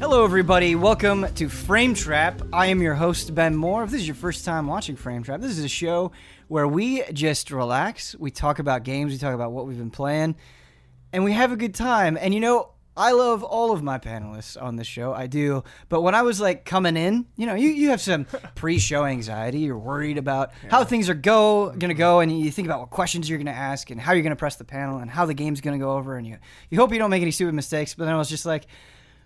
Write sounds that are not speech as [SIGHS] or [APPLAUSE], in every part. Hello, everybody. Welcome to Frame Trap. I am your host, Ben Moore. If this is your first time watching Frame Trap, this is a show where we just relax. We talk about games, we talk about what we've been playing, and we have a good time. And you know, I love all of my panelists on this show. I do. But when I was like coming in, you know, you, you have [LAUGHS] some pre-show anxiety. You're worried about how things are go gonna go, and you think about what questions you're gonna ask and how you're gonna press the panel and how the game's gonna go over, and you you hope you don't make any stupid mistakes. But then I was just like,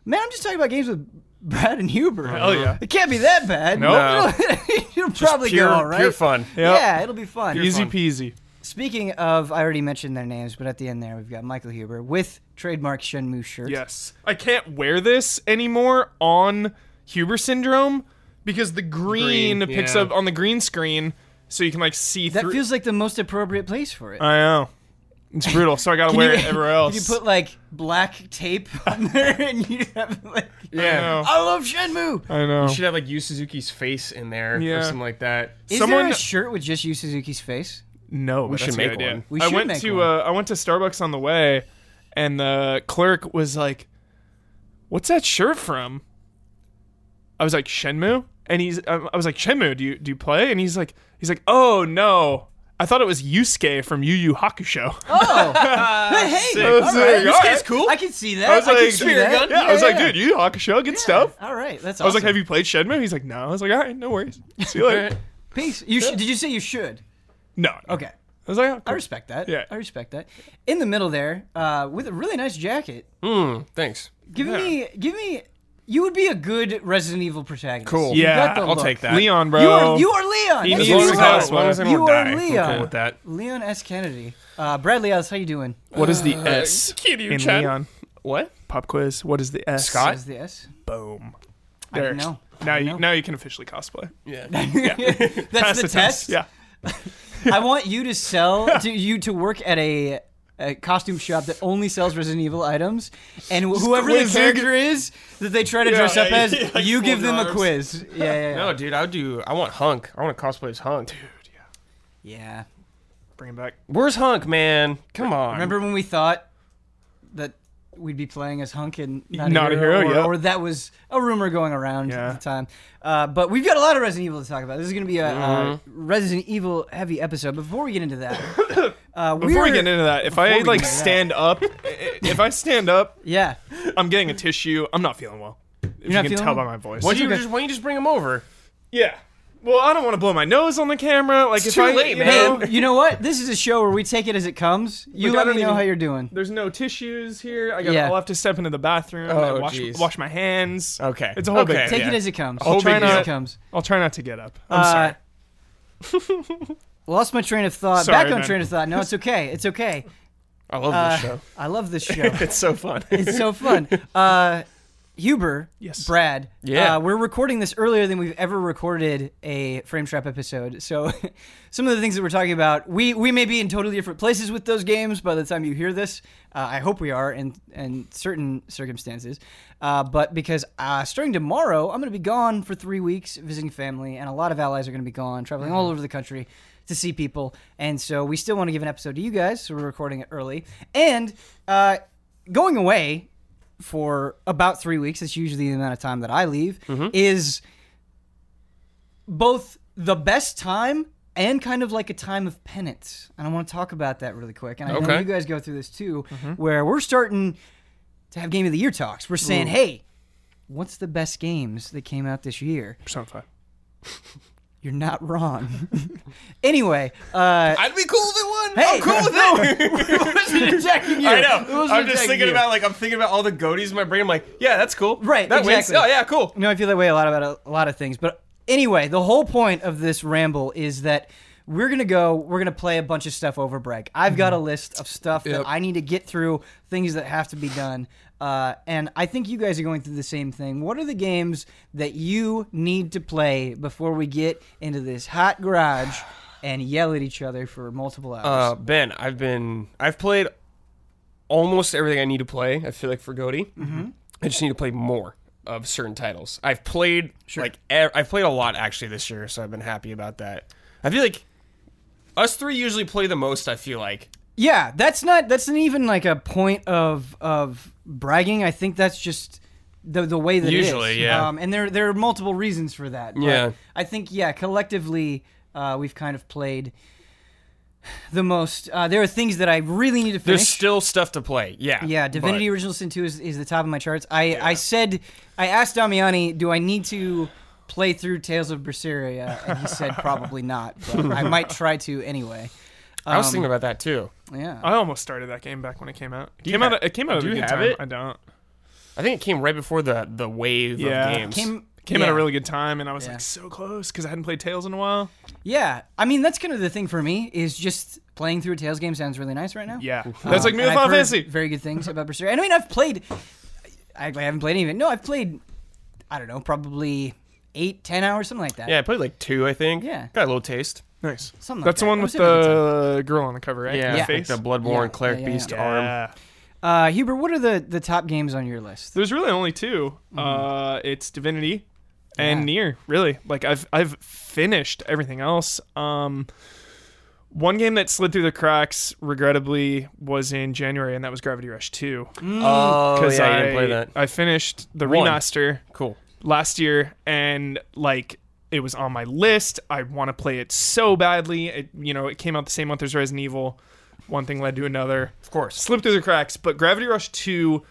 man, I'm just talking about games with Brad and Huber. Hell yeah. It can't be that bad. Oh, Nope. [LAUGHS] it'll probably pure, go all right. pure fun. Yeah, it'll be fun. Easy peasy. Speaking of, I already mentioned their names, but at the end there, we've got Michael Huber with trademark Shenmue shirt. Yes. I can't wear this anymore on Huber syndrome because the green, Green, picks yeah. up on the green screen so you can like see That through. feels like the most appropriate place for it. I know. It's brutal, so I gotta Can wear you- [LAUGHS] it everywhere Uh, else. You put like black tape [LAUGHS] on [LAUGHS] there, and you have like, I Yeah. know. I love Shenmue. I know. You should have like Yu Suzuki's face in there Yeah. or something like that. Is there Someone- a shirt with just Yu Suzuki's [LAUGHS] face? No, we should make one. We I should went make to one. Uh, I went to Starbucks on the way, and the clerk was like, "What's that shirt from?" I was like, "Shenmue," and he's um, I I was like, "Shenmue, do you do you play?" And he's like, he's like, "Oh no." I thought it was Yusuke from Yu Yu Hakusho. [LAUGHS] Oh, hey, hey, all Sick. right. All right. cool. I can see that. I was I can like, see "Spear that. gun?" Yeah, I was like, yeah. dude, Yu Yu Hakusho, good stuff. All right, that's. I was like, awesome. have you played Shenmue? He's like, no. I was like, all right, [LAUGHS] no worries. See you later. Peace. You sh- did you say you should? no. Okay. I was like, oh, I cool. respect that. Yeah. I respect that. In the middle there, uh, with a really nice jacket. Hmm. Thanks. Give me, give me. You would be a good Resident Evil protagonist. Cool. You yeah, got the I'll look. take that. Leon, bro. You are, you are Leon. He That's As needs long who you to as, go. I, are. as long as I don't You are die, I'm Leon. cool with that. Leon S. Kennedy. Uh, Bradley Ellis, how you doing? what is Uh, the S Uh, Kid, you in Chad. Leon? What? Pop quiz. What is the S? Scott? Is the S? Boom. I There. don't know. Now you know. now you can officially cosplay. [LAUGHS] Yeah. [LAUGHS] That's the test. Yeah. I want you to [LAUGHS] sell to you to work at a, a costume shop that only sells Resident Evil items, and wh- whoever the quizzing. character is that they try to dress up yeah, as, yeah, [LAUGHS] like you fold give them arms. a quiz. Yeah, yeah, yeah. No, dude. I would do. I want Hunk. I want to cosplay as Hunk. yeah. Bring him back. Where's Hunk, man? Come on. Remember when we thought that we'd be playing as Hunk and not, Not a Hero, or, yeah. or that was a rumor going around Yeah. at the time. Uh, but we've got a lot of Resident Evil to talk about. This is going to be a uh, Mm-hmm. Resident Evil heavy episode. Before we get into that, [COUGHS] uh, Before we we're- get into that, if I Before we like get into that. stand up, i- if I stand up, yeah, I'm getting a tissue. I'm not feeling well. If you not can feeling tell well? by my voice. Why don't you okay. just why don't you just bring him over? Yeah. Well, I don't want to blow my nose on the camera. Like if too I, you late, man. know, Hey, you know what? This is a show where we take it as it comes. You Look, I let me don't know even- how you're doing. there's no tissues here. I got. Yeah. I'll have to step into the bathroom. Oh, and wash, jeez. wash my hands. Okay. It's a whole big Okay. thing. Take yeah. it as it comes. I'll Take try it as it not- comes. I'll try not to get up. I'm sorry. Uh, [LAUGHS] lost my train of thought. Sorry, Back on man. train of thought. No, it's okay. It's [LAUGHS] okay. I love Uh, this show. I love this show. [LAUGHS] It's so fun. It's so fun. Uh, Huber, Yes. Brad, Yeah. uh, we're recording this earlier than we've ever recorded a frame trap episode. So, [LAUGHS] some of the things that we're talking about, we we may be in totally different places with those games by the time you hear this. Uh, I hope we are in in certain circumstances, uh, but because uh, starting tomorrow, I'm going to be gone for three weeks visiting family, and a lot of allies are going to be gone, traveling all over the country to see people, and so we still want to give an episode to you guys. So we're recording it early, and uh, going away for about three weeks. That's usually the amount of time that I leave. Mm-hmm. Is both the best time and kind of like a time of penance. And I want to talk about that really quick. And I know Okay. Mm-hmm. you guys go through this too, where we're starting to have game of the year talks. We're saying, hey, what's the best games that came out this year? Persona 5. You're not wrong. [LAUGHS] anyway, [LAUGHS] uh, [LAUGHS] I'd be cool if it won. hey, I'm cool with [LAUGHS] it. it wasn't attacking you. I It know. wasn't I'm just attacking thinking you. about like I'm thinking about all the goatees in my brain. I'm like, yeah, that's cool. Right, That wins. exactly. Oh yeah, cool. No, I feel that way a lot about a, a lot of things. But anyway, the whole point of this ramble is that we're gonna go. We're gonna play a bunch of stuff over break. I've got a list of stuff Yep. that I need to get through, things that have to be done, uh, and I think you guys are going through the same thing. What are the games that you need to play before we get into this hot garage and yell at each other for multiple hours? Uh, ben, I've been I've played almost everything I need to play. I feel like for Goaty, mm-hmm. I just need to play more of certain titles. I've played like ev- I've played a lot actually this year, so I've been happy about that. I feel like us three usually play the most. I feel like Yeah, that's not that's not even like a point of of bragging. I think that's just the the way that it is. Usually, yeah. Um, and there there are multiple reasons for that. but Yeah. I think yeah, collectively uh, we've kind of played the most. Uh, there are things that I really need to finish. There's still stuff to play. Yeah. yeah, Divinity Original Sin 2 is, is the top of my charts. I, I said, I asked Damiani, do I need to play through Tales of Berseria? And he said, probably not, but I might try to anyway. I was thinking about that too. Uh, Yeah. I almost started that game back when it came out. It you came ha- out. It came out at do a you good have time. it? I don't. I think it came right before the the wave Yeah. of games. Came, Came yeah. at a really good time, and I was Yeah. like so close because I hadn't played Tales in a while. Yeah. I mean, that's kind of the thing for me is just playing through a Tales game sounds really nice right now. Yeah, that's Um, like and me with I've Final heard Fantasy. Very good things about Berseria. And I mean, I've played. I, I haven't played any of it. No, I've played. I don't know, probably eight, ten hours, something like that. yeah, I played like two, I think. Yeah. Got a little taste. Nice. Something like That's that. the one It with was a really the girl on the cover, right? Yeah. The Yeah. face. Like the Bloodborne Yeah, Cleric yeah, yeah, Beast Yeah. arm. Uh, Hubert, what are the the top games on your list? There's really only 2 Mm-hmm. Uh, it's Divinity and Near. Really, like I've I've finished everything else. Um, one game that slid through the cracks, regrettably, was in January, and that was Gravity Rush Two. Mm. Oh, yeah, I I didn't play that. I finished the One. remaster Cool. last year, and like it was on my list. I want to play it so badly. It you know it came out the same month as Resident Evil. One thing led to another. Of course. Slipped through the cracks, but Gravity Rush Two,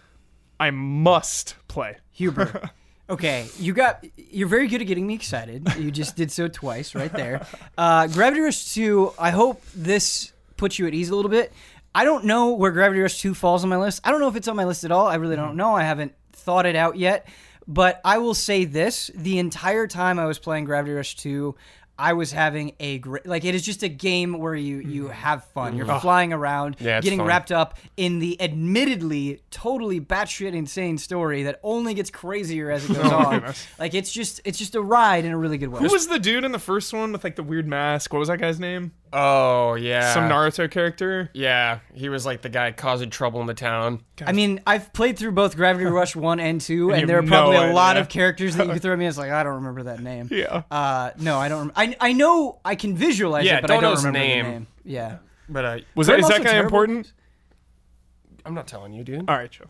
I must play. [LAUGHS] Hubert. Okay, you got you're very good at getting me excited. You just did so twice right there. Uh, Gravity Rush 2, I hope this puts you at ease a little bit. I don't know where Gravity Rush 2 falls on my list. I don't know if it's on my list at all. I really Mm-hmm. don't know. I haven't thought it out yet. But I will say this, the entire time I was playing Gravity Rush 2, I was having a great like it is just a game where you you have fun. You're flying around, Mm-hmm. Yeah, it's getting fun. wrapped wrapped up in the admittedly totally batshit insane story that only gets crazier as it goes [LAUGHS] Oh, on. Like it's just it's just a ride in a really good way. Who was the dude in the first one with like the weird mask? What was that guy's name? Oh, yeah. Some Naruto character. Yeah, he was like the guy causing trouble in the town. I mean, I've played through both Gravity Rush one and two, and, have there are no probably a lot idea. of characters that you [LAUGHS] could throw at me. It's like I don't remember that name. Yeah. Uh, no, I don't. Rem- I I know I can visualize Yeah, it, but I don't know don't his remember name. the name. Yeah. But uh, Was that, I'm is also that guy terrible- important? I'm not telling you, dude. Uh, All right, Joe.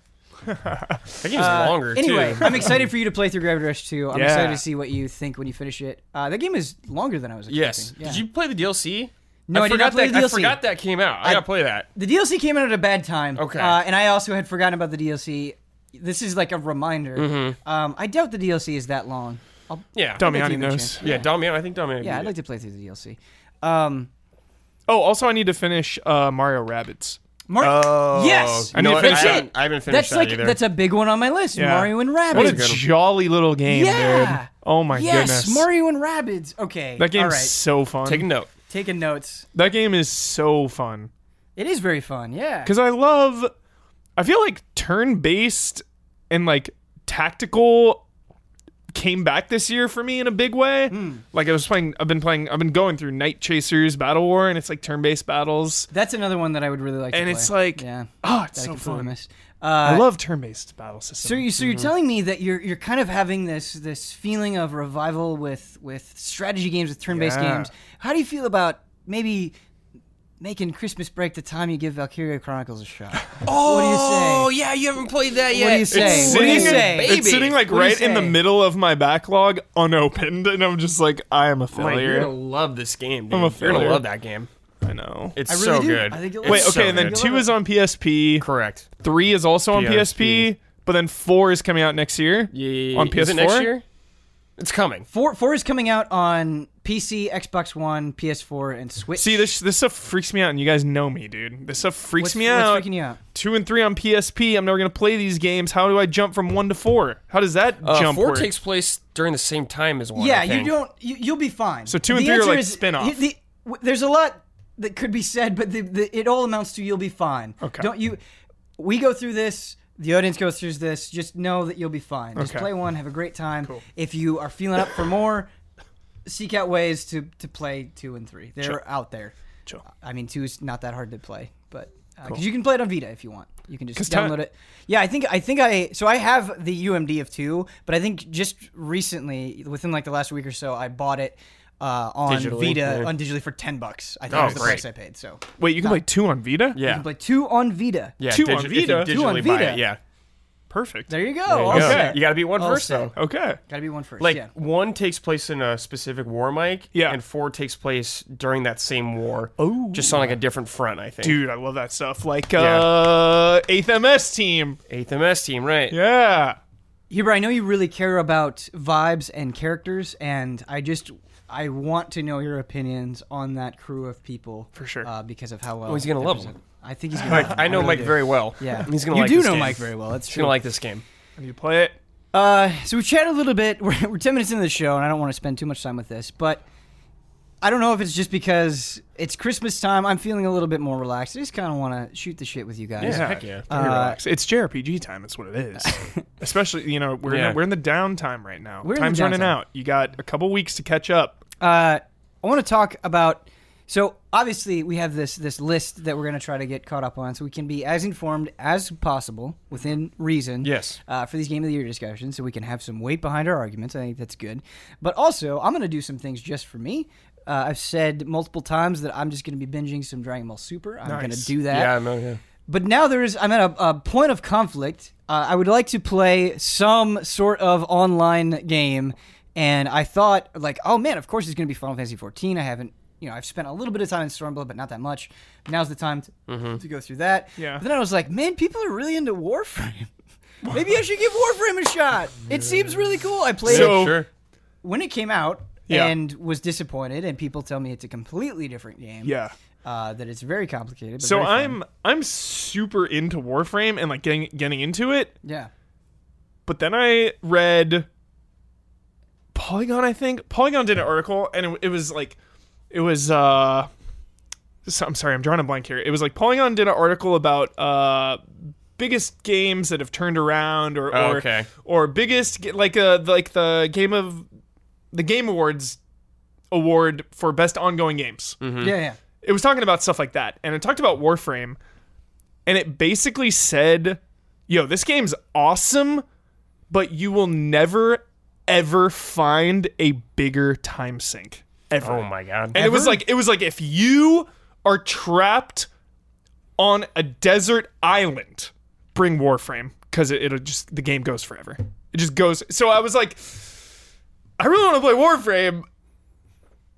That game's longer [LAUGHS] Anyway, [LAUGHS] too. I'm excited for you to play through Gravity Rush 2. I'm Yeah. excited to see what you think when you finish it. Uh, that game is longer than I was expecting. Yes. Yeah. Did you play the DLC? No, I did forgot not play that, the I DLC. forgot that came out. I, gotta play that. The DLC came out at a bad time. Okay. Uh, and I also had forgotten about the DLC. This is like a reminder. Mm-hmm. Um, I doubt the DLC is that long. I'll, Yeah. I'll give Damiani him a knows. chance. Yeah, Damian. I think Damian. Yeah, beat I'd it. like to play through the DLC. Um, Oh, also I need to finish uh, Mario Rabbits. Mar- Oh, yes, you know You what? finished I haven't- it. I haven't that's finished that like either. that's a big one on my list. Yeah. Mario and What Rabbids. a jolly little game, yeah. dude. Oh my yes, goodness. Mario and Rabbids. Okay, that game's All right, so fun. Take a note. taking notes. that game is so fun. It is very fun. Yeah. Because I love I feel like turn based and like tactical came back this year for me in a big way. Hmm. Like I was playing I've been playing I've been going through Night Chasers Battle War and it's like turn based battles. That's another one that I would really like. And to it's play. like yeah, Oh, it's that I so completely fun. missed. I Uh, love turn based battle systems. So you so you're telling me that you're you're kind of having this this feeling of revival with with strategy games with turn-based Yeah. games. How do you feel about maybe making Christmas break the time you give Valkyria Chronicles a [LAUGHS] shot? Oh, do you say? yeah, you haven't played that yet. do you say? It's What do sitting, you sitting- say? baby. It's sitting like What do you right in the say? middle of my backlog, unopened, and I'm just like, I am a Oh, man, you're failure. gonna love this game, dude. I'm a you're gonna failure. love that game. I know. It's I really so do. good. I think you'll It's love Wait, so okay, and then good. two is on PSP, correct. three is also on PSP. PSP, but then four is coming out next year on PS4. Is it next year? It's coming. Four four is coming out on PC, Xbox One, PS4, and Switch. See, this this stuff freaks me out, and you guys know me, dude. This stuff freaks what's, me what's out. freaking you out? Two and three on PSP. I'm never gonna play these games. How do I jump from one to four? How does that Uh, jump four work? takes place during the same time as one. Yeah, I you think. don't. You, you'll be fine. So two and three are like spin-off. The, w- there's a lot that could be said, but the, the, it all amounts to you'll be fine. Okay. Don't you? We go through this. The audience goes through this. Just know that you'll be fine. Just Okay. play one, have a great time. If you are feeling up for more, seek out ways to to play two and three. They're out there. Chill. I mean, two is not that hard to play, but because you can play it on Vita if you want, you can just 'Cause download time- it. Yeah, I think I think I so I have the UMD of two, but I think just recently, within like the last week or so, I bought it uh, on Digitally, Vita yeah. on digitally for ten bucks. I think Oh, was the great. price I paid. So Wait, you can play two on Vita? you Yeah. can play two on Vita. Yeah, Two on digi- if you Vita. digitally Two on buy Vita. it, yeah. Perfect. There you go. You All gotta- set. You got to be one All first, set. though. Okay. Gotta be one first. Like yeah. one takes place in a specific war, Mike. Yeah. and four takes place during that same war. Oh, just on like a different front, I think. Dude, I love that stuff. Like uh eighth MS team. Eighth MS team, right? Yeah. Huber, I know you really care about vibes and characters, and I just I want to know your opinions on that crew of people for sure. uh, because of how well. Oh, he's gonna love represent- them. I think he's gonna. Mike, love them. I know really Mike do. very well. Yeah, [LAUGHS] he's gonna. You like do this know game. Mike very well. That's He's true. gonna like this game. Have you play it? Uh, so we chatted a little bit. We're, we're ten minutes into the show, and I don't want to spend too much time with this, but I don't know if it's just because it's Christmas time. I'm feeling a little bit more relaxed. I just kind of want to shoot the shit with you guys. heck yeah. Uh, Pretty relaxed. It's JRPG time. That's what it is. [LAUGHS] Especially, you know, we're Yeah. in, we're in the downtime right now. We're in the Time's running downtime. out. You got a couple weeks to catch up. Uh, I want to talk about. So obviously we have this this list that we're going to try to get caught up on, so we can be as informed as possible within reason. Yes. Uh, for these game of the year discussions, so we can have some weight behind our arguments. I think that's good. But also, I'm going to do some things just for me. Uh, I've said multiple times that I'm just going to be binging some Dragon Ball Super. I'm going Nice. to do that. Yeah, I know. Yeah. But now there is, I'm at a, a point of conflict. Uh, I would like to play some sort of online game, and I thought, like, oh man, of course it's going to be Final Fantasy 14. I haven't, you know, I've spent a little bit of time in Stormblood, but not that much. Now's the time to, to go through that. Yeah. But then I was like, man, people are really into [LAUGHS] Warframe. Maybe I should give Warframe a shot. It seems really cool. I played it So- sure. when it came out Yeah. and was disappointed, and people tell me it's a completely different game. Yeah. Uh, that it's very complicated. But So very fun. I'm I'm super into Warframe and like getting getting into it. yeah. But then I read Polygon, I think. Polygon did an article and it, it was like it was uh so- I'm sorry, I'm drawing a blank here. It was like Polygon did an article about uh biggest games that have turned around or Oh, or, okay. or biggest ga- like uh the- like the game of the game awards award for best ongoing games Yeah, yeah. it was talking about stuff like that and it talked about warframe and it basically said yo this game's awesome but you will never ever find a bigger time sink ever Oh my god. and it was like it was like if you are trapped on a desert island, bring Warframe because it, it'll just the game goes forever. It just goes. So I was like, I really want to play Warframe,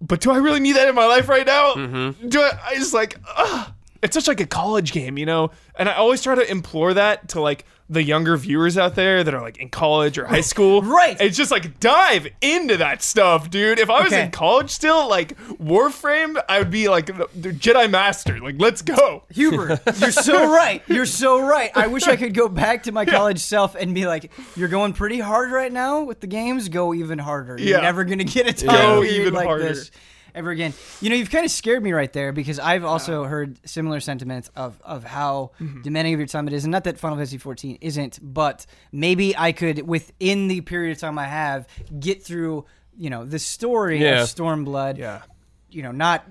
but do I really need that in my life right now? Do I? I just like, ugh. it's such like a college game, you know. And I always try to implore that to like the younger viewers out there that are like in college or high school. Right. It's just like dive into that stuff, dude. If I was Okay. in college still, like Warframe, I would be like the the Jedi Master. Like, let's go. Huber, you're [LAUGHS] so right. You're so right. I wish I could go back to my college self and be like, "You're going pretty hard right now with the games. Go even harder. You're Yeah. never gonna get a time Go period even like harder." this ever again." You know, you've kind of scared me right there because I've also heard similar sentiments of of how Mm-hmm. demanding of your time it is, and not that Final Fantasy 14 isn't, but maybe I could within the period of time I have get through. You know the story Yeah. of Stormblood you know, not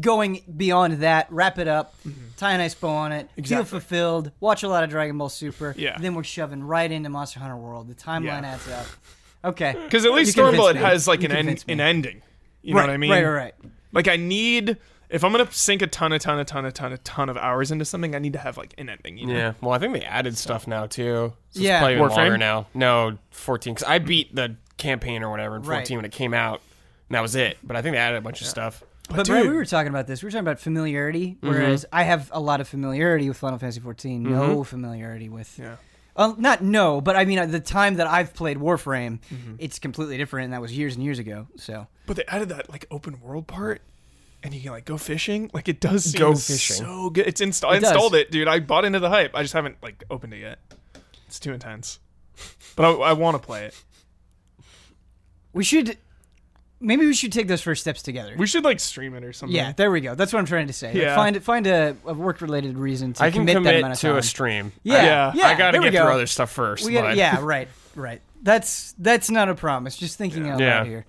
going beyond that, wrap it up, Mm-hmm. tie a nice bow on it, feel fulfilled, watch a lot of Dragon Ball Super. Yeah. Then we're shoving right into Monster Hunter World. The timeline Yeah. adds up. [LAUGHS] Okay. Because at least You convinced Stormblood me. has like You an end, convinced me. an ending. You right, know what I mean? Right, right, right. Like I need if I'm gonna sink a ton, a ton, a ton, a ton, a ton of hours into something, I need to have like an ending. You know? Yeah. Well, I think they added stuff now too. So Yeah. It's probably even Warframe? longer now. No, 14. Because I beat the campaign or whatever in 14 Right. when it came out, and that was it. But I think they added a bunch of stuff. But Brad, dude- Mm-hmm. we were talking about this. We were talking about familiarity, whereas I have a lot of familiarity with Final Fantasy 14, no familiarity with. Yeah. Well, not no, but I mean, at the time that I've played Warframe, Mm-hmm. it's completely different, and that was years and years ago. So But they added that like open world part, and you can like go fishing. Like it does seem Go fishing. so good. It's insta- I does. installed it, dude. I bought into the hype. I just haven't like opened it yet. It's too intense. But I, I want to play it. we should, maybe we should take those first steps together. We should like stream it or something. Yeah, there we go. That's what I'm trying to say. Like, Yeah. find find a, a work related reason to I can commit, that commit amount of to time. a stream. yeah, Yeah. yeah, I got to there we get through go. other stuff first. We gotta- but- yeah, right, right. That's that's not a promise. Just thinking out Yeah. loud here.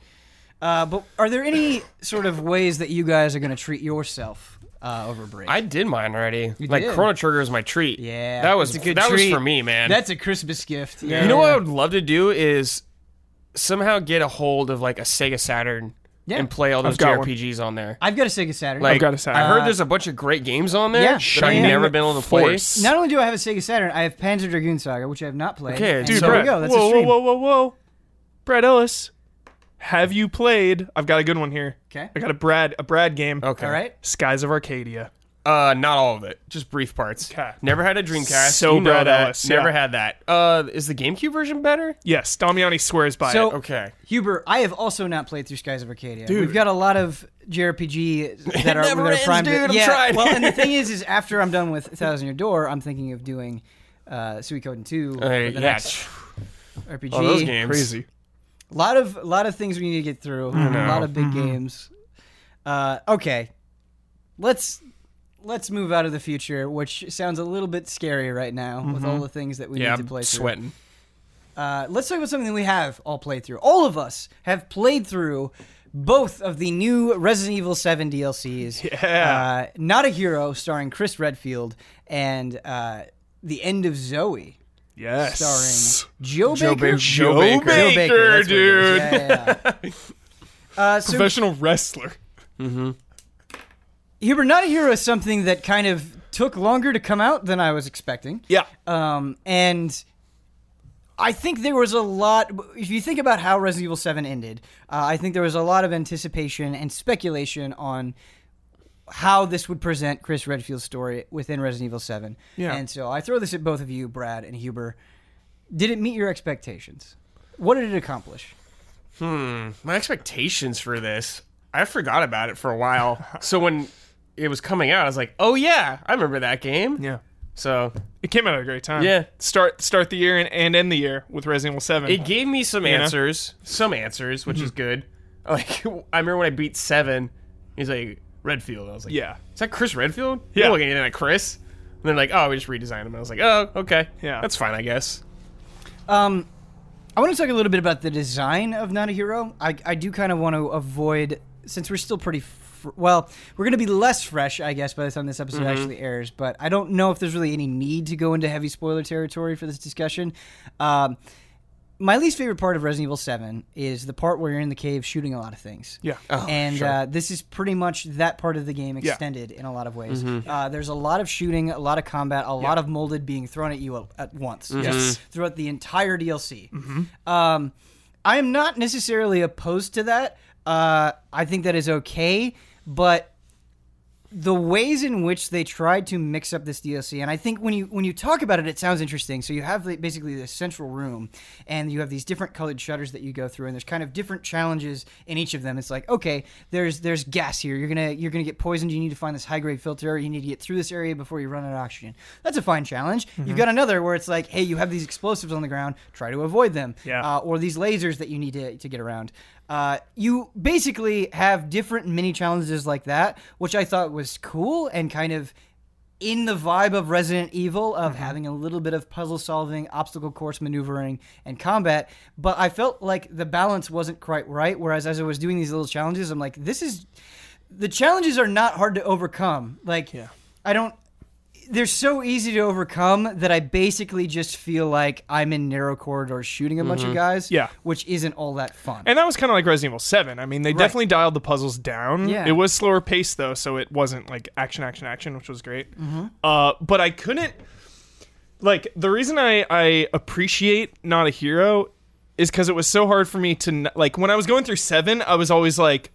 Uh, but are there any sort of ways that you guys are going to treat yourself uh, over break? I did mine already. like did. Chrono Trigger is my treat. yeah, That was that's a good that treat. was for me, man. That's a Christmas gift. Yeah. you know what I would love to do is somehow get a hold of like a Sega Saturn Yeah. and play all those got one. JRPGs on there. I've got a Sega Saturn. Like, got a Saturn. I heard there's a bunch of great games on there Uh, Yeah. that I've Shining never been able to play. Force. not only do I have a Sega Saturn, I have Panzer Dragoon Saga, which I have not played. Okay, and dude, so there we Brett, go. That's whoa, a stream. whoa, whoa, whoa, whoa, Brad Ellis, have you played? I've got a good one here. Okay. I got a Brad, a Brad game. Okay. All right. Skies of Arcadia. Uh, not all of it, just brief parts. Okay. Never had a Dreamcast. So you know Brad that. Ellis, Never yeah. had that. Uh, is the GameCube version better? Yes, Damiani swears by So- it. Okay. Huber, I have also not played through Skies of Arcadia. We've got a lot of [LAUGHS] JRPG that are, never that are ends, primed. to- dude. I'm yeah, trying. well, and the [LAUGHS] thing is, is after I'm done with Thousand Year Door, I'm thinking of doing uh, Suikoden Two, Uh, for the yeah. next RPG. All those games. Crazy. A lot of a lot of things we need to get through. A lot of big Mm-hmm. games. Uh, okay, let's let's move out of the future, which sounds a little bit scary right now with all the things that we Mm-hmm. Yeah, need to play I'm through. sweating. Uh, let's talk about something we have all played through. All of us have played through both of the new Resident Evil 7 DLCs. Yeah. Uh, Not a Hero, starring Chris Redfield, and uh, The End of Zoe, Yes. starring Joe, Joe Baker. Baker. Joe Joe Baker. Baker, that's what it is. dude. Yeah, yeah, [LAUGHS] yeah. Uh, so Professional wrestler. Huber, Not a Hero is something that kind of took longer to come out than I was expecting. Yeah. Um, and I think there was a lot. If you think about how Resident Evil 7 ended, uh, I think there was a lot of anticipation and speculation on how this would present Chris Redfield's story within Resident Evil 7. Yeah. And so I throw this at both of you, Brad and Huber. Did it meet your expectations? What did it accomplish? My expectations for this, I forgot about it for [LAUGHS] a while. so when it was coming out, I was like, oh yeah, I remember that game. Yeah. So It came out at a great time. Yeah. Start start the year and, and end the year with Resident Evil 7. it gave me some know? answers, some answers, which Mm-hmm. is good. [LAUGHS] Like I remember when I beat seven, he's like Redfield. I was like, yeah. is that Chris Redfield? Yeah. You're looking at that Chris. And they're like, oh, we just redesigned him. And I was like, oh, okay, Yeah. that's fine, I guess. Um, I want to talk a little bit about the design of Not a Hero. I, I do kind of want to avoid, since we're still pretty. Fr- well, we're going to be less fresh, I guess, by the time this episode actually airs, but I don't know if there's really any need to go into heavy spoiler territory for this discussion. Um, my least favorite part of Resident Evil 7 is the part where you're in the cave shooting a lot of things. Yeah. and uh, this is pretty much that part of the game extended in a lot of ways. Uh, there's a lot of shooting, a lot of combat, a lot of molded being thrown at you at, at once. Yes. Throughout the entire DLC. Um, I am not necessarily opposed to that. Uh, I think that is okay, but the ways in which they tried to mix up this DLC, and I think when you when you talk about it, it sounds interesting. So you have like, basically this central room, and you have these different colored shutters that you go through, and there's kind of different challenges in each of them. It's like okay, there's there's gas here. You're gonna you're gonna get poisoned. You need to find this high grade filter. You need to get through this area before you run out of oxygen. That's a fine challenge. You've got another where it's like hey, you have these explosives on the ground. Try to avoid them. Yeah. Uh, or these lasers that you need to, to get around. Uh, you basically have different mini challenges like that, which I thought was cool and kind of in the vibe of Resident Evil of having a little bit of puzzle solving, obstacle course maneuvering, and combat. But I felt like the balance wasn't quite right. Whereas as I was doing these little challenges, I'm like, this is the challenges are not hard to overcome. Like, I don't. They're so easy to overcome that I basically just feel like I'm in narrow corridors shooting a bunch of guys. Yeah. which isn't all that fun. And that was kind of like Resident Evil 7. I mean, they definitely dialed the puzzles down. Yeah. It was slower paced, though, so it wasn't like action, action, action, which was great. Mm-hmm. Uh, but I couldn't. Like, the reason I, I appreciate Not a Hero is because it was so hard for me to. n- Like, when I was going through 7, I was always like,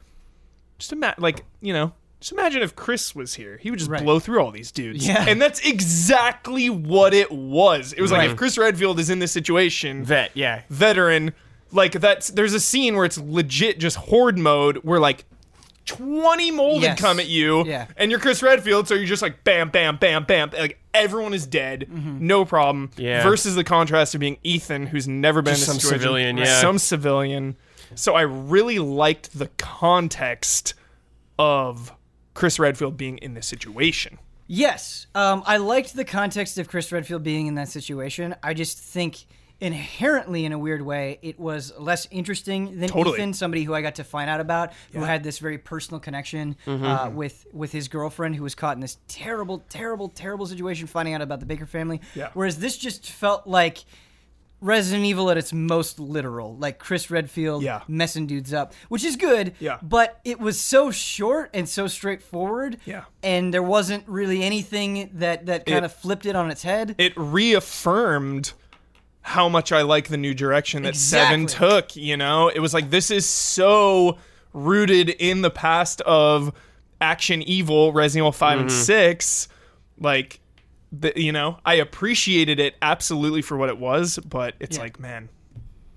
just imagine, like, you know. Just imagine if Chris was here. He would just Right. blow through all these dudes. Yeah. And that's exactly what it was. It was like if Chris Redfield is in this situation, Vet, yeah, veteran. Like that's there's a scene where it's legit just horde mode where like 20 molded Yes. come at you Yeah. and you're Chris Redfield so you're just like bam bam bam bam like everyone is dead Mm-hmm. no problem Yeah. versus the contrast of being Ethan who's never been Just in this some situation. civilian, yeah. some civilian so I really liked the context of Chris Redfield being in this situation Yes. Um, I liked the context of Chris Redfield being in that situation. I just think inherently, in a weird way, it was less interesting than Totally. Ethan, somebody who I got to find out about, who had this very personal connection Mm-hmm. uh, with with his girlfriend, who was caught in this terrible, terrible, terrible situation, finding out about the Baker family. Yeah. Whereas this just felt like Resident Evil at its most literal, like Chris Redfield Yeah. messing dudes up, which is good. Yeah. But it was so short and so straightforward. Yeah. And there wasn't really anything that that kind of flipped it on its head. it reaffirmed how much I like the new direction that Seven Exactly. took. You know, it was like this is so rooted in the past of action evil, Resident Evil 5 Mm-hmm. and six. Like, the, you know, I appreciated it absolutely for what it was, but it's Yeah. like, man,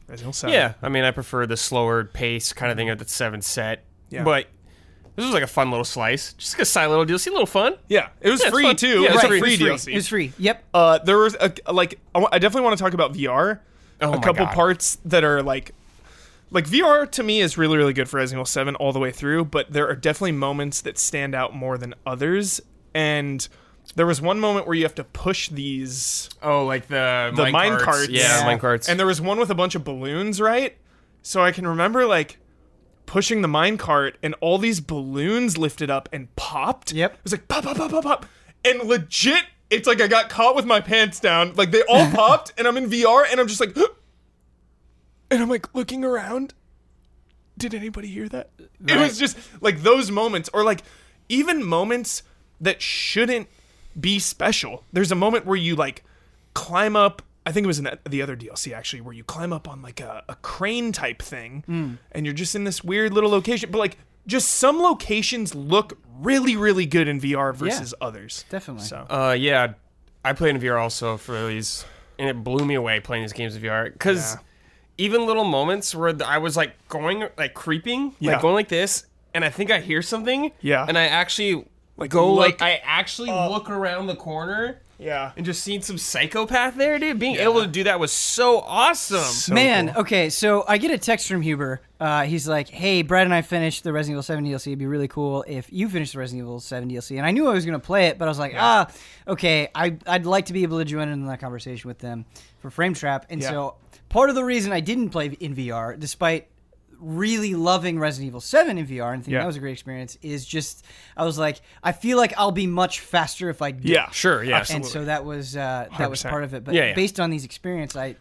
Resident Evil Seven. Yeah, I mean, I prefer the slower pace kind of thing of the seven set. Yeah. But this was like a fun little slice, just a silent little DLC, a little fun. yeah, it was Yeah, it's free fun. too. Yeah, it was it's a free. free, It's free. DLC. It was free. Yep. uh, there was a, like I wa- I definitely want to talk about VR. Oh a my couple God. parts that are like like VR to me is really really good for Resident Evil 7 all the way through, but there are definitely moments that stand out more than others and there was one moment where you have to push these Oh, like the the mine carts, Yeah, Yeah. mine carts. and there was one with a bunch of balloons, right? So I can remember like pushing the mine cart and all these balloons lifted up and popped. Yep. It was like pop, pop, pop, pop, pop. And legit, it's like I got caught with my pants down. Like they [LAUGHS] all popped and I'm in VR and I'm just like [GASPS] and I'm like looking around. Did anybody hear that? It was just like those moments or like even moments that shouldn't be special. There's a moment where you like climb up. I think it was in the other DLC actually, where you climb up on like a, a crane type thing, and you're just in this weird little location. But like, just some locations look really, really good in VR versus others. Definitely. So Uh, yeah, I played in VR also for these, and it blew me away playing these games in VR because Yeah. even little moments where th- I was like going, like creeping, Yeah. like going like this, and I think I hear something. Yeah. and I actually Like, go look like I actually look around the corner. yeah, And just seeing some psychopath there, dude. Being able to do that was so awesome. So Man, cool. okay, so I get a text from Huber. Uh, he's like, "Hey, Brad and I finished the Resident Evil 7 DLC. It'd be really cool if you finished the Resident Evil 7 DLC." And I knew I was going to play it, but I was like, "Ah, okay, I, I'd like to be able to join in that conversation with them for Frame Trap." And Yeah. so part of the reason I didn't play in VR, despite really loving Resident Evil 7 in VR and thinking Yeah. that was a great experience, is just I was like, I feel like I'll be much faster if I do. yeah, Sure, yeah. And so that was uh, that was 100%. part of it. But Yeah, yeah. based on these experiences, I.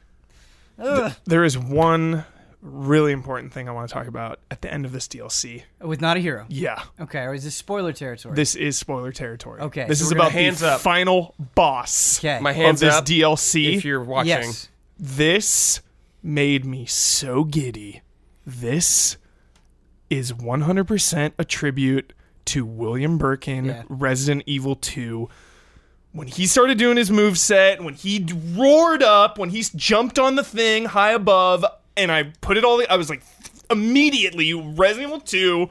Ugh. There is one really important thing I want to talk about at the end of this DLC. With not a hero. Yeah, Okay, or is this spoiler territory? this is spoiler territory. Okay, this so is we're gonna- about Hands the up. final boss. okay. My Of hands this up DLC, if you're watching. yes. this made me so giddy. This is 100% a tribute to William Birkin, Yeah. Resident Evil 2. When he started doing his moveset, when he d- roared up, when he s- jumped on the thing high above, and I put it all, I was like, immediately, Resident Evil 2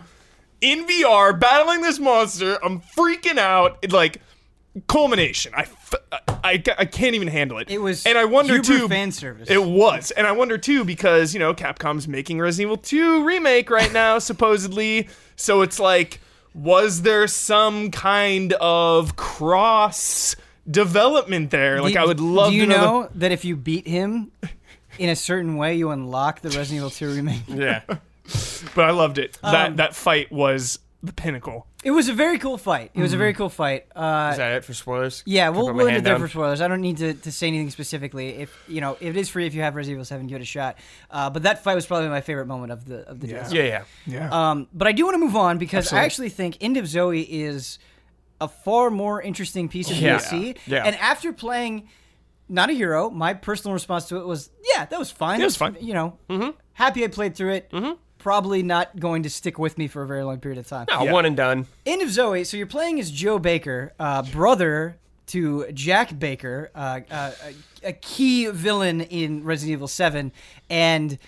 in VR, battling this monster. I'm freaking out. It, like, culmination. I, f- I, I can't even handle it. It was and I wonder Huber too. fan service. It was, and I wonder too because you know Capcom's making Resident Evil 2 remake right [LAUGHS] now, supposedly. So it's like, was there some kind of cross development there? Like, Do- I would love Do you to know. the- know that if you beat him in a certain way, you unlock the Resident Evil 2 remake? Yeah. but I loved it. Um, that that fight was the pinnacle. It was a very cool fight. It was Mm-hmm. a very cool fight. Is Uh, that it for spoilers? yeah, Can I we'll, put my we'll end it hand there down? for spoilers. I don't need to, to say anything specifically. If you know, if it is free, if you have Resident Evil 7, give it a shot. Uh, but that fight was probably my favorite moment of the of the DLC. Yeah, yeah. Yeah. Um, but I do want to move on because I Absolutely. actually think End of Zoe is a far more interesting piece of Yeah. DLC. Yeah. And after playing Not a Hero, my personal response to it was, yeah, that was fine. It was fine. You know, happy I played through it. Probably not going to stick with me for a very long period of time. Ah, One and done. End of Zoe. So you're playing as Joe Baker, uh, brother to Jack Baker, uh, uh, a, a key villain in Resident Evil Seven, and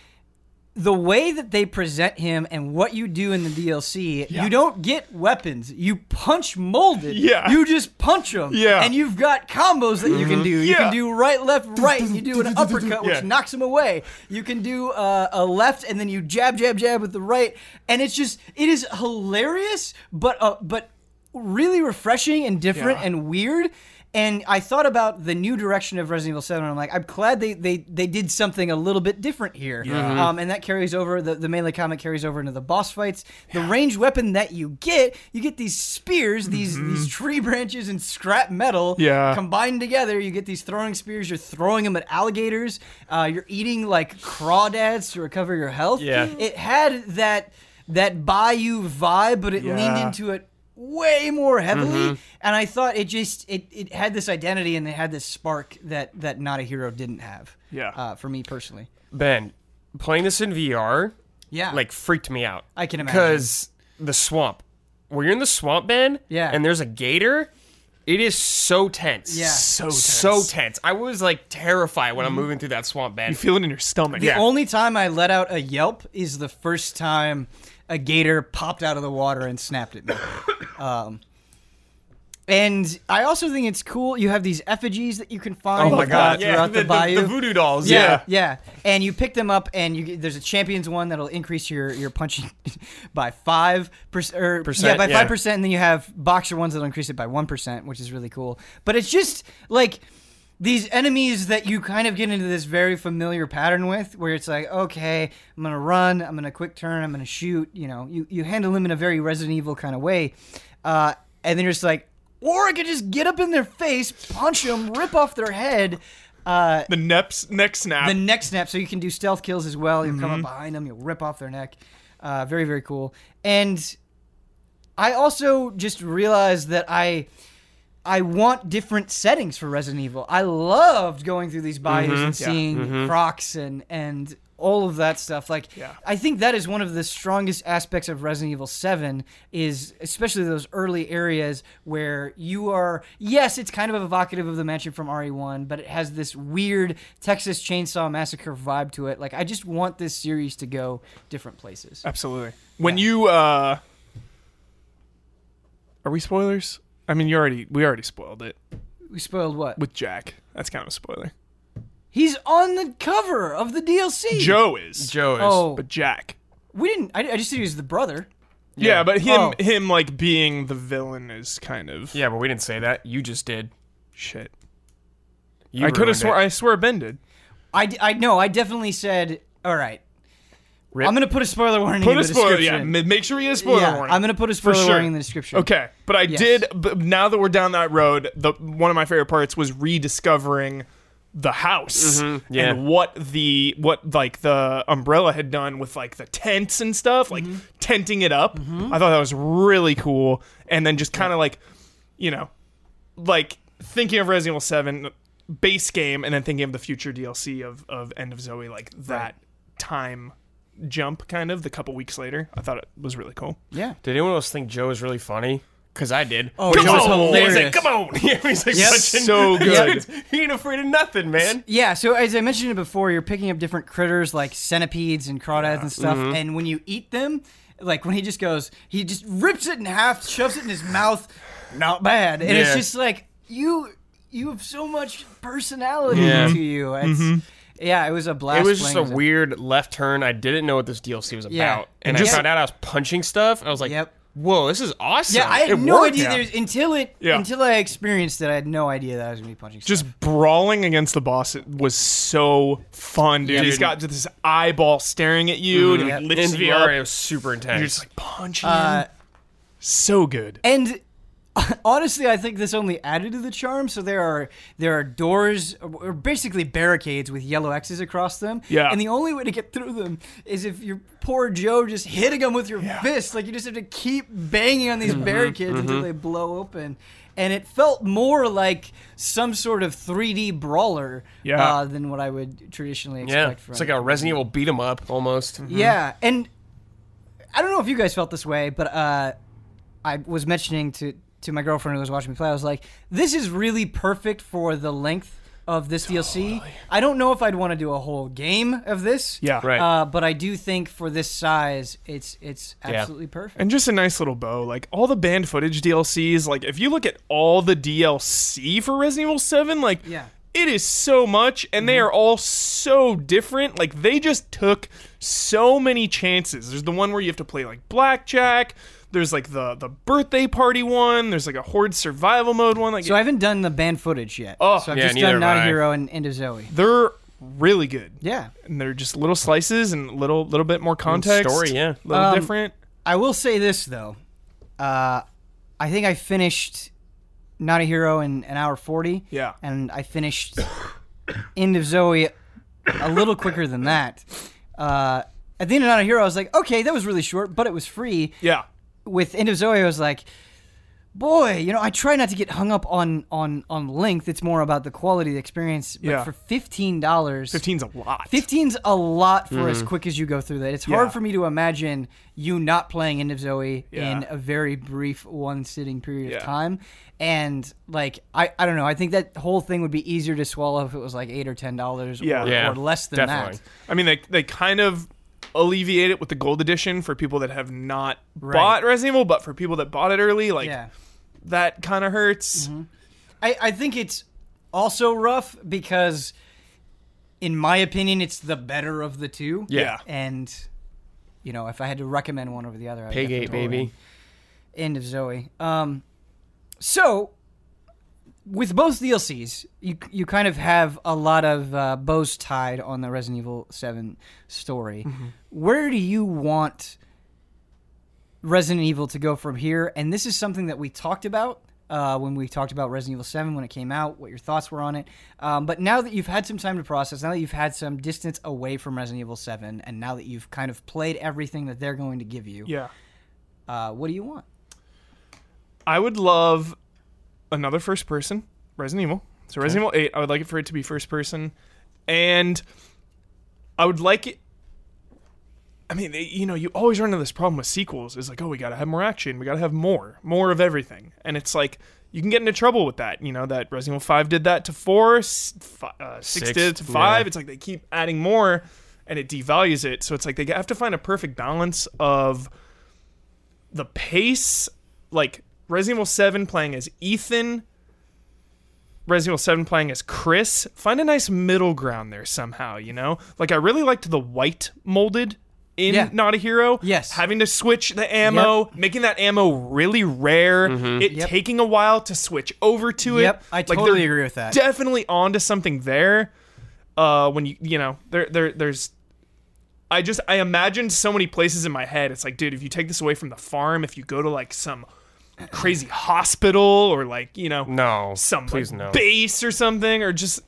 the way that they present him and what you do in the DLC, you don't get weapons. You punch molded. Yeah. You just punch them. Yeah. Mm-hmm. And you've got combos that you can do. You Yeah. can do right, left, right. You do [LAUGHS] an uppercut, which Yeah. knocks him away. You can do uh, a left, and then you jab, jab, jab with the right, and it's just it is hilarious, but uh, but really refreshing and different Yeah. and weird. And I thought about the new direction of Resident Evil 7, and I'm like, I'm glad they, they, they did something a little bit different here. Mm-hmm. Um, and that carries over, the, the melee combat carries over into the boss fights. The ranged weapon that you get, you get these spears, these, these tree branches and scrap metal Mm-hmm. Yeah. combined together. You get these throwing spears, you're throwing them at alligators, uh, you're eating like crawdads to recover your health. Yeah. It had that, that bayou vibe, but it leaned Yeah. into to it way more heavily and i thought it just it, it had this identity and it had this spark that that not a hero didn't have Yeah. uh, for me personally Ben, playing this in VR, yeah like freaked me out. I can imagine. Because the swamp, where you're in the swamp, Ben, Yeah. and there's a gator, it is so tense. Yeah. Mm-hmm. So tense. so tense. I was like terrified when I'm moving through that swamp, Ben. You feel it in your stomach. the only time i let out a yelp is the first time a gator popped out of the water and snapped [COUGHS] at me um and I also think it's cool. You have these effigies that you can find. Oh my uh, God. Throughout the, the, bayou, the voodoo dolls. Yeah, yeah, And you pick them up, and you get- there's a champions one that'll increase your your punching [LAUGHS] by five percent. Yeah, Percent, by yeah. five percent, and then you have boxer ones that'll increase it by one percent, which is really cool. But it's just like these enemies that you kind of get into this very familiar pattern with, where it's like, okay, I'm gonna run, I'm gonna quick turn, I'm gonna shoot. You know, you you handle them in a very Resident Evil kind of way, uh, and then you're just like. Or I could just get up in their face, punch them, rip off their head, uh, The neps, neck snap. the neck snap, so you can do stealth kills as well. You'll come up behind them, you'll rip off their neck. Uh, very, very cool. And I also just realized that I I want different settings for Resident Evil. I loved going through these bayous and Mm-hmm. Yeah. seeing crocs and and all of that stuff. Like Yeah. I think that is one of the strongest aspects of Resident Evil 7 is especially those early areas where you are yes, it's kind of evocative of the mansion from RE1, but it has this weird Texas Chainsaw Massacre vibe to it. Like I just want this series to go different places. Absolutely. When you uh Are we spoilers? I mean, you already we already spoiled it We spoiled what? with Jack. That's kind of a spoiler. He's on the cover of the DLC. Joe is. Joe is. Oh, But Jack. we didn't. I, I just said he was the brother. Yeah, but him Oh. him like being the villain is kind of Yeah, but we didn't say that. You just did. shit. You I could ruined have swore it. I swear Ben did. I, d- I know. I definitely said. All right. Rip. I'm gonna put a spoiler warning Put in a the spoiler yeah, description. ma- make sure he has spoiler warning. I'm gonna put a spoiler sure. warning in the description. Okay, but I Yes. did. But now that we're down that road, the one of my favorite parts was rediscovering the house Mm-hmm, yeah. and what the what like the umbrella had done with like the tents and stuff, like Mm-hmm. tenting it up. I thought that was really cool, and then just kind of like, you know, like thinking of Resident Evil Seven base game, and then thinking of the future DLC of of End of Zoe, like that time jump kind of the couple weeks later. I thought it was really cool. Yeah. Did anyone else think Joe was really funny? Because I did. Oh, Come Joe was on! He's like, hilarious. come on! [LAUGHS] He's like, Yep. punching- [LAUGHS] So good. he ain't afraid of nothing, man. Yeah, so as I mentioned it before, you're picking up different critters like centipedes and crawdads and stuff, Mm-hmm. and when you eat them, like when he just goes, he just rips it in half, shoves it in his mouth, not bad, and it's Yeah. just like you, you have so much personality Yeah. to you. It's, Mm-hmm. Yeah, it was a blast. It was just playing a with weird left turn. I didn't know what this DLC was about, Yeah. and Just- I found out I was punching stuff. I was like, Yep. "Whoa, this is awesome!" Yeah, I had It no worked. idea there's until it Yeah. until I experienced it. I had no idea that I was gonna be punching. stuff. just brawling against the boss it was so fun, dude. Yeah. He's got this eyeball staring at you, and Yep. it In lifts you VR, it up. was super intense. You're just like punching. Uh, him. so good. And [LAUGHS] honestly, I think this only added to the charm. So there are there are doors, or basically barricades with yellow X's across them. Yeah. And the only way to get through them is if you're poor Joe just hitting them with your fist. Like you just have to keep banging on these barricades until they blow open. And it felt more like some sort of 3D brawler Yeah. uh, than what I would traditionally yeah, expect from it's like a Resident Evil beat 'em up almost. Mm-hmm. yeah, and I don't know if you guys felt this way, but uh, I was mentioning to to my girlfriend who was watching me play. I was like, "This is really perfect for the length of this DLC." I don't know if I'd want to do a whole game of this. Yeah. Right. Uh, but I do think for this size, it's it's absolutely perfect. And just a nice little bow. Like all the band footage DLCs, like if you look at all the DLC for Resident Evil 7, like Yeah. Mm-hmm. it is so much and they are all so different. Like they just took so many chances. There's the one where you have to play like blackjack. There's like the the birthday party one. There's like a horde survival mode one. Like So I haven't done the band footage yet. Oh, so I've yeah, just neither done Not a have I. Hero and End of Zoe. they're really good. Yeah, And they're just little slices and little little bit more context. story, yeah. little Um, different. I will say this though. Uh, I think I finished Not a Hero in an hour forty. Yeah. and I finished End of Zoe a little quicker than that. Uh, at the end of Not a Hero, I was like, okay, that was really short, but it was free. Yeah. With End of Zoe, I was like, boy, you know, I try not to get hung up on on on length. It's more about the quality of the experience. But Yeah. for fifteen dollars, 15's a lot. 15's a lot for as quick as you go through that. It's Mm-hmm. Yeah. hard for me to imagine you not playing End of Zoe Yeah. in a very brief one sitting period Yeah. of time. And like I, I don't know, I think that whole thing would be easier to swallow if it was like eight or ten dollars Yeah. or, Yeah, or less than definitely. that. I mean, they they kind of alleviate it with the gold edition for people that have not Right. bought Resident Evil, but for people that bought it early, like Yeah. Mm-hmm. that kind of hurts. I, I think it's also rough because in my opinion it's the better of the two. Yeah. And you know, if I had to recommend one over the other, I'd Pig eight, definitely- baby. end of Zoe. Um, so with both DLCs, you you kind of have a lot of uh, bows tied on the Resident Evil Seven story. Where do you want Resident Evil to go from here? And this is something that we talked about. Uh, when we talked about Resident Evil 7 when it came out, what your thoughts were on it. Um, but now that you've had some time to process, now that you've had some distance away from Resident Evil 7, and now that you've kind of played everything that they're going to give you, Yeah. uh, what do you want? I would love another first person Resident Evil. So Resident Evil 8, I would like it for it to be first person. And I would like it I mean, they- you know, you always run into this problem with sequels is like, "Oh, we got to have more action. We got to have more, more of everything." And it's like you can get into trouble with that, you know, that Resident Evil 5 did that to 4, s- fi- uh, 6 Six, did it to 5. yeah. It's like they keep adding more and it devalues it. So it's like they have to find a perfect balance of the pace, like Resident Evil 7 playing as Ethan, Resident Evil 7 playing as Chris. Find a nice middle ground there somehow, you know? Like, I really liked the white molded in Yeah. Not a Hero. Yes. Having to switch the ammo, making that ammo really rare, it Yep. taking a while to switch over to it. Yep, I Like, they're totally agree with that. Definitely onto something there. Uh, when you, you know, there, there, there's I just I imagined so many places in my head. It's like, dude, if you take this away from the farm, if you go to like some crazy hospital or like you know No, some like, please no. base or something, or just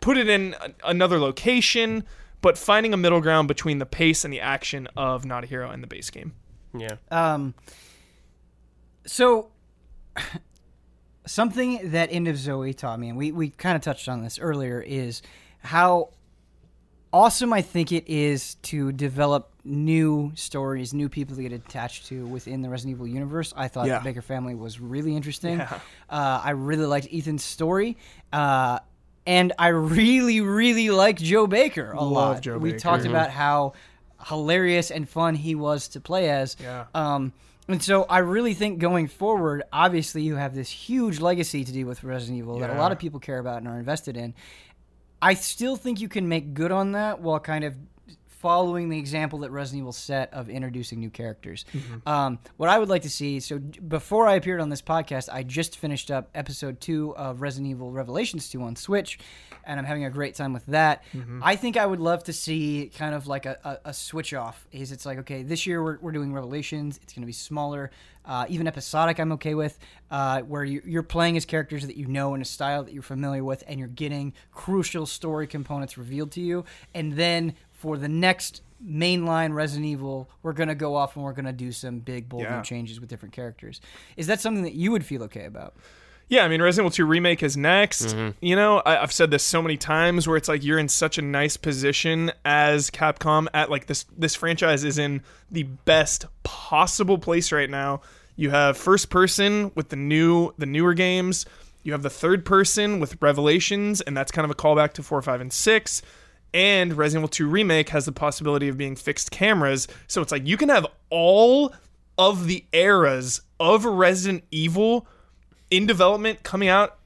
put it in a- another location, but finding a middle ground between the pace and the action of Not a Hero and the base game. yeah, Um, so [SIGHS] something that End of Zoe taught me, and we, we kind of touched on this earlier, is how awesome I think it is to develop new stories, new people to get attached to within the Resident Evil universe. I thought Yeah. the Baker family was really interesting. Yeah. Uh, I really liked Ethan's story. Uh, and I really, really like Joe Baker a lot. Joe we Baker. talked about how hilarious and fun he was to play as. Yeah. Um, and so I really think going forward, obviously you have this huge legacy to do with Resident Evil that a lot of people care about and are invested in. I still think you can make good on that while kind of following the example that Resident Evil set of introducing new characters. Um, what I would like to see so d- before I appeared on this podcast, I just finished up episode two of Resident Evil Revelations 2 on Switch, and I'm having a great time with that. I think I would love to see kind of like a, a, a switch off. Is it's like, okay, this year we're, we're doing Revelations, it's going to be smaller. Uh, even episodic, I'm okay with, uh, where you, you're playing as characters that you know in a style that you're familiar with, and you're getting crucial story components revealed to you. And then for the next mainline Resident Evil, we're going to go off and we're going to do some big, bold Yeah. new changes with different characters. Is that something that you would feel okay about? Yeah, I mean, Resident Evil 2 Remake is next. You know, I, I've said this so many times where it's like you're in such a nice position as Capcom at like this this franchise is in the best possible place right now. You have first person with the new the newer games. You have the third person with Revelations, and that's kind of a callback to four, five, and six. And Resident Evil 2 Remake has the possibility of being fixed cameras. So it's like you can have all of the eras of Resident Evil in development coming out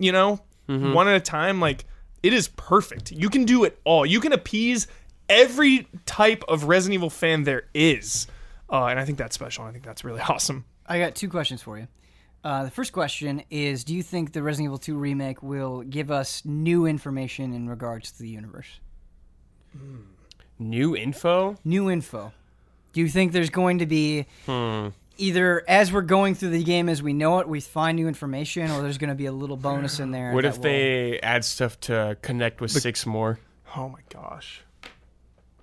you know Mm-hmm. one at a time like it is perfect you can do it all you can appease every type of resident evil fan there is Uh, and I think that's special. I think that's really [LAUGHS] awesome. I got two questions for you. Uh, the first question is Do you think the Resident Evil 2 remake will give us new information in regards to the universe? New info? New info. Do you think there's going to be Hmm. either as we're going through the game as we know it, we find new information, or there's going to be a little bonus in there? What that if will- they add stuff to connect with six more? Oh my gosh.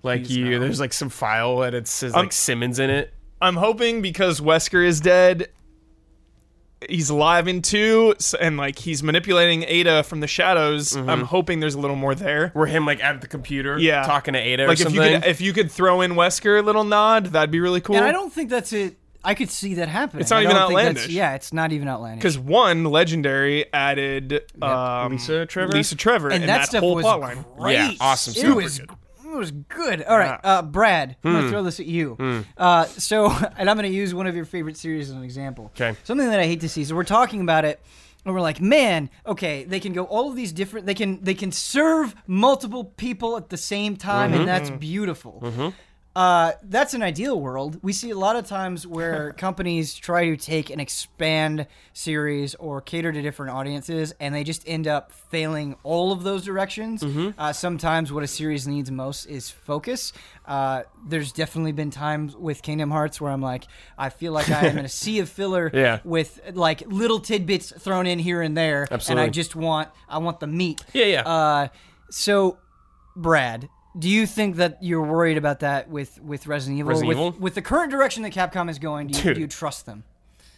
Like you, there's like some file that it says Um, like Simmons in it. I'm hoping because Wesker is dead, he's alive in two, s- and like he's manipulating Ada from the shadows. Mm-hmm. I'm hoping there's a little more there. Where him like at the computer, Yeah. talking to Ada Like or if you something. could if you could throw in Wesker a little nod, that'd be really cool. And I don't think that's it. I could see that happening. It's not I even don't think that's- outlandish. Yeah, it's not even outlandish. because one legendary added um, Lisa Trevor? Lisa Trevor, and, and that, that, stuff whole was plotline. great. Yeah, awesome. It Super was good. Hmm. it was good. All right, uh, Brad, I'm gonna throw this at you. Uh, so, [LAUGHS] and I'm gonna use one of your favorite series as an example. 'Kay. Something that I hate to see. So we're talking about it, and we're like, man, okay, they can go all of these different. They can they can serve multiple people at the same time, Mm-hmm. and that's beautiful. Uh, that's an ideal world. We see a lot of times [LAUGHS] where companies try to take and expand series or cater to different audiences, and they just end up failing all of those directions. Mm-hmm. Uh, sometimes what a series needs most is focus. Uh, there's definitely been times with Kingdom Hearts where I'm like, I feel like I [LAUGHS] am in a sea of filler Yeah. with like little tidbits thrown in here and there, and I Absolutely. just want I want the meat. Yeah, yeah. Uh, so, Brad, do you think that you're worried about that with with Resident Evil? Resident with, Evil? with the current direction that Capcom is going, do you, Dude. do you trust them?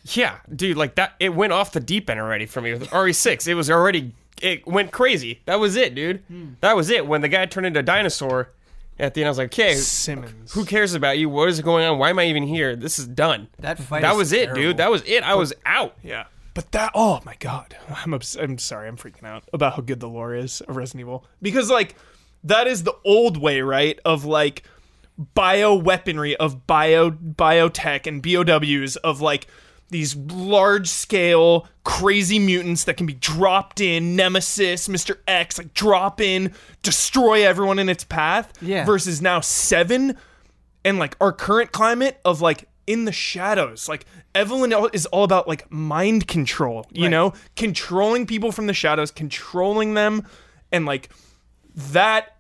Yeah, dude, like that. It went off the deep end already for me with RE6. It was already. It went crazy. That was it, dude. That was it. When the guy turned into a dinosaur at the end, I was like, okay, Simmons. who cares about you? What is going on? Why am I even here? This is done. That fight. That is was it, terrible. dude. That was it. I was out. Yeah. But that oh my god. I'm obs- I'm sorry, I'm freaking out about how good the lore is of Resident Evil because like that is the old way, right? Of like bioweaponry of bio biotech and BOWs of like these large scale crazy mutants that can be dropped in nemesis mr x like drop in destroy everyone in its path Yeah. versus now seven and like our current climate of like in the shadows like evelyn all- is all about like mind control you know controlling people from the shadows controlling them and like that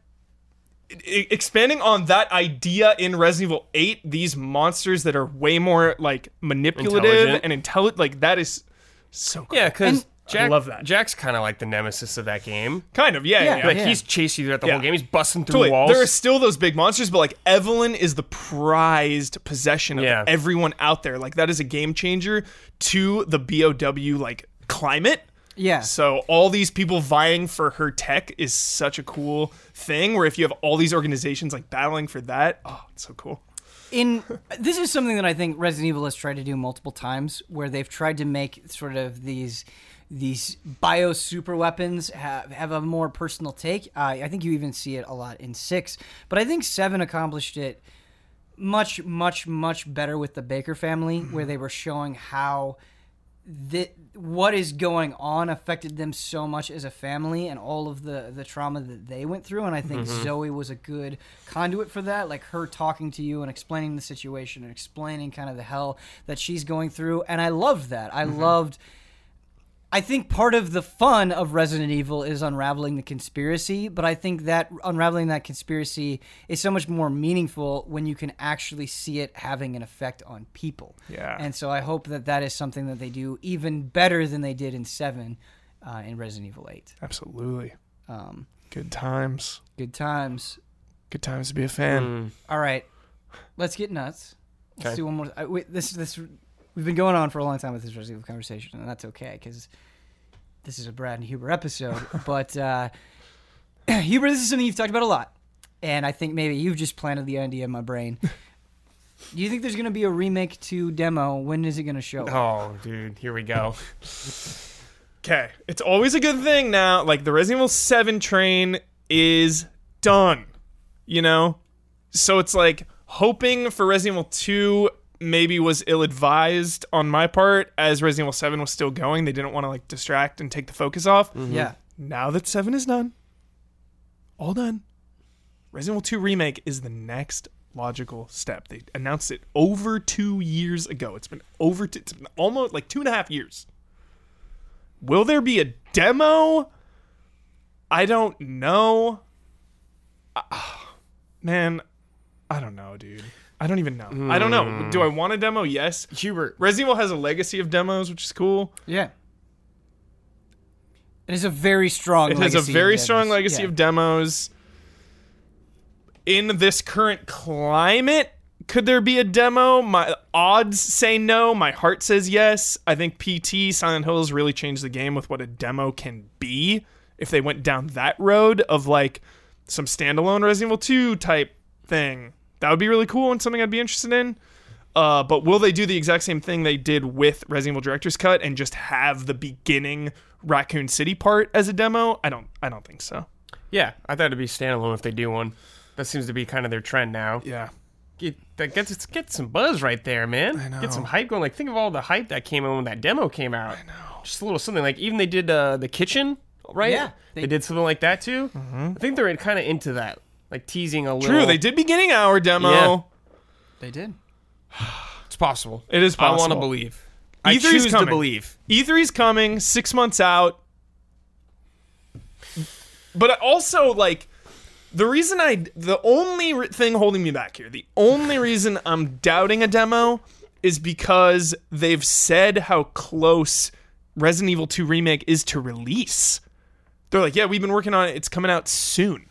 I- expanding on that idea in resident evil 8 these monsters that are way more like manipulative Intelligent. and intelligent like that is so cool. Yeah, because And- Jack, love that. Jack's kind of like the nemesis of that game. kind of yeah yeah, Yeah. yeah. Like he's chasing you throughout the Yeah. whole game. He's busting through Totally. walls. There are still those big monsters, but like Evelyn is the prized possession of Yeah. everyone out there. Like that is a game changer to the BOW like climate. Yeah. So all these people vying for her tech is such a cool thing. Where if you have all these organizations like battling for that, oh, it's so cool. [LAUGHS] in this is something that I think Resident Evil has tried to do multiple times, where they've tried to make sort of these these bio super weapons have, have a more personal take. Uh, I think you even see it a lot in six, but I think seven accomplished it much much much better with the Baker family, where Mm-hmm. they were showing how that what is going on affected them so much as a family and all of the the trauma that they went through and i think zoe was a good conduit for that like her talking to you and explaining the situation and explaining kind of the hell that she's going through and i loved that i loved I think part of the fun of Resident Evil is unraveling the conspiracy, but I think that unraveling that conspiracy is so much more meaningful when you can actually see it having an effect on people. Yeah. And so I hope that that is something that they do even better than they did in 7 uh, in Resident Evil 8. Absolutely. Um, Good times. good times. Good times to be a fan. All right. Let's get nuts. Let's Okay. do one more. I, wait, this this we've been going on for a long time with this Resident Evil conversation, and that's okay because this is a Brad and Huber [LAUGHS] episode. but uh, [CLEARS THROAT] Huber, this is something you've talked about a lot, and I think maybe you've just planted the idea in my [LAUGHS] brain. Do you think there's going to be a remake to demo? When is it going to show? up? Oh, dude, here we go. Okay, it's always a good thing now. Like the Resident Evil Seven train is done. you know? So it's like hoping for Resident Evil 2 maybe was ill advised on my part as Resident Evil 7 was still going. They didn't want to like distract and take the focus off. Yeah. Now that 7 is done, all done, Resident Evil 2 Remake is the next logical step. They announced it over two years ago. It's been over two, it's been almost like two and a half years. Will there be a demo? I don't know. Ah, man, I don't know, dude. I don't even know. I don't know. Do I want a demo? Yes. Hubert. Resident Evil has a legacy of demos, which is cool. Yeah. It is a very strong. It has a very strong legacy of demos. In this current climate, could there be a demo? My odds say no. My heart says yes. I think PT Silent Hills really changed the game with what a demo can be. If they went down that road of like some standalone Resident Evil 2 type thing, that would be really cool and something I'd be interested in. Uh, but will they do the exact same thing they did with Resident Evil Director's Cut and just have the beginning Raccoon City part as a demo? I don't. I don't think so. Yeah, I thought it'd be standalone if they do one. That seems to be kind of their trend now. Yeah. Get, that gets it's- get some buzz right there, man. know. Get some hype going. Like think of all the hype that came in when that demo came out. I know. Just a little something. Like even they did uh, the kitchen, right? Yeah, They, they- did something like that too. Mm-hmm. I think they're kind of into that, like teasing a little. True. They did beginning hour demo. Yeah. They did. It's possible. It is I possible. want to believe. I E3's choose to coming. believe. E3's coming six months out. But also, like, the reason I, the only re- thing holding me back here, the only reason I'm doubting a demo is because they've said how close Resident Evil 2 Remake is to release. They're like, yeah, we've been working on it. It's coming out soon.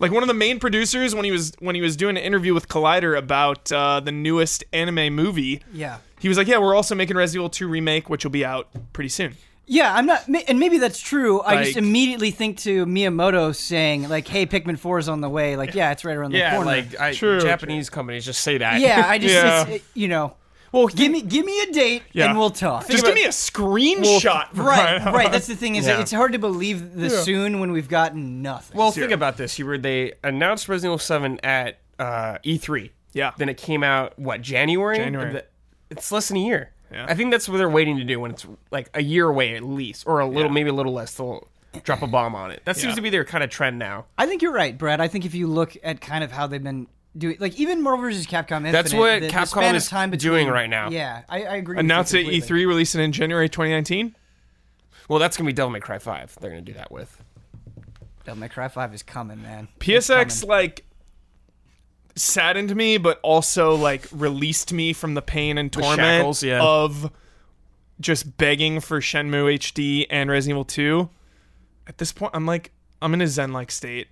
Like one of the main producers, when he was when he was doing an interview with Collider about uh, the newest anime movie, Yeah. he was like, "Yeah, we're also making Resident Evil 2 remake, which will be out pretty soon." Yeah, I'm not, ma- and maybe that's true. I Like- just immediately think to Miyamoto saying, like, "Hey, Pikmin Four is on the way." Like, yeah, it's right around the Yeah, corner. like I, True, Japanese companies just say that. yeah, I just, Yeah. It's, it- you know, well, give me, give me a date, Yeah. and we'll talk. Just give me a screenshot, for crying [LAUGHS] right, out right. loud. That's the thing is, Yeah. it's hard to believe the soon when we've gotten nothing. Well, Sure. think about this, Hubert. They announced Resident Evil 7 at uh, E3. Yeah. Then it came out, what, January? January. The- It's less than a year. Yeah. I think that's what they're waiting to do when it's like a year away at least, or a little, maybe a little less. They'll drop a bomb on it. That seems Yeah. to be their kind of trend now. I think you're right, Brad. I think if you look at kind of how they've been doing, like even Marvel vs. Capcom, Infinite, That's what the, the Capcom span of is time between, doing right now. E Yeah, I, I agree. with you Announce it completely. E3, release it in January 2019. Well, that's going to be Devil May Cry 5. They're going to do that with. Devil Oh, May Cry Five is coming, man. It's PSX like saddened me, but also like released me from the pain and torment shackles, yeah. of just begging for Shenmue HD and Resident Evil 2. At this point, I'm like, I'm in a zen-like state.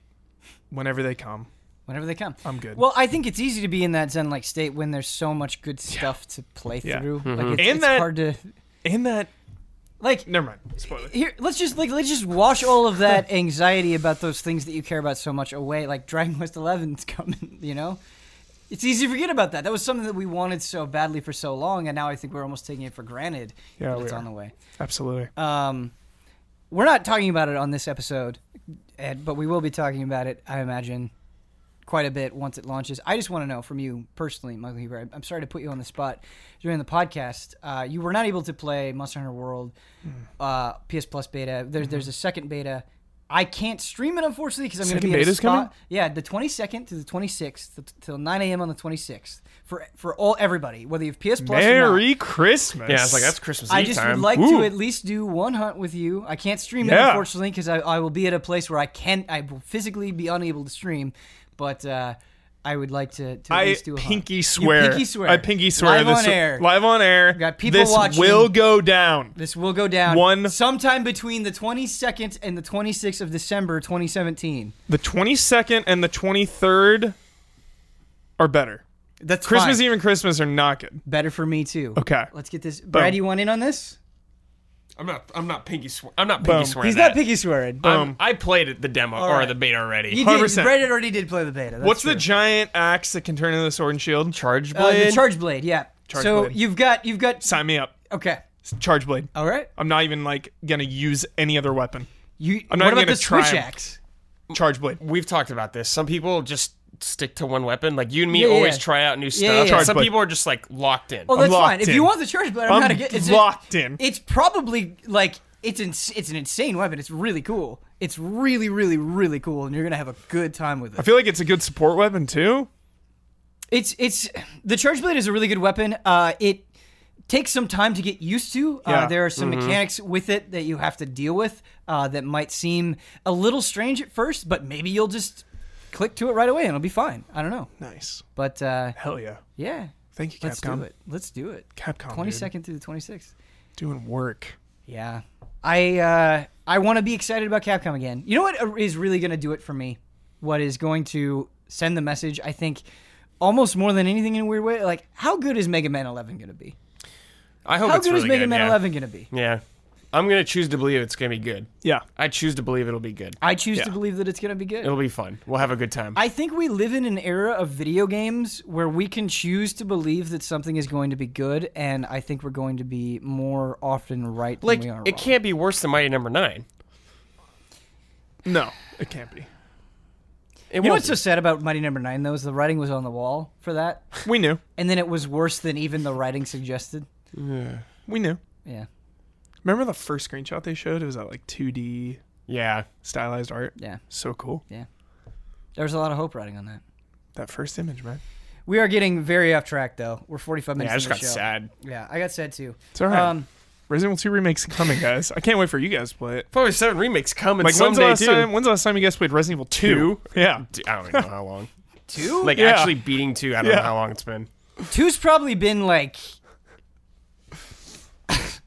Whenever they come, Whenever they come, I'm good. Well, I think it's easy to be in that zen-like state when there's so much good stuff to play Yeah. through. Like it's, And it's that- hard to and that, like. never mind. Spoiler. Here, let's just like let's just wash all of that [LAUGHS] anxiety about those things that you care about so much away. Like Dragon Quest Eleven's [LAUGHS] coming, you know. It's easy to forget about that. That was something that we wanted so badly for so long, and now I think we're almost taking it for granted Yeah, that we it's are. on the way. Absolutely. Um, we're not talking about it on this episode, Ed, but we will be talking about it, I imagine, quite a bit once it launches. I just want to know from you personally, Michael Huber. I'm- I'm sorry to put you on the spot during the podcast. Uh, you were not able to play Monster Hunter World Hmm. uh, PS Plus beta. There's there's a second beta. I can't stream it unfortunately because I'm going to Mm-hmm. Second be in a beta's spot. coming? Yeah, the 22nd to the 26th t- till 9 a.m. on the 26th for for all everybody, whether you have PS Plus or not. Merry Christmas. Yeah, it's like, that's Christmas Eve I just time. would like Ooh. to at least do one hunt with you. I can't stream it Yeah. unfortunately because I, I will be at a place where I can I will physically be unable to stream, but uh, I would like to, to at I least do a pinky hunt. You swear. pinky swear. I pinky swear. Live this on air. Live on air. Got people this watching. will go down. This will go down One- sometime between the 22nd and the 26th of December 2017. The 22nd and the 23rd are better. That's Christmas fine. Eve and Christmas are not good. Better for me too. Okay. Let's get this. Brad, Boom. you want in on this? I'm not. I'm not pinky. Swear, I'm not Boom. pinky swearing. He's not that. pinky swearing. I'm- I played it- the demo or right. the beta already. Uh, you did. 100%. Brad had already did play the beta. That's What's true. the giant axe that can turn into the sword and shield? Charge Uh, blade. the charge blade? Yeah. Charge so blade. you've got you've got Sign me up. okay. Charge blade. All right. I'm not even like gonna use any other weapon. You. I'm not what even about the gonna try switch 'em. axe? Charge blade. we've talked about this. Some people just stick to one weapon. Like you and me Yeah, yeah, always yeah. try out new stuff. yeah, yeah. Charge Some blade. people are just like locked in. Oh, that's fine. locked If in. you want the charge blade, I'm, I'm not against it's locked in. It's probably like it's ins- it's an insane weapon. It's really cool. It's really really really cool, and you're gonna have a good time with I it. feel like it's a good support weapon too. It's it's the charge blade is a really good weapon. Uh, it takes some time to get used to. Uh, Yeah. Mm-hmm. there are some mechanics with it that you have to deal with uh, that might seem a little strange at first, but maybe you'll just click to it right away and it'll be fine. I don't know, Nice. but uh, Hell yeah. yeah, Thank you, let's Capcom. do it. Let's do it. Capcom. Twenty dude. second through the twenty sixth. Doing work. Yeah, I uh, I want to be excited about Capcom again. You know what uh, is really going to do it for me? What is going to send the message? I think almost more than anything in a weird way. Like, how good is Mega Man 11 going to be? I hope How it's good really is Mega good, Man yeah. 11 going to be? Yeah, I'm gonna choose to believe it's gonna be good. Yeah. I choose to believe it'll be good. I choose to Yeah. believe that it's going to be good. It'll be fun. We'll have a good time. I think we live in an era of video games where we can choose to believe that something is going to be good, and I think we're going to be more often right like than we are it wrong. can't be worse than Mighty Number Nine. No, it can't be. It You know won't what's so sad about Mighty Number Nine though is the writing was on the wall for that, We knew. and then it was worse than even the writing suggested. We knew. Yeah, Remember the first screenshot they showed? It was that like 2D be. yeah. stylized art. yeah. So cool. There was a lot of hope riding on that. That first image, man. We are getting very off track though. We're 45 minutes. Yeah, I just into got the show. sad. Yeah, I got sad too. It's all right. Um, Resident Evil 2 remakes coming, guys. I can't wait for you guys to play it. Probably seven remakes coming Like when's the someday last too. time? When's the last time you guys played Resident Evil 2? Yeah. Dude, I don't even know [LAUGHS] how long. two. Like Yeah. actually beating two. I don't know Yeah. how long it's been. two's probably been like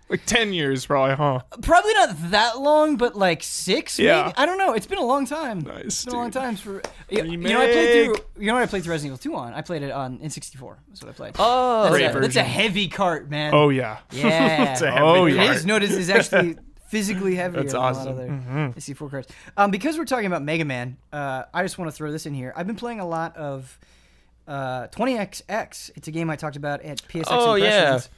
Like 10 years probably, huh? probably not that long, but like six. Yeah. maybe? I don't know. It's been a long time. Nice, It's been a long dude. time for. You, you know, I played Remake. through. You know what I played through Resident Evil Two on? I played it on in sixty four. That's what I played. Oh, that's, great a, that's a heavy cart, man. Oh yeah. yeah. [LAUGHS] It's a heavy Oh, I yeah. cart. just noticed it's actually [LAUGHS] physically heavier. That's than A awesome. lot of Mm-hmm. other SC4 cards. Um, because we're talking about Mega Man, uh, I just want to throw this in here. I've been playing a lot of uh, 20XX. It's a game I talked about at PSX Oh, Impressions.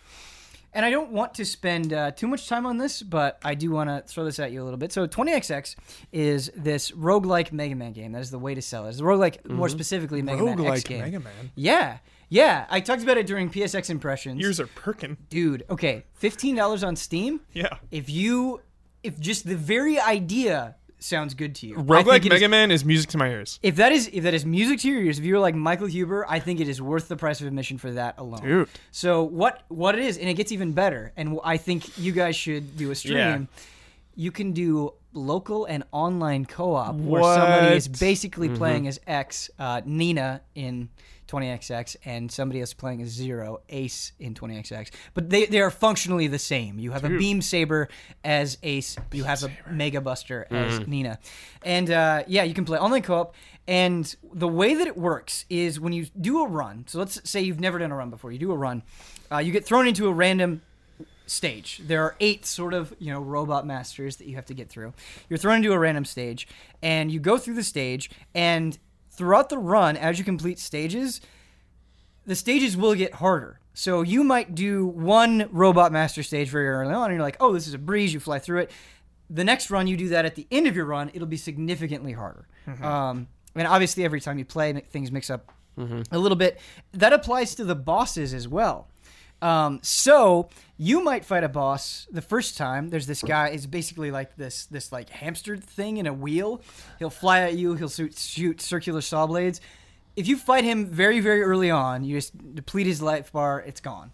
And I don't want to spend uh, too much time on this, but I do want to throw this at you a little bit. So 20XX is this roguelike Mega Man game. That is the way to sell it. It's a roguelike, Mm-hmm. more specifically, Mega Man X Roguelike game. Mega Man. Yeah. Yeah, I talked about it during PSX Impressions. Ears are perking. Dude, okay, $15 on Steam Yeah. if you if just the very idea sounds good to you I think Roguelike it is- Mega Man is music to my ears. if that is if that is music to your ears if you're like michael huber i think it is worth the price of admission for that alone Dude. so what what it is and it gets even better and i think you guys should do a stream Yeah. you can do local and online co-op where somebody is What? basically playing as X, uh, Nina in 20XX, and somebody is playing as Zero, Ace in 20XX. But they, they are functionally the same. You have a beam saber as Ace, you have a mega buster as Nina. And uh, yeah, you can play online co op. And the way that it works is when you do a run, so let's say you've never done a run before, you do a run, uh, you get thrown into a random stage. There are eight sort of, you know, robot masters that you have to get through. You're thrown into a random stage and you go through the stage and throughout the run as you complete stages, the stages will get harder. So you might do one robot master stage very early on and you're like, "Oh, this is a breeze, you fly through it." The next run you do that at the end of your run, it'll be significantly harder. Um and obviously every time you play things mix up a little bit. That applies to the bosses as well. Um, so you might fight a boss the first time. There's this guy. It's basically like this this like hamster thing in a wheel. He'll fly at you. He'll shoot, shoot circular saw blades. If you fight him very very early on, you just deplete his life bar. It's gone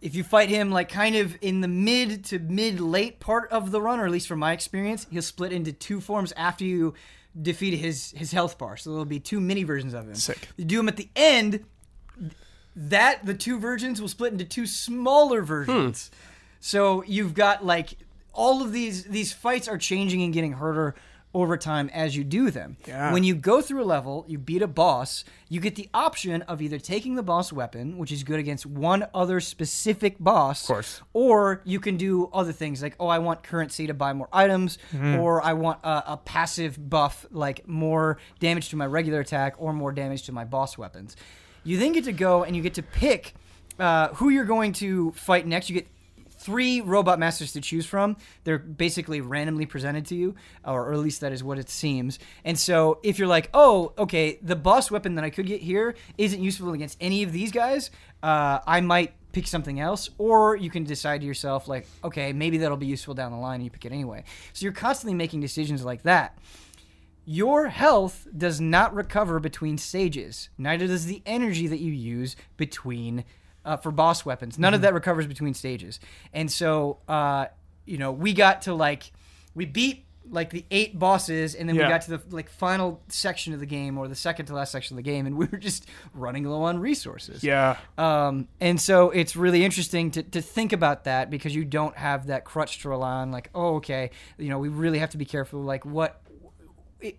if you fight him like kind of in the mid to mid late part of the run, or at least from my experience, he'll split into two forms after you defeat his his health bar. So there'll be two mini versions of him. Sick. You do him at the end. That the two versions will split into two smaller versions. So you've got like all of these these fights are changing and getting harder over time as you do them. Yeah. When you go through a level, you beat a boss, you get the option of either taking the boss weapon, which is good against one other specific boss, of course. or you can do other things like, oh, I want currency to buy more items, or I want a, a passive buff like more damage to my regular attack or more damage to my boss weapons. You then get to go and you get to pick uh, who you're going to fight next. You get three robot masters to choose from. They're basically randomly presented to you, or at least that is what it seems. And so if you're like, oh, okay, the boss weapon that I could get here isn't useful against any of these guys, uh, I might pick something else or you can decide to yourself like okay maybe that'll be useful down the line and you pick it anyway so you're constantly making decisions like that Your health does not recover between stages. Neither does the energy that you use between uh, for boss weapons. None Mm-hmm. of that recovers between stages. And so, uh, you know, we got to like we beat like the eight bosses, and then we Yeah. got to the like final section of the game or the second to last section of the game, and we were just running low on resources. Yeah. Um, and so it's really interesting to, to think about that because you don't have that crutch to rely on. Like, oh, okay, you know, we really have to be careful. Like, what? It,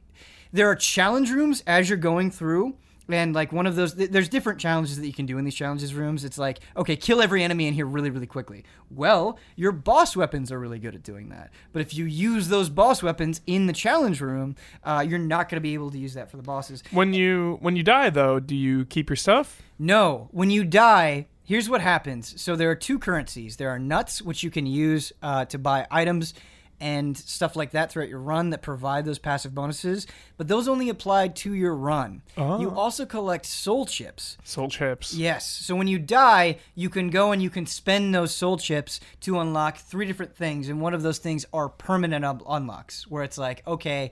there are challenge rooms as you're going through. And like one of those, th- there's different challenges that you can do in these challenges rooms. It's like, okay, kill every enemy in here really, really quickly. Well, your boss weapons are really good at doing that. But if you use those boss weapons in the challenge room, uh, you're not going to be able to use that for the bosses. When you when you die though, do you keep your stuff? No, when you die, here's what happens. So there are two currencies. There are nuts, which you can use uh, to buy items and stuff like that throughout your run that provide those passive bonuses, but those only apply to your run. You also collect soul chips. Soul chips. Yes. So when you die, you can go and you can spend those soul chips to unlock three different things, and one of those things are permanent un- unlocks, where it's like, okay,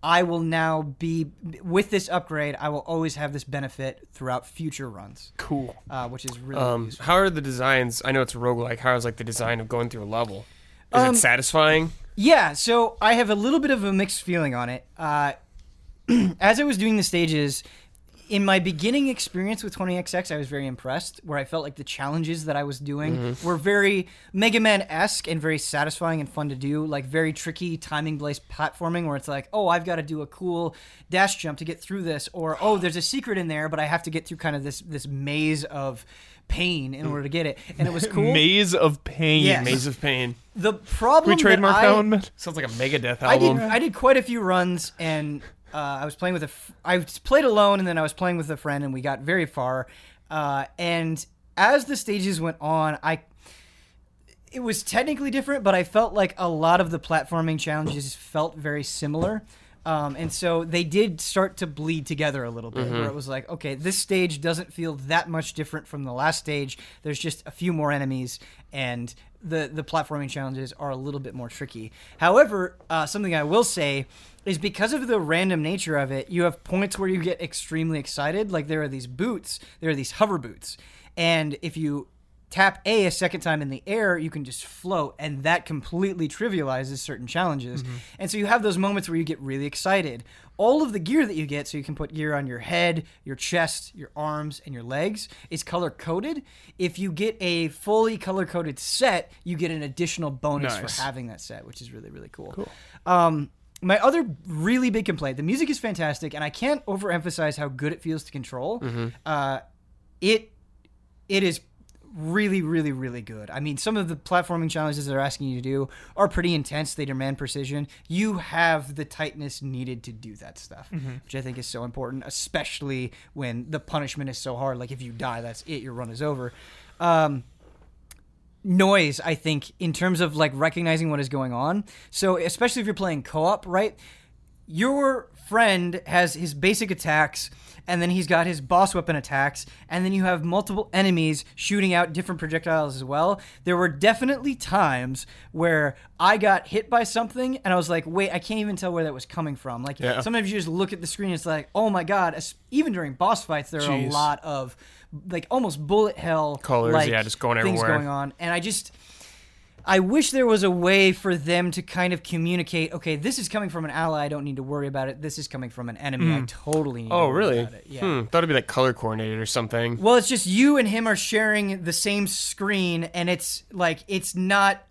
I will now be with this upgrade. I will always have this benefit throughout future runs, Cool. uh, which is really Um, useful. how are the designs? I know it's roguelike. How is like the design of going through a level? Is Um, it satisfying? Yeah. So I have a little bit of a mixed feeling on it. Uh, [CLEARS THROAT] as I was doing the stages, in my beginning experience with 20XX, I was very impressed, where I felt like the challenges that I was doing Mm-hmm. were very Mega Man esque and very satisfying and fun to do, like very tricky timing based platforming where it's like, oh, I've got to do a cool dash jump to get through this, or oh, there's a secret in there, but I have to get through kind of this this maze of pain Mm. in order to get it. And [LAUGHS] it was cool. Maze of pain. Yes. Maze of Pain. the problem Can we trademark that that I, one? man? Sounds like a Megadeth I did. album. I did quite a few runs, and uh, I was playing with a. F- I played alone, and then I was playing with a friend, and we got very far. Uh, and as the stages went on, I. It was technically different, but I felt like a lot of the platforming challenges felt very similar. Um, and so they did start to bleed together a little bit, where it was like, okay, this stage doesn't feel that much different from the last stage. There's just a few more enemies, and the the platforming challenges are a little bit more tricky. However, uh, something I will say is because of the random nature of it, you have points where you get extremely excited. Like there are these boots, there are these hover boots, and if you tap A a second time in the air, you can just float, and that completely trivializes certain challenges. And so you have those moments where you get really excited. All of the gear that you get, so you can put gear on your head, your chest, your arms, and your legs, is color coded. If you get a fully color coded set, you get an additional bonus Nice. for having that set, which is really, really cool. Um, my other really big complaint the music is fantastic, and I can't overemphasize how good it feels to control. Uh, it it is really, really, really good. I mean, some of the platforming challenges they're asking you to do are pretty intense. They demand precision. You have the tightness needed to do that stuff, which I think is so important, especially when the punishment is so hard. Like if you die, that's it. Your run is over. Um, noise i think in terms of like recognizing what is going on so especially if you're playing co-op right your friend has his basic attacks and then he's got his boss weapon attacks and then you have multiple enemies shooting out different projectiles as well there were definitely times where i got hit by something and i was like wait i can't even tell where that was coming from like sometimes you just look at the screen it's like oh my god Es- even during boss fights there are a Jeez. lot of like almost bullet hell Colors, like, yeah, just going things everywhere. going on and i just I wish there was a way for them to kind of communicate. Okay, this is coming from an ally. I don't need to worry about it. This is coming from an enemy. I totally. Need to Oh, worry really? About it. Yeah. Hmm. Thought it'd be like color coordinated or something. Well, it's just you and him are sharing the same screen, and it's like it's not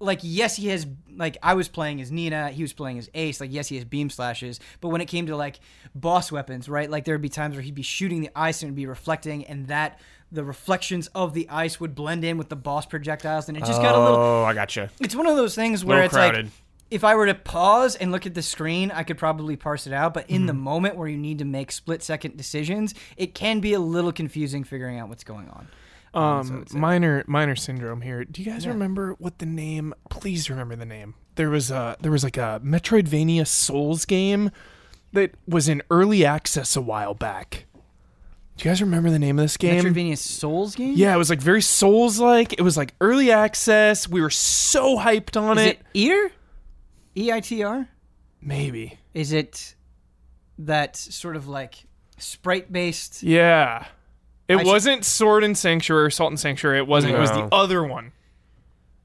like yes, he has like I was playing as Nina, he was playing as Ace. Like yes, he has beam slashes, but when it came to like boss weapons, right? Like there would be times where he'd be shooting the ice and it'd be reflecting, and that the reflections of the ice would blend in with the boss projectiles, and it just got a little Oh, I gotcha. it's one of those things where Little it's crowded. like if I were to pause and look at the screen, I could probably parse it out. But in Mm-hmm. the moment where you need to make split second decisions, it can be a little confusing figuring out what's going on. Um, minor minor syndrome here. Do you guys remember what the name? Please remember the name. There was a there was like a Metroidvania Souls game that was in early access a while back. Do you guys remember the name of this game? Metroidvania Souls game? yeah, it was like very Souls like. It was like early access. We were so hyped on Is it. it Eater? E I T R? Maybe Is it that sort of like sprite based? Yeah. It I sh- wasn't Sword and Sanctuary or Salt and Sanctuary. It wasn't. It was the No. other one.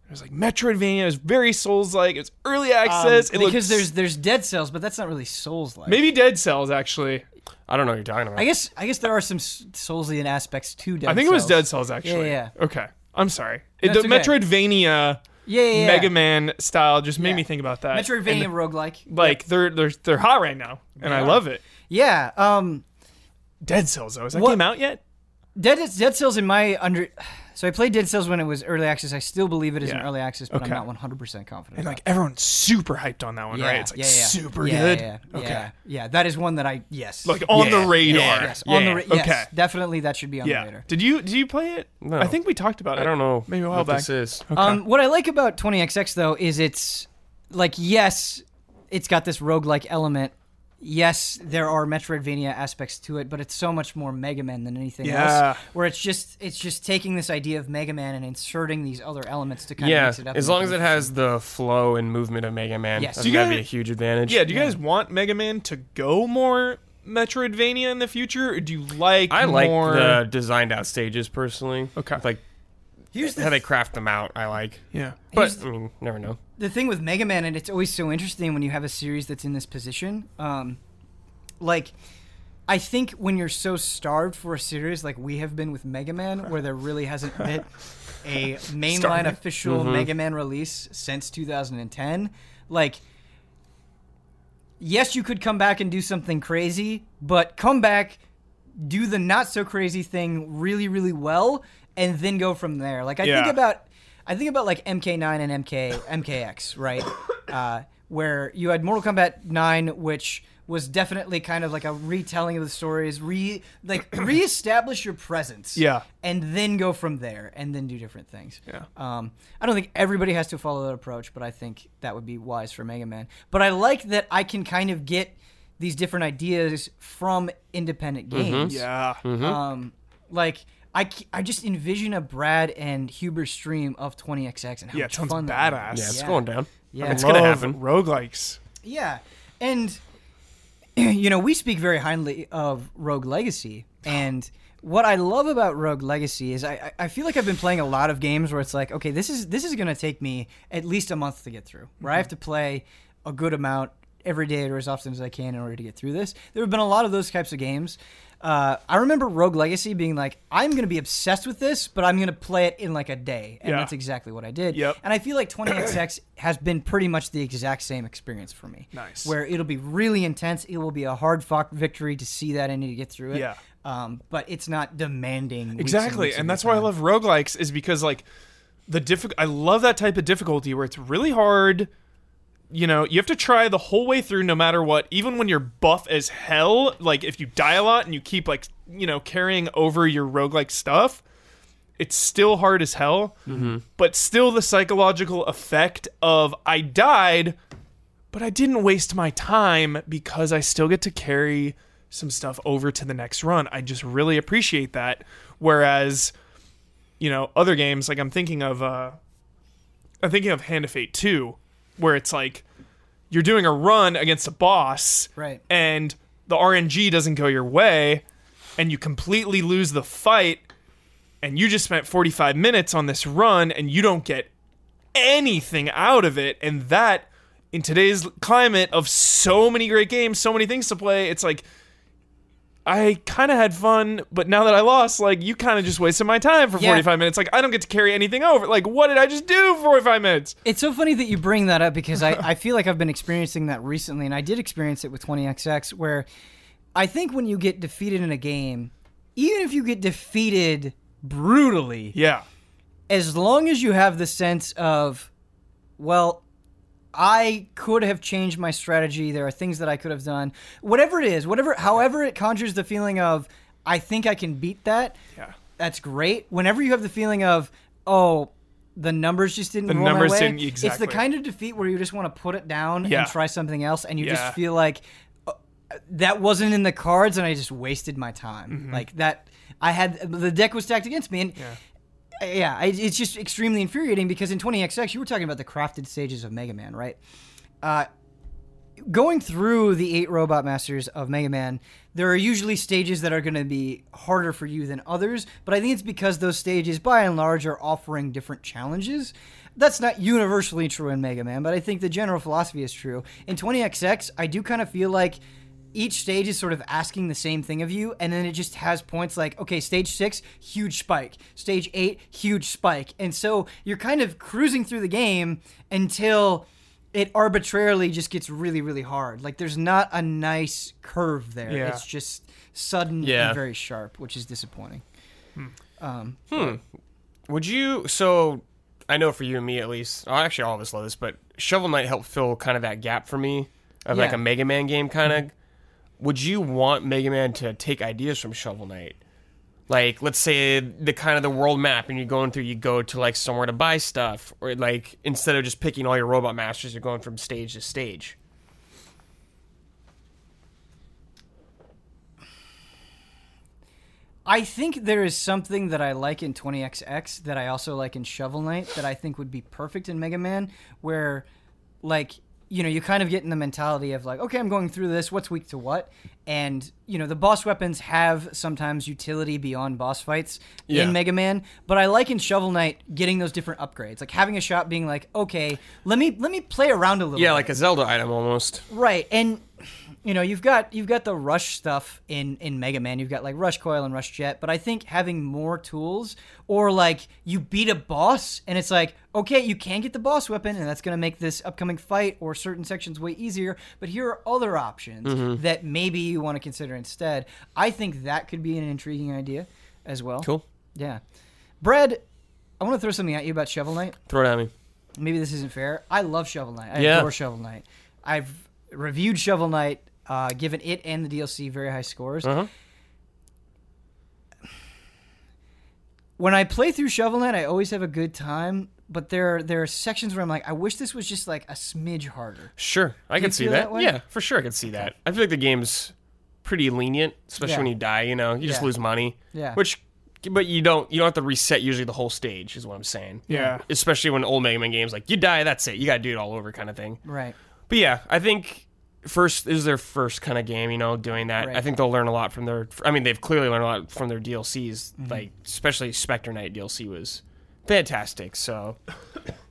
It was like Metroidvania. It was very Souls like. It was early access. it Um, because looks- there's there's Dead Cells, but that's not really Souls like. maybe Dead Cells actually. I don't know what you're talking about. I guess I guess there are some s- Soulsian aspects to Dead. I think it was Cells. Dead Cells actually. yeah. Okay. I'm sorry. It, the That's okay. Metroidvania Yeah, yeah, yeah. Mega Man style just made Yeah. me think about that. Metroidvania And, roguelike. like they're they're they're hot right now, and I love it. Yeah. Um. Dead Cells though. Has that What- came out yet? Dead Dead Cells in my under. So I played Dead Cells when it was early access. I still believe it is an Yeah. early access, but Okay. I'm not 100% confident. And about like everyone's super hyped on that one, it. right? It's like super yeah, good. Yeah, yeah, okay. yeah, yeah. That is one that I yes. Like on Yeah, the radar. yeah, yes, on the ra- yes, Okay. definitely that should be on Yeah. the radar. Did you did you play it? No. I think we talked about it. I don't know. Maybe a while what back. This is. Um, what I like about 20XX though is it's like yes, it's got this roguelike element. Yes, there are Metroidvania aspects to it, but it's so much more Mega Man than anything Yeah. else. Where it's just it's just taking this idea of Mega Man and inserting these other elements to kind of Yeah, mix it up. as and long make as it has the flow and movement of Mega Man, Yes. that's Do you gotta guys- be a huge advantage. Yeah, do you guys want Mega Man to go more Metroidvania in the future? Or do you like I like more the designed out stages personally. Okay. like Here's the how they craft them out. I like, Yeah. but I mean, never know. the thing with Mega Man, and it's always so interesting when you have a series that's in this position. Um, like, I think when you're so starved for a series like we have been with Mega Man, where there really [LAUGHS] hasn't been a mainline Starving. official Mega Man release since 2010, like. Yes, you could come back and do something crazy, but come back, do the not so crazy thing really, really well, and then go from there. Like I think Yeah. about about- I think about like MK9 and MK MKX, right? uh, where you had Mortal Kombat 9, which was definitely kind of like a retelling of the stories, re like reestablish your presence, Yeah. and then go from there, and then do different things. Yeah. Um, I don't think everybody has to follow that approach, but I think that would be wise for Mega Man. But I like that I can kind of get these different ideas from independent games. Mm-hmm. Yeah. Um, like I, c- I just envision a Brad and Huber stream of 20xx and how Yeah, it much sounds fun that would badass. be. Yeah, it's Yeah. going down. Yeah. it's Love gonna happen. Roguelikes. Yeah, and [CLEARS THROAT] you know we speak very highly of Rogue Legacy, and what I love about Rogue Legacy is I, I I feel like I've been playing a lot of games where it's like, okay, this is this is gonna take me at least a month to get through, where I have to play a good amount every day or as often as I can in order to get through this. There have been a lot of those types of games. Uh, I remember Rogue Legacy being like, I'm gonna be obsessed with this, but I'm gonna play it in like a day, and Yeah. that's exactly what I did. Yep. And I feel like 20XX has been pretty much the exact same experience for me. Nice. Where it'll be really intense. It will be a hard fought victory to see that and to get through it. Yeah. Um, but it's not demanding. weeks and Exactly. weeks and of that's your why I time. love roguelikes is because like the diffi- I love that type of difficulty where it's really hard. You know, you have to try the whole way through no matter what, even when you're buff as hell, like if you die a lot and you keep like, you know, carrying over your roguelike stuff, it's still hard as hell. Mm-hmm. But still the psychological effect of I died, but I didn't waste my time because I still get to carry some stuff over to the next run. I just really appreciate that. Whereas, you know, other games like I'm thinking of, uh, I'm thinking of Hand of Fate 2, where it's like you're doing a run against a boss, Right. And the RNG doesn't go your way, and you completely lose the fight, and you just spent 45 minutes on this run, and you don't get anything out of it. And that, in today's climate of so many great games, so many things to play, it's like I kind of had fun, but now that I lost, like you kind of just wasted my time for Yeah. 45 minutes. Like I don't get to carry anything over. Like what did I just do for 45 minutes? It's so funny that you bring that up because [LAUGHS] I, I feel like I've been experiencing that recently, and I did experience it with 20XX, where I think when you get defeated in a game, even if you get defeated brutally, Yeah. as long as you have the sense of, well, I could have changed my strategy. There are things that I could have done. Whatever it is, whatever, however it conjures the feeling of, I think I can beat that. Yeah. That's great. Whenever you have the feeling of, oh, the numbers just didn't. The roll my numbers way," didn't- It's the exactly. kind of defeat where you just want to put it down Yeah. and try something else, and you Yeah. just feel like uh, that wasn't in the cards, and I just wasted my time. Mm-hmm. Like that, I had the deck was stacked against me, and yeah, I, it's just extremely infuriating because in 20XX, you were talking about the crafted stages of Mega Man, right? Uh, going through the eight robot masters of Mega Man, there are usually stages that are going to be harder for you than others, but I think it's because those stages, by and large, are offering different challenges. That's not universally true in Mega Man, but I think the general philosophy is true. In 20XX, I do kind of feel like each stage is sort of asking the same thing of you, and then it just has points like, okay, stage six, huge spike. Stage eight, huge spike. And so you're kind of cruising through the game until it arbitrarily just gets really, really hard. Like there's not a nice curve there. Yeah. It's just sudden Yeah. and very sharp, which is disappointing. Um, Would you? So I know for you and me at least. oh, actually, all of us love this, but Shovel Knight helped fill kind of that gap for me of like Yeah. a Mega Man game kind of. Would you want Mega Man to take ideas from Shovel Knight? Like, let's say the kind of the world map, and you're going through, you go to like somewhere to buy stuff, or like instead of just picking all your robot masters, you're going from stage to stage. I think there is something that I like in 20XX that I also like in Shovel Knight that I think would be perfect in Mega Man, where, like, you know, you kind of get in the mentality of, like, okay, I'm going through this, what's weak to what? And, you know, the boss weapons have sometimes utility beyond boss fights Yeah. in Mega Man, but I like in Shovel Knight getting those different upgrades, like having a shot being like, okay, let me let me play around a little Yeah, bit. like a Zelda item almost. Right, and you know you've got you've got the rush stuff in in Mega Man. You've got like rush coil and rush jet, but I think having more tools or like you beat a boss and it's like okay, you can get the boss weapon, and that's going to make this upcoming fight or certain sections way easier. But here are other options that maybe you want to consider instead. I think that could be an intriguing idea as well. Cool. Yeah, Brad, I want to throw something at you about Shovel Knight Throw it at me. maybe this isn't fair. I love Shovel Knight. I Yeah. adore Shovel Knight. I've reviewed Shovel Knight, uh, given it and the DLC very high scores. Uh-huh. When I play through Shovel Knight, I always have a good time, but there there are sections where I'm like, I wish this was just like a smidge harder. Sure, I you can see feel that. that way? yeah, for sure, I can see that. I feel like the game's pretty lenient, especially Yeah. when you die. You know, you just Yeah. lose money. Yeah. Which, but you don't. You don't have to reset usually the whole stage, is what I'm saying. Yeah. Especially when old Mega Man games like you die, that's it. You got to do it all over, kind of thing. Right. But yeah, I think first this is their first kind of game. You know, doing that. Right. I think they'll learn a lot from their. I mean, they've clearly learned a lot from their DLCs. Mm-hmm. Like especially Spectre Knight DLC was fantastic. So,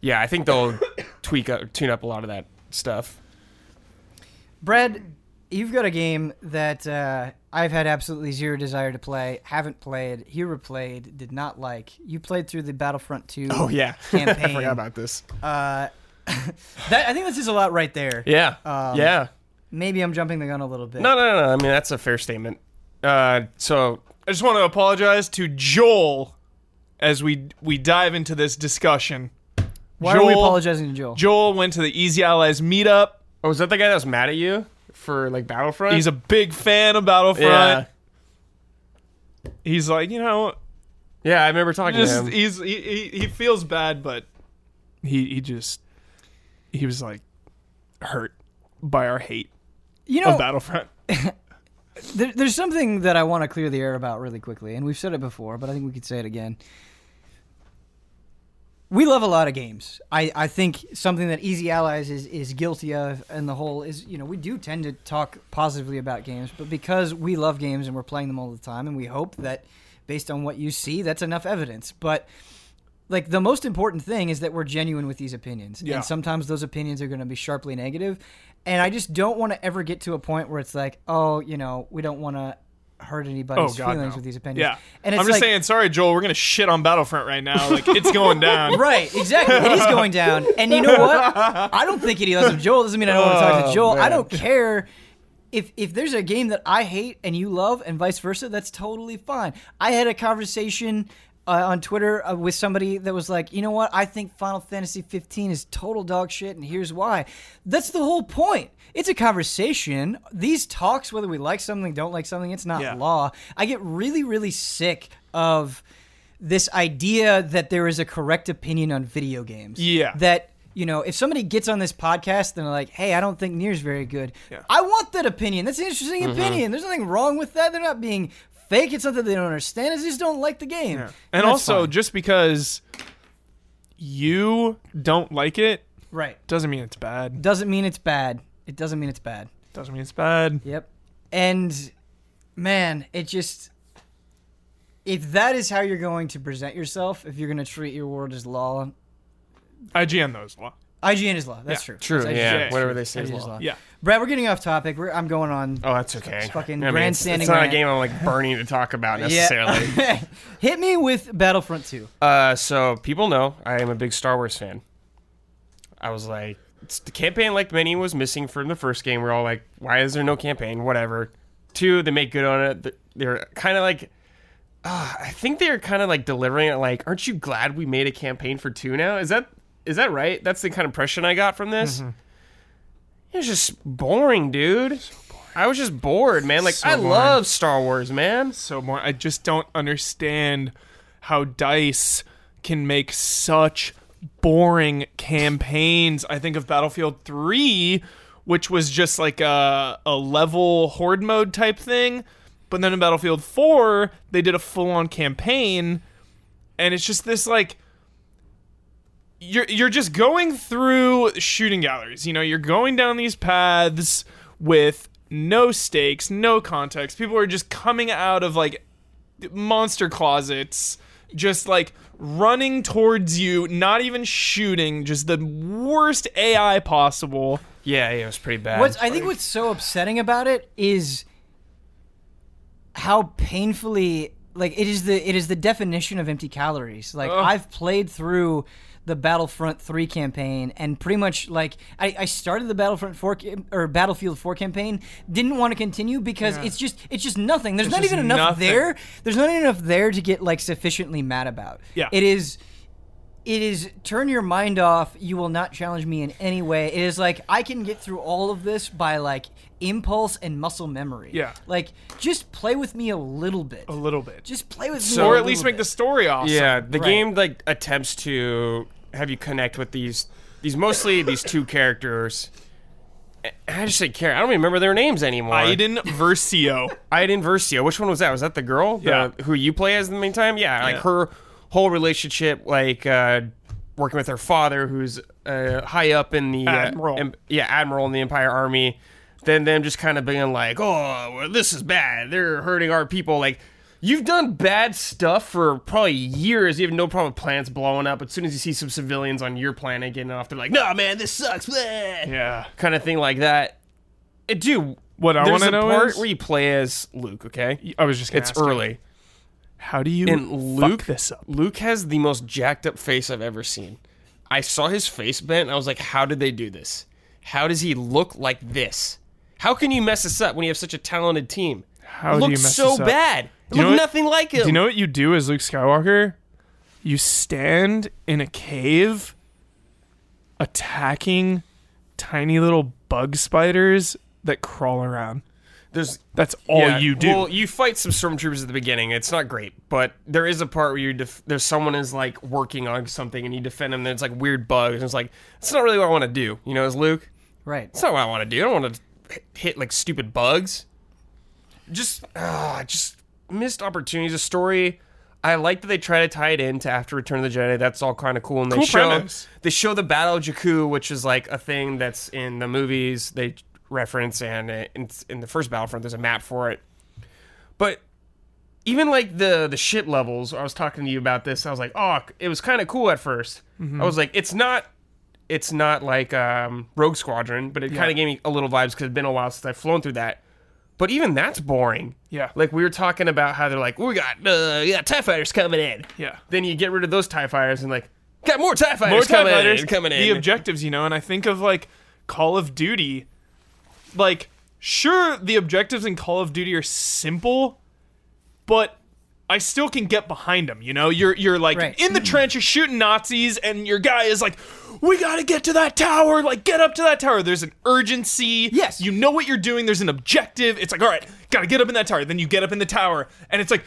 yeah, I think they'll tweak up, tune up a lot of that stuff. Brad, you've got a game that uh, I've had absolutely zero desire to play, haven't played, hero played, did not like. You played through the Battlefront 2 Oh yeah, [LAUGHS] campaign. I forgot about this. Uh, [LAUGHS] that, I think this is a lot right there. yeah, Um, yeah. Maybe I'm jumping the gun a little bit. No, no, no, no. I mean, that's a fair statement. Uh, so I just want to apologize to Joel as we we dive into this discussion. Why are we apologizing to Joel? Joel went to the Easy Allies meetup. oh, was that the guy that was mad at you for like Battlefront? He's a big fan of Battlefront. He's like, you know, yeah. I remember talking just to e- him. he's he, he, he feels bad, but he he just he was like hurt by our hate you of know, Battlefront. there, there's something that I want to clear the air about really quickly, and we've said it before, but I think we could say it again. We love a lot of games. I, I think something that Easy Allies is, is guilty of, and the whole is, you know, we do tend to talk positively about games, but because we love games and we're playing them all the time, and we hope that based on what you see, that's enough evidence. But like the most important thing is that we're genuine with these opinions Yeah. and sometimes those opinions are going to be sharply negative and i just don't want to ever get to a point where it's like oh you know we don't want to hurt anybody's Oh, God, feelings no. with these opinions Yeah, and it's I'm just like- saying, sorry, Joel, we're gonna shit on Battlefront right now. Like it's going [LAUGHS] down. Right, exactly. It is going down. And you know what? I don't think any less of Joel. Doesn't mean I don't want to talk to Oh, Joel. I man. don't care. If, if there's a game that I hate and you love and vice versa, that's totally fine. I had a conversation uh, on Twitter uh, with somebody that was like, you know what? I think Final Fantasy 15 is total dog shit, and here's why. That's the whole point. It's a conversation. These talks, whether we like something, don't like something, it's not Yeah. law. I get really, really sick of this idea that there is a correct opinion on video games. Yeah. That, you know, if somebody gets on this podcast and they're like, hey, I don't think Near's very good, Yeah. I want that opinion. That's an interesting opinion. There's nothing wrong with that. They're not being fake. It's not that they don't understand. They just don't like the game. And, that's also, fine. just because you don't like it right. doesn't mean it's bad. Doesn't mean it's bad. It doesn't mean it's bad. Doesn't mean it's bad. Yep. And man, it just if that is how you're going to present yourself, if you're going to treat your word as law, IGN knows law. IGN is law. That's true. True. It's IGN. Yeah. yeah, Whatever they say is IGN is law. law. Yeah. Brad, we're getting off topic. We're, I'm going on. Oh, that's okay. fucking I mean, it's, grandstanding it's not rant. a game [LAUGHS] I'm like burning to talk about necessarily. Yeah. [LAUGHS] Hit me with Battlefront 2. Uh, so people know I am a big Star Wars fan. I was like, it's the campaign, like many, was missing from the first game. We're all like, why is there no campaign? Whatever. Two, they make good on it. Th- They're kind of like, uh, I think they're kind of like delivering it. Like, aren't you glad we made a campaign for two now? Is that is that right? That's the kind of impression I got from this. It was just boring, dude. I was just bored, man. Like, So I boring. love Star Wars, man. So more, I just don't understand how Dice can make such boring campaigns. I think of Battlefield 3, which was just like a, a level horde mode type thing. But then in Battlefield 4, they did a full on campaign. And it's just this like you're you're just going through shooting galleries. You know, you're going down these paths with no stakes, no context. People are just coming out of like monster closets, just like running towards you, not even shooting, just the worst AI possible. Yeah, yeah, it was pretty bad. What's, I think what's so upsetting about it is how painfully like it is the it is the definition of empty calories. Like I've played through the Battlefront 3 campaign and pretty much like I, I started the Battlefront 4 cam- or Battlefield 4 campaign, didn't want to continue because it's just it's just nothing. There's not just even enough nothing. there. There's not even enough there to get like sufficiently mad about. Yeah. It is it is turn your mind off. You will not challenge me in any way. It is like I can get through all of this by like impulse and muscle memory. Yeah. Like just play with me a little bit. A little bit. Just play with me. So- or a at least little make bit. the story awesome. Yeah, the Right. game like attempts to have you connect with these these mostly these two characters. And I just didn't care. I don't even remember their names anymore. Aiden Versio. Iden Versio. Which one was that? Was that the girl? The- Yeah. who you play as in the meantime? Yeah, like Yeah. her whole relationship, like uh, working with her father, who's uh, high up in the uh, Admiral. em- yeah, admiral in the Empire Army. Then them just kind of being like, "Oh, well, this is bad. They're hurting our people." Like. You've done bad stuff for probably years. You have no problem with planets blowing up. As soon as you see some civilians on your planet getting off, they're like, "No, man, this sucks." bleh," yeah. Kind of thing like that. It, dude, What I there's want to a know part is where you play as Luke. Okay, I was just gonna it's ask you, early. How do you And Luke- fuck this up? Luke has the most jacked up face I've ever seen. I saw his face bent. And I was like, how did they do this? How does he look like this? How can you mess this up when you have such a talented team? How it do looked you mess so this up? bad. It you know looked what- nothing like him. Do you know what you do as Luke Skywalker? You stand in a cave attacking tiny little bug spiders that crawl around. There's That's all yeah, you do. Well, you fight some stormtroopers at the beginning. It's not great, but there is a part where you def- there's someone is like working on something and you defend them. There's like weird bugs and it's like that's not really what I want to do. You know, as Luke. right. That's not what I want to do. I don't want to hit like stupid bugs. Just, ah, just missed opportunities. A story. I like that they try to tie it into after Return of the Jedi. That's all kind of cool. And they Cool show premise. they show the Battle of Jakku, which is like a thing that's in the movies. They reference and it- in, in the first Battlefront, there's a map for it. But even like the the ship levels, I was talking to you about this. I was like, oh, it was kind of cool at 1st Mm-hmm. I was like, it's not it's not like um, Rogue Squadron, but it kind of gave me a little vibes because it's been a while since I've flown through that. But even that's boring. Yeah. Like we were talking about how they're like, we got uh, we got Tie Fighters coming in. Yeah. Then you get rid of those Tie Fighters and like got more Tie Fighters More coming TIE fighters, in coming in. The objectives, you know, and I think of like Call of Duty. Like, sure, the objectives in Call of Duty are simple, but I still can get behind them. You know, you're you're like Right. in the trenches shooting Nazis, and your guy is like, "We gotta get to that tower! Like, get up to that tower!" There's an urgency. Yes. you know what you're doing. There's an objective. It's like, all right, gotta get up in that tower. Then you get up in the tower, and it's like.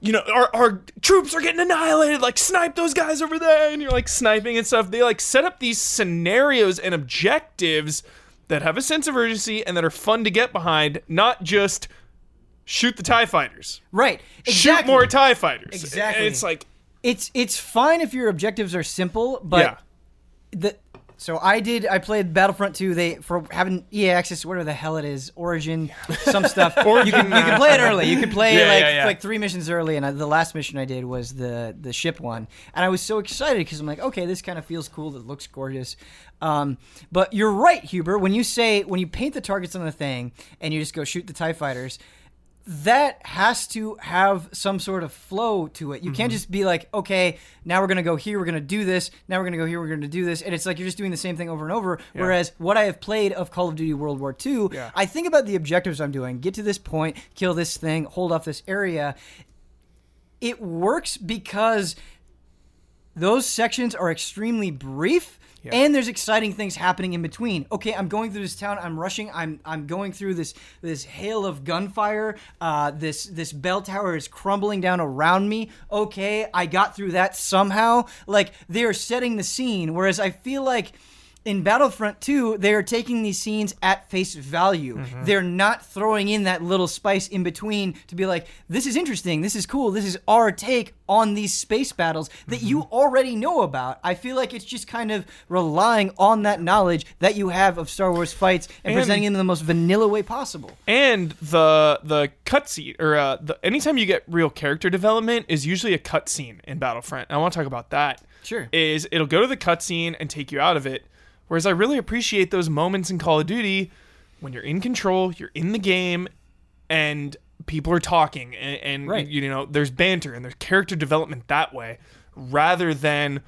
You know, our, our troops are getting annihilated. Like, snipe those guys over there. And you're like sniping and stuff. They like set up these scenarios and objectives that have a sense of urgency and that are fun to get behind, not just shoot the TIE fighters Right. shoot Exactly. more TIE fighters. Exactly. And it's like, It's it's fine if your objectives are simple, but yeah. the So I did. I played Battlefront 2. They for having EA access, whatever the hell it is, Origin, some [LAUGHS] stuff. you can you can play it early. You can play Yeah, like yeah, yeah. like three missions early, and I, the last mission I did was the the ship one, and I was so excited because I'm like, okay, this kind of feels cool. It looks gorgeous. Um, but you're right, Huber. When you say when you paint the targets on the thing, and you just go shoot the Tie fighters. That has to have some sort of flow to it. You can't just be like, okay, now we're going to go here, we're going to do this, now we're going to go here, we're going to do this. And it's like you're just doing the same thing over and over. Whereas what I have played of Call of Duty World War II, Yeah. I think about the objectives I'm doing get to this point, kill this thing, hold off this area. It works because those sections are extremely brief and there's exciting things happening in between okay i'm going through this town i'm rushing i'm i'm going through this this hail of gunfire uh, this this bell tower is crumbling down around me okay i got through that somehow like they're setting the scene whereas i feel like in Battlefront 2, they are taking these scenes at face value. Mm-hmm. They're not throwing in that little spice in between to be like, this is interesting, this is cool, this is our take on these space battles that you Mm-hmm. already know about. I feel like it's just kind of relying on that knowledge that you have of Star Wars fights and, And- presenting it in the most vanilla way possible. And the the cutscene or uh, the anytime you get real character development is usually a cutscene in Battlefront. And I want to talk about that. Sure. Is it'll go to the cutscene and take you out of it. Whereas I really appreciate those moments in Call of Duty when you're in control, you're in the game, and people are talking and, and Right. you know there's banter and there's character development that way rather than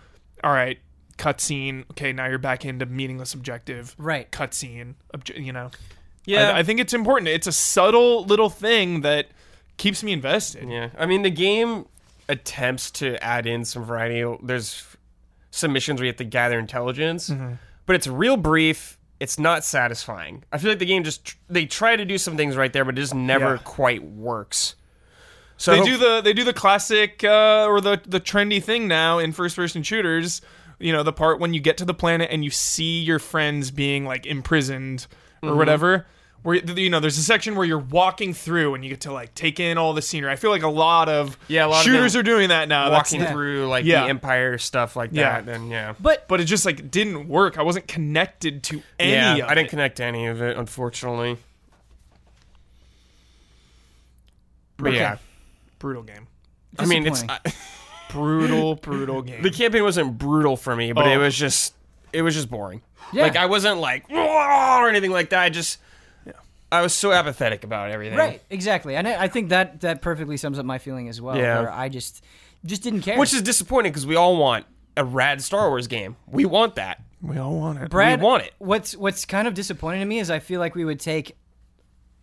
all right cutscene okay now you're back into meaningless objective Right. cutscene obje- you know Yeah. I, I think it's important. It's a subtle little thing that keeps me invested. Yeah, I mean the game attempts to add in some variety. There's some missions where you have to gather intelligence, Mm-hmm. but it's real brief. It's not satisfying. I feel like the game just they try to do some things right there, but it just never Yeah. quite works. So I They hope- do the they do the classic uh, or the the trendy thing now in first person shooters. You know the part when you get to the planet and you see your friends being like imprisoned or Mm-hmm. whatever. Where you know there's a section where you're walking through and you get to like take in all the scenery. I feel like a lot of Yeah, a lot of shooters them are doing that now. That's- walking Yeah. through like Yeah. the empire stuff like Yeah. that. And yeah, But but it just like didn't work. I wasn't connected to any yeah, of I didn't it. connect to any of it, unfortunately. But Okay. yeah, brutal game. I mean it's [LAUGHS] Brutal, brutal game. the campaign wasn't brutal for me, but it Oh. was just it was just boring. Yeah. Like I wasn't like "Whoa," or anything like that. I just I was so apathetic about everything. right, exactly. And I I think that that perfectly sums up my feeling as well. Yeah. Where I just just didn't care. Which is disappointing because we all want a rad Star Wars game. We want that. we all want it. Brad, want it. What's what's kind of disappointing to me is I feel like we would take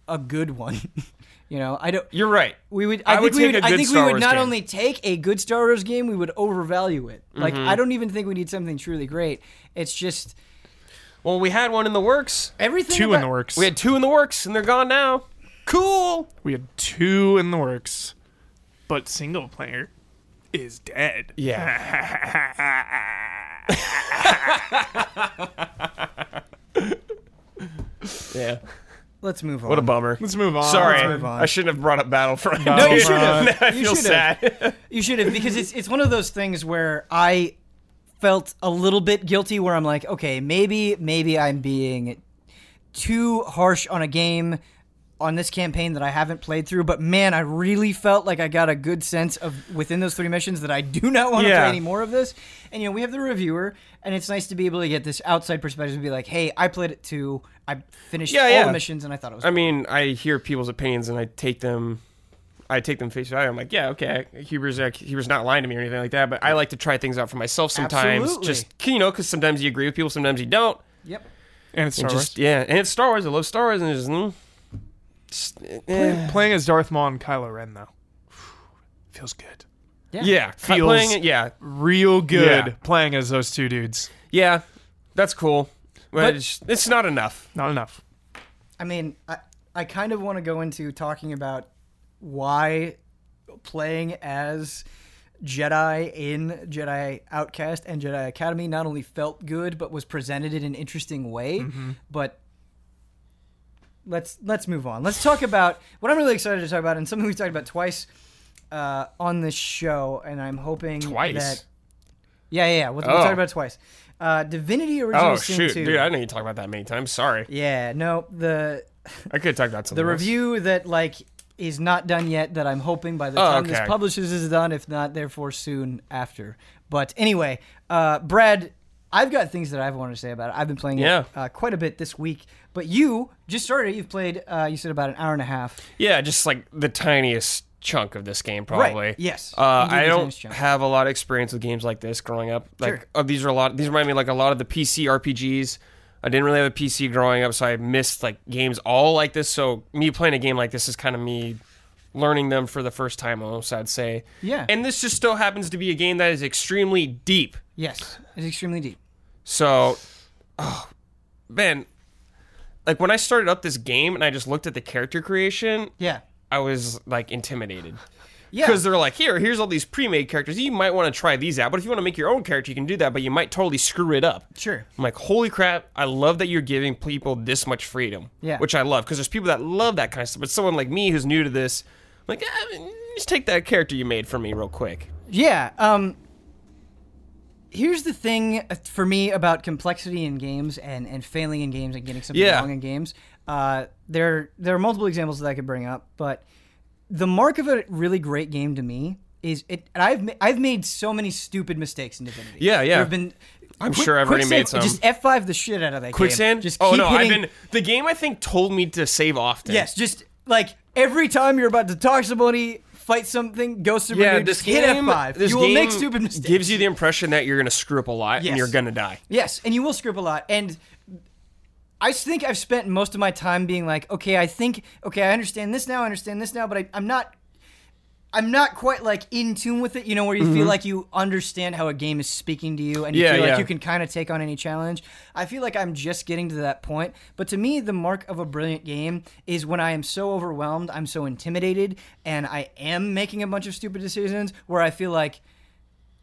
a good one. [LAUGHS] you know, I don't. You're right. We would. I, I think would we take would. a I good think Star we would Wars not game. only take a good Star Wars game, we would overvalue it. Like Mm-hmm. I don't even think we need something truly great. It's just Well, we had one in the works. everything. Two in about- the works. We had two in the works, and they're gone now. Cool. We had two in the works, but single player is dead. Yeah. yeah. Let's move on. What a bummer. Let's move on. Sorry, Let's move on. I shouldn't have brought up Battlefront. [LAUGHS] No, you should've. Now I You feel should've. sad. You should have because it's it's one of those things where I felt a little bit guilty where I'm like, okay, maybe maybe I'm being too harsh on a game on this campaign that I haven't played through, but man, I really felt like I got a good sense of within those three missions that I do not want to Yeah. play any more of this. And you know, we have the reviewer, and it's nice to be able to get this outside perspective and be like, hey, I played it too. I finished Yeah, all yeah. the missions and I thought it was I mean, I hear people's opinions and I take them, I take them face value. I'm like, yeah, okay, Huber's uh, Huber's not lying to me or anything like that. But I like to try things out for myself sometimes. Absolutely. Just you know, because sometimes you agree with people, sometimes you don't. Yep. And it's And Star just yeah, and it's Star Wars. I love Star Wars, and it's just, mm, just, eh. Wars. Playing as Darth Maul and Kylo Ren though, [SIGHS] feels good. yeah, Feels- playing it, yeah, Real good Yeah. playing as those two dudes. yeah, that's cool. But, But- it's, it's not enough. Not enough. I mean, I, I kind of want to go into talking about why playing as Jedi in Jedi Outcast and Jedi Academy not only felt good but was presented in an interesting way. Mm-hmm. But let's let's move on. Let's talk about what I'm really excited to talk about and something we've talked about twice uh, on this show, and I'm hoping Twice? that Yeah, yeah, yeah. We'll, Oh. we talked about it twice. Uh, Divinity Original Oh Sin shoot, 2. dude! I didn't even talk about that many times. Sorry, yeah, no, the I could have talked about something. the else. review that like is not done yet that i'm hoping by the Oh, time this okay. publishes is done if not therefore soon after but anyway uh, brad i've got things that i've wanted to say about it i've been playing Yeah. it uh, quite a bit this week but you just started it. you've played uh, you said about an hour and a half Yeah, just like the tiniest chunk of this game, probably. yes. Uh, You did I the don't tiniest chunk. have a lot of experience with games like this growing up. Like Sure. uh, these are a lot. These remind me like a lot of the PC RPGs. I didn't really have a PC growing up, so I missed like games all like this. So me playing a game like this is kind of me learning them for the first time, almost. I'd say. Yeah. And this just still happens to be a game that is extremely deep. yes it's extremely deep So, oh, man, like when I started up this game and I just looked at the character creation, yeah I was like intimidated yeah because they're like, here, here's all these pre-made characters. You might want to try these out, but if you want to make your own character, you can do that, but you might totally screw it up. sure I'm like, holy crap! I love that you're giving people this much freedom. Yeah. which I love because there's people that love that kind of stuff, but someone like me who's new to this, I'm like, eh, just take that character you made for me real quick. Yeah. Um. Here's the thing uh, for me about complexity in games and and failing in games and getting something Yeah. wrong in games. Uh, there there are multiple examples that I could bring up, but the mark of a really great game to me is it. And I've ma- I've made so many stupid mistakes in Divinity. Yeah, yeah. There have been. I'm sure I've already Quicksand- made some. Just F five the shit out of that Quicksand? Game. Just oh keep no, hitting, I've been the game. I think told me to save often. Yes, just like every time you're about to talk to somebody, fight something, go super Yeah, dude, this just game, hit F five. This You will make game stupid mistakes. Gives you the impression that you're gonna screw up a lot Yes. and you're gonna die. Yes, and you will script a lot. And I think I've spent most of my time being like, okay, I think, okay, I understand this now, I understand this now, but I, I'm not. I'm not quite like in tune with it, you know, where you feel like you understand how a game is speaking to you and you Mm-hmm. Yeah, feel yeah. like you can kind of take on any challenge. I feel like I'm just getting to that point. But to me, the mark of a brilliant game is when I am so overwhelmed, I'm so intimidated, and I am making a bunch of stupid decisions where I feel like,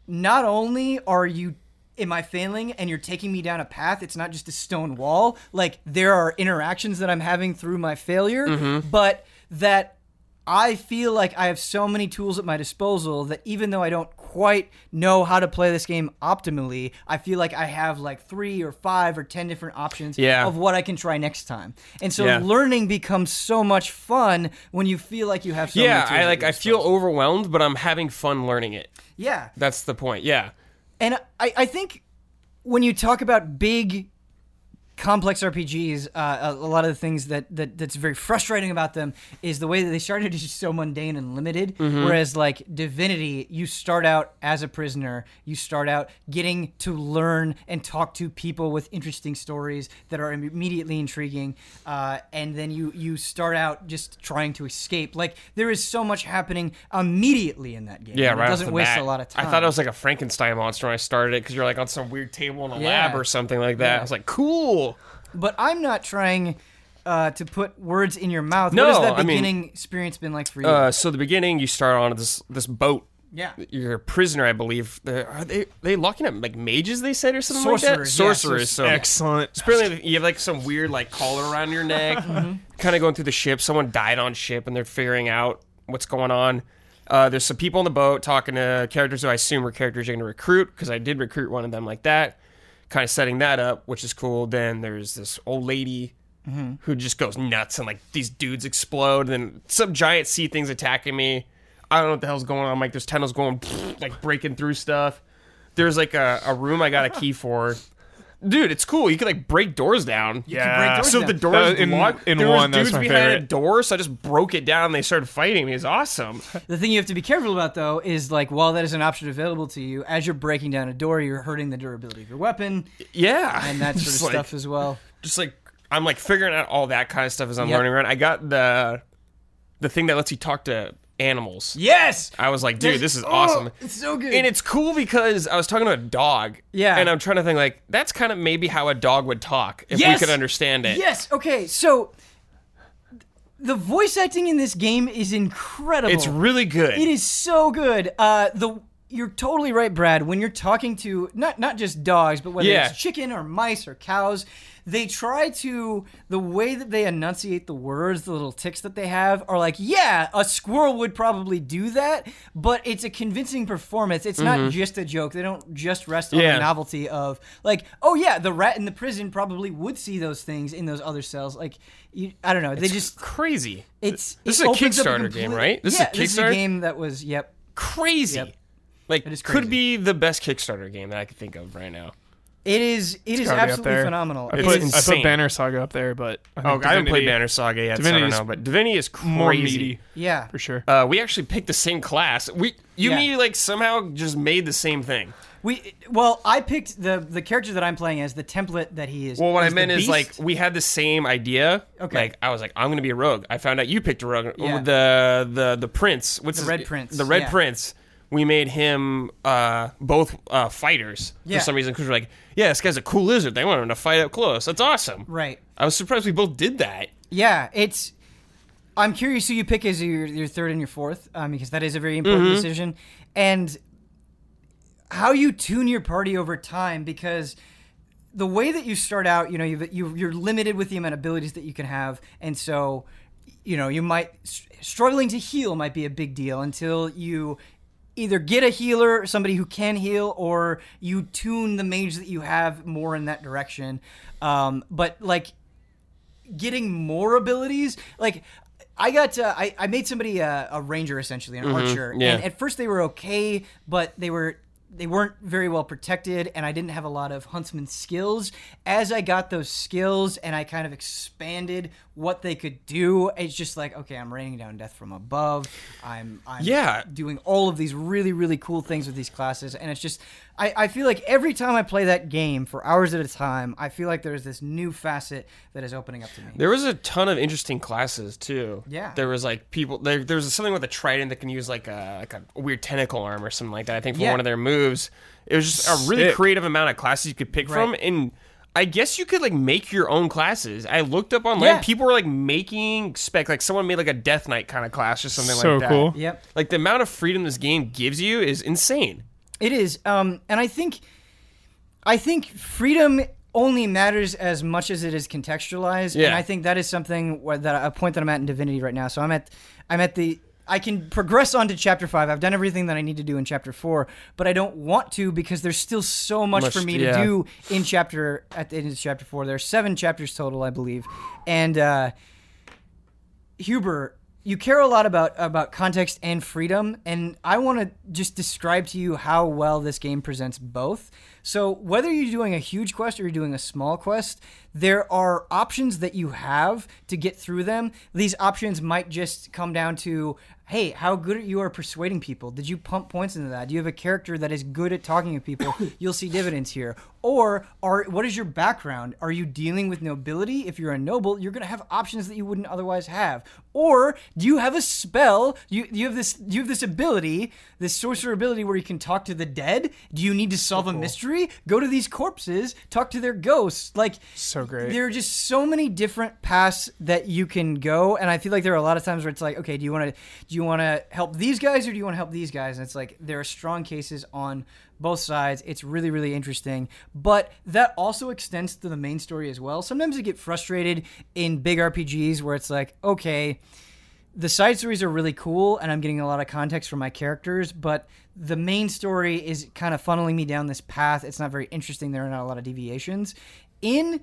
not only are you am I failing and you're taking me down a path, it's not just a stone wall. Like there are interactions that I'm having through my failure, Mm-hmm. but that I feel like I have so many tools at my disposal that even though I don't quite know how to play this game optimally, I feel like I have like three or five or ten different options Yeah. of what I can try next time. And so Yeah. learning becomes so much fun when you feel like you have so many yeah, tools I at like. your I feel disposal. overwhelmed, but I'm having fun learning it. Yeah. That's the point. Yeah. And I, I think when you talk about big, complex RPGs, uh, a, a lot of the things that, that that's very frustrating about them is the way that they started is just so mundane and limited. Mm-hmm. Whereas like Divinity, you start out as a prisoner. You start out getting to learn and talk to people with interesting stories that are immediately intriguing, uh, and then you you start out just trying to escape. Like there is so much happening immediately in that game. Yeah, and right. It off doesn't the waste bat. a lot of time. I thought it was like a Frankenstein monster when I started it because you're like on some weird table in a Yeah. lab or something like that. I was like, cool. But I'm not trying uh, to put words in your mouth. No, what has that I mean- beginning experience been like for you? Uh, so the beginning, you start on this this boat. yeah. You're a prisoner, I believe. They're, are they they locking up like mages? They said or something like that. Sorcerers, yeah, Sorcerers. so Excellent. Apparently, you have like some weird like collar around your neck. Kind of going through the ship. Someone died on ship, and they're figuring out what's going on. Uh, there's some people on the boat talking to characters who I assume are characters you're going to recruit because I did recruit one of them like that. Kind of setting that up, which is cool. Then there's this old lady who just goes nuts and like these dudes explode. Then some giant sea things attacking me. I don't know what the hell's going on. like, there's tendrils going [LAUGHS] like breaking through stuff. There's like a, a room I got a key for. Dude, it's cool. You can like break doors down. You can break doors So down. the doors Uh, in- locked. in there one, was that's dudes my behind a favorite. door, so I just broke it down. and They started fighting me. It's awesome. The thing you have to be careful about, though, is like while that is an option available to you, as you're breaking down a door, you're hurting the durability of your weapon [LAUGHS] Yeah, and that [LAUGHS] sort of Just like- stuff as well. Just like I'm like figuring out all that kind of stuff as I'm Yep. learning around. I got the the thing that lets you talk to animals. Yes. I was like, dude, this is Oh, [GASPS] awesome. It's so good. And it's cool because I was talking to a dog. Yeah. And I'm trying to think like that's kind of maybe how a dog would talk if Yes! we could understand it. yes. Okay. So the voice acting in this game is incredible. It's really good. It is so good. Uh, the you're totally right, Brad. When you're talking to not not just dogs, but whether Yeah. it's chicken or mice or cows, they try to the way that they enunciate the words, the little ticks that they have are like, yeah, a squirrel would probably do that, but it's a convincing performance. It's not just a joke. They don't just rest on Mm-hmm. Yeah. the novelty of like, oh yeah, the rat in the prison probably would see those things in those other cells. Like, you, I don't know. They just Crazy. it's This it is a opens up Kickstarter game, complete- right? This is a yeah, this is a Kickstarter? game that was yep. Crazy. Like, is could be the best Kickstarter game that I could think of right now. It is. It is gotta be up absolutely there. phenomenal. I It put, is- I put insane. Banner Saga up there, but I think Oh, I haven't Divinity played Banner Saga yet, so I don't Divinity's know. But Divinity is crazy. More meaty yeah. for sure. Uh, we actually picked the same class. We, you, Yeah. and me, like somehow just made the same thing. We well, I picked the the character that I'm playing as the template that he is. Well, what I the meant is beast. like we had the same idea. Okay. Like I was like, I'm gonna be a rogue. I found out you picked a rogue. Oh, Yeah. The the the prince. What's his- Red Prince, The red yeah. prince. We made him uh, both uh, fighters Yeah. for some reason because we're like, yeah, this guy's a cool lizard. They want him to fight up close. That's awesome. right. I was surprised we both did that. Yeah, it's. I'm curious who you pick as your your third and your fourth, um, because that is a very important decision, and how you tune your party over time because. The way that you start out, you know, you've, you you're limited with the amount of abilities that you can have, and so, you know, you might s- struggling to heal might be a big deal until you either get a healer, somebody who can heal, or you tune the mage that you have more in that direction. Um, but like getting more abilities. Like I got, uh, I I made somebody a, a ranger essentially, an archer. Mm-hmm. yeah. And at first they were okay, but they were they weren't very well protected, and I didn't have a lot of huntsman skills. As I got those skills, and I kind of expanded what they could do, it's just like okay, I'm raining down death from above. I'm, I'm Yeah. doing all of these really really cool things with these classes and it's just I, I feel like every time i play that game for hours at a time i feel like there's this new facet that is opening up to me There was a ton of interesting classes too. Yeah. There was like people. There, there was something with a trident that can use like a like a weird tentacle arm or something like that. I think for Yeah. one of their moves. It was just a really Sick. creative amount of classes you could pick from, Right. and I guess you could like make your own classes. I looked up online. Yeah. People were like making spec. Like someone made like a death knight kind of class or something So like that. cool. Yep. Like the amount of freedom this game gives you is insane. It is, um, and I think, I think freedom only matters as much as it is contextualized. And Yeah. I think that is something where, that a point that I'm at in Divinity right now. So I'm at, I'm at the. I can progress on to chapter five. I've done everything that I need to do in chapter four, but I don't want to because there's still so much, Much- for me to yeah. do in chapter at the end of chapter four. There are seven chapters total, I believe, and uh, Huber, you care a lot about about context and freedom, and I want to just describe to you how well this game presents both. So whether you're doing a huge quest or you're doing a small quest, there are options that you have to get through them. These options might just come down to hey, how good you are persuading people. Did you pump points into that? Do you have a character that is good at talking to [LAUGHS] people? You'll see dividends here. Or are what is your background? Are you dealing with nobility? If you're a noble, you're gonna have options that you wouldn't otherwise have. Or do you have a spell? You you have this you have this ability, this sorcerer ability where you can talk to the dead. Do you need to solve a mystery? Go to these corpses, talk to their ghosts. Like So great. there are just so many different paths that you can go, and I feel like there are a lot of times where it's like, okay, do you want to do you want to help these guys or do you want to help these guys? And it's like there are strong cases on both sides. It's really really interesting, but that also extends to the main story as well. Sometimes I get frustrated in big RPGs where it's like, okay, the side stories are really cool and I'm getting a lot of context from my characters, but the main story is kind of funneling me down this path. It's not very interesting. There are not a lot of deviations. In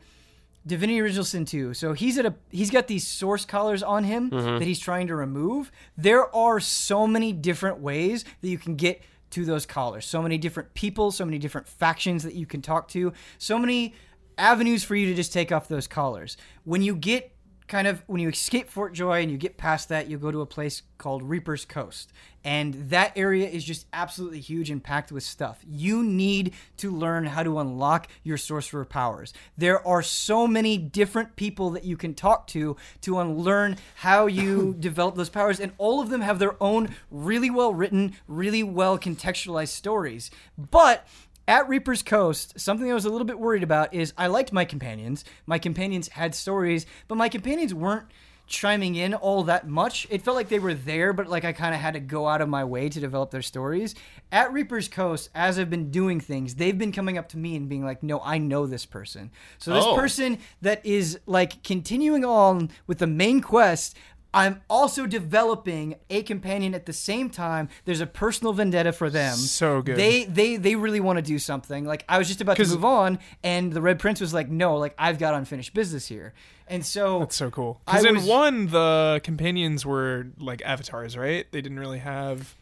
Divinity Original Sin 2. So he's at a he's got these source collars on him that he's trying to remove. There are so many different ways that you can get to those collars. So many different people, so many different factions that you can talk to, so many avenues for you to just take off those collars. When you get kind of when you escape Fort Joy and you get past that, you go to a place called Reaper's Coast. And that area is just absolutely huge and packed with stuff. You need to learn how to unlock your sorcerer powers. There are so many different people that you can talk to to unlearn how you develop those powers, and all of them have their own really well written, really well contextualized stories. But at Reaper's Coast, something I was a little bit worried about is I liked my companions. My companions had stories, but my companions weren't chiming in all that much. It felt like they were there, but like I kind of had to go out of my way to develop their stories. At Reaper's Coast, as I've been doing things, they've been coming up to me and being like, "No, I know this person." So this Oh. person that is like continuing on with the main quest. I'm also developing a companion at the same time. There's a personal vendetta for them. So good. They they they really want to do something. Like I was just about to 'Cause- move on, and the Red Prince was like, "No, like I've got unfinished business here." And so That's so cool. Because I in was- one, the companions were like avatars, right? They didn't really have.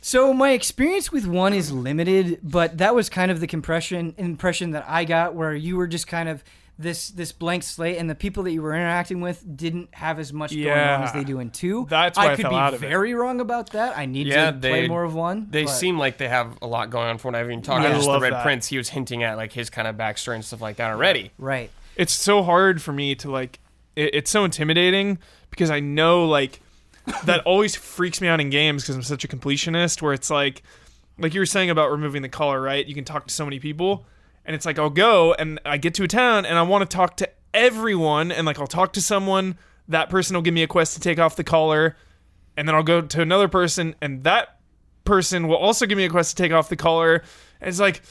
So my experience with one is limited, but that was kind of the compression impression that I got, where you were just kind of this this blank slate, and the people that you were interacting with didn't have as much going on as Yeah. they do in two. That's why I could fell be out of it. very wrong about that. I need Yeah, to play they- more of one. They but- seem like they have a lot going on for whatever you're talking I about. Just the love Red that. Prince, he was hinting at like his kind of backstory and stuff like that already. right. It's so hard for me to like. It, it's so intimidating because I know like that always freaks me out in games because I'm such a completionist. Where it's like, like you were saying about removing the color, right? You can talk to so many people, and it's like I'll go and I get to a town and I want to talk to everyone, and like I'll talk to someone. That person will give me a quest to take off the collar, and then I'll go to another person, and that person will also give me a quest to take off the collar. And it's like,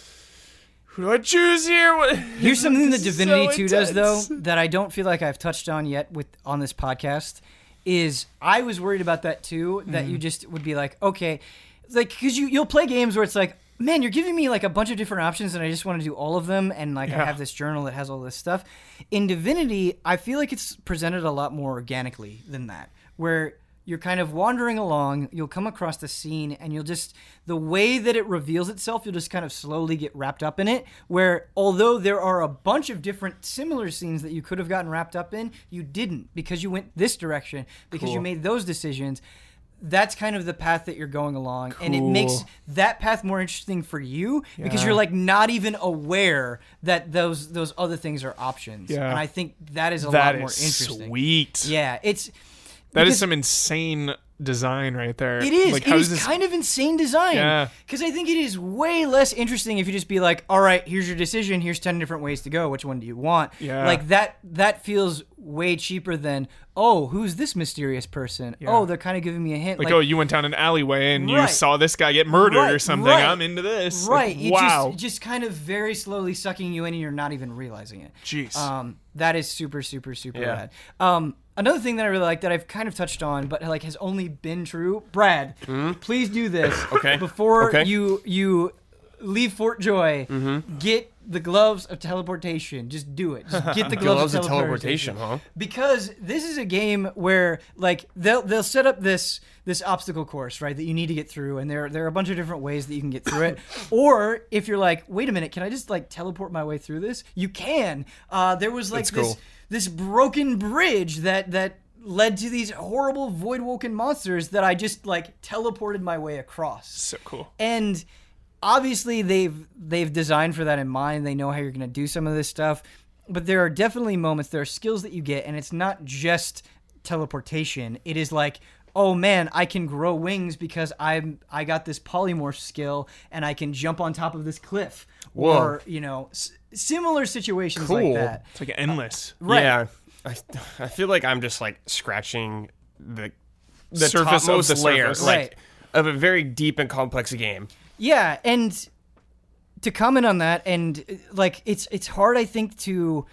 who do I choose here? What- [LAUGHS] Here's something that This is Divinity so 2 does though intense. that I don't feel like I've touched on yet with on this podcast is I was worried about that too that Mm. you just would be like okay like cuz you you'll play games where it's like man you're giving me like a bunch of different options and I just want to do all of them and like I Yeah. have this journal that has all this stuff in Divinity I feel like it's presented a lot more organically than that where you're kind of wandering along you'll come across the scene and you'll just the way that it reveals itself you'll just kind of slowly get wrapped up in it where although there are a bunch of different similar scenes that you could have gotten wrapped up in you didn't because you went this direction because you made those decisions that's kind of the path that you're going along and it makes Cool. that path more interesting for you because you're like not even aware that those those other things are options Yeah. and i think that is a That lot more is interesting sweet. yeah it's That is because- some insane design right there. it is. Like, it how is does this? kind of insane design. Yeah. Because I think it is way less interesting if you just be like, "All right, here's your decision. Here's ten different ways to go. Which one do you want?" Yeah. Like that. That feels way cheaper than, "Oh, who's this mysterious person? Oh, they're kind of giving me a hint." like, oh, you went down an alleyway and you Right. saw this guy get murdered Right, or something. right, I'm into this. Like, right. it wow. Just, just kind of very slowly sucking you in, and you're not even realizing it. Jeez. Um, that is super, super, super Yeah. rad. Um, another thing that I really like that I've kind of touched on, but like has only been true. Brad, please do this. Hmm? Okay. Before Okay. Mm-hmm. you you leave Fort Joy, get the gloves of teleportation. Just do it. Just [LAUGHS] get the gloves, Gloves of teleportation teleportation, huh? because this is a game where like they'll they'll set up this this obstacle course right that you need to get through and there there are a bunch of different ways that you can get through [COUGHS] it or if you're like wait a minute can i just like teleport my way through this you can uh there was like That's this cool. this broken bridge that that led to these horrible void woken monsters that i just like teleported my way across so cool. and obviously they've they've designed for that in mind they know how you're going to do some of this stuff but there are definitely moments there are skills that you get and it's not just teleportation it is like oh man i can grow wings because i'm i got this polymorph skill and i can jump on top of this cliff Whoa. or you know s- similar situations like Cool. that Uh, It's like endless. Right. Yeah. I, I feel like I'm just like scratching the the Surface of topmost the layer surface. like Right. of a very deep and complex game. Yeah, and to comment on that, and uh, like it's it's hard, I think, to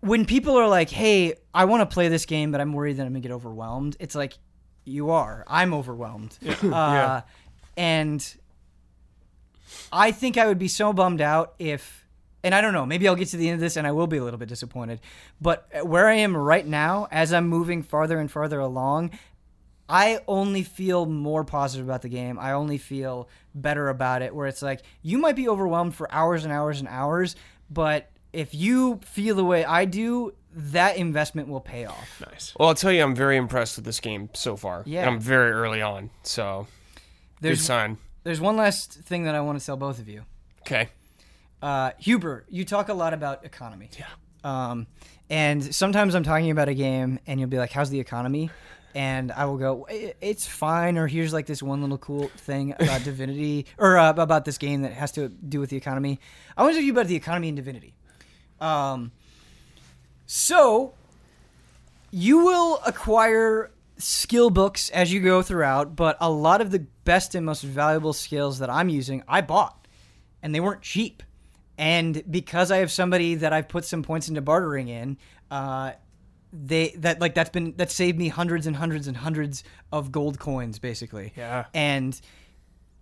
when people are like, "Hey, I want to play this game, but I'm worried that I'm gonna get overwhelmed." It's like you are. I'm overwhelmed, uh, and I think I would be so bummed out if. And I don't know, maybe I'll get to the end of this and I will be a little bit disappointed. But where I am right now, as I'm moving farther and farther along, I only feel more positive about the game. I only feel better about it. Where it's like you might be overwhelmed for hours and hours and hours, but if you feel the way I do, that investment will pay off. Nice. Well, I'll tell you I'm very impressed with this game so far. Yeah. And I'm very early on, so good There's sign. there's one last thing that I want to tell both of you. Okay. Uh, Huber, you talk a lot about economy. Yeah. Um, and sometimes I'm talking about a game, and you'll be like, "How's the economy?" And I will go, "I- "It's fine." Or here's like this one little cool thing about Divinity, or uh, about this game that has to do with the economy. I want to talk to you about the economy in Divinity. Um, so you will acquire skill books as you go throughout, but a lot of the best and most valuable skills that I'm using, I bought, and they weren't cheap. And because I have somebody that I've put some points into bartering in, uh, they that like that's been that saved me hundreds and hundreds and hundreds of gold coins basically. Yeah. And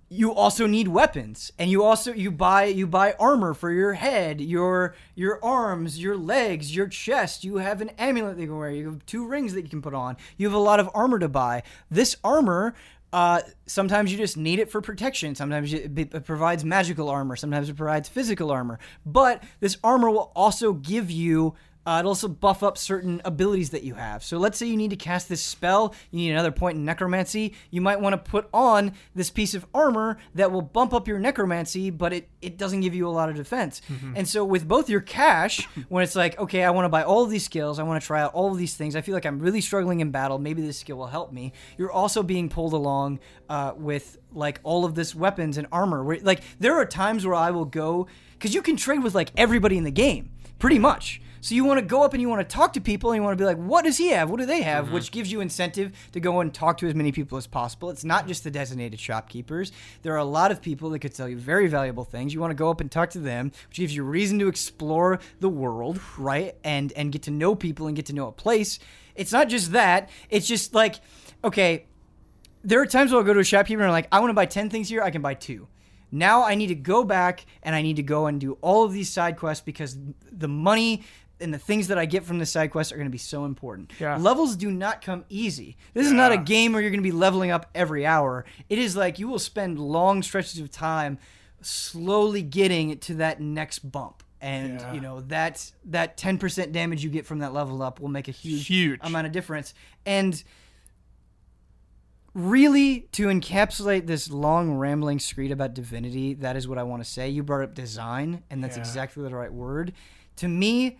you also need weapons and you also you buy you buy armor for your head your your arms your legs your chest you have an amulet that you can wear you have two rings that you can put on you have a lot of armor to buy this armor uh, sometimes you just need it for protection sometimes it, it provides magical armor sometimes it provides physical armor but this armor will also give you uh, it'll also buff up certain abilities that you have. So let's say you need to cast this spell, you need another point in necromancy. You might want to put on this piece of armor that will bump up your necromancy, but it, it doesn't give you a lot of defense. And so with both your cash, when it's like, okay, I want to buy all of these skills, I want to try out all of these things. I feel like I'm really struggling in battle. Maybe this skill will help me. You're also being pulled along uh, with like all of this weapons and armor. Where, like there are times where I will go because you can trade with like everybody in the game, pretty much. So you want to go up and you want to talk to people and you want to be like, what does he have? What do they have? Which gives you incentive to go and talk to as many people as possible. It's not just the designated shopkeepers. There are a lot of people that could sell you very valuable things. You want to go up and talk to them, which gives you reason to explore the world, right? And and get to know people and get to know a place. It's not just that. It's just like, okay, there are times where I'll go to a shopkeeper and I'm like, I want to buy 10 things here, I can buy two. Now I need to go back and I need to go and do all of these side quests because the money and the things that I get from the side quests are going to be so important. Yeah. Levels do not come easy. This is not a game where you're going to be leveling up every hour. It is like you will spend long stretches of time slowly getting to that next bump. And you know that's that 10% damage you get from that level up will make a huge, Huge. amount of difference. And really to encapsulate this long rambling screed about divinity that is what i want to say you brought up design and that's Yeah. exactly the right word to me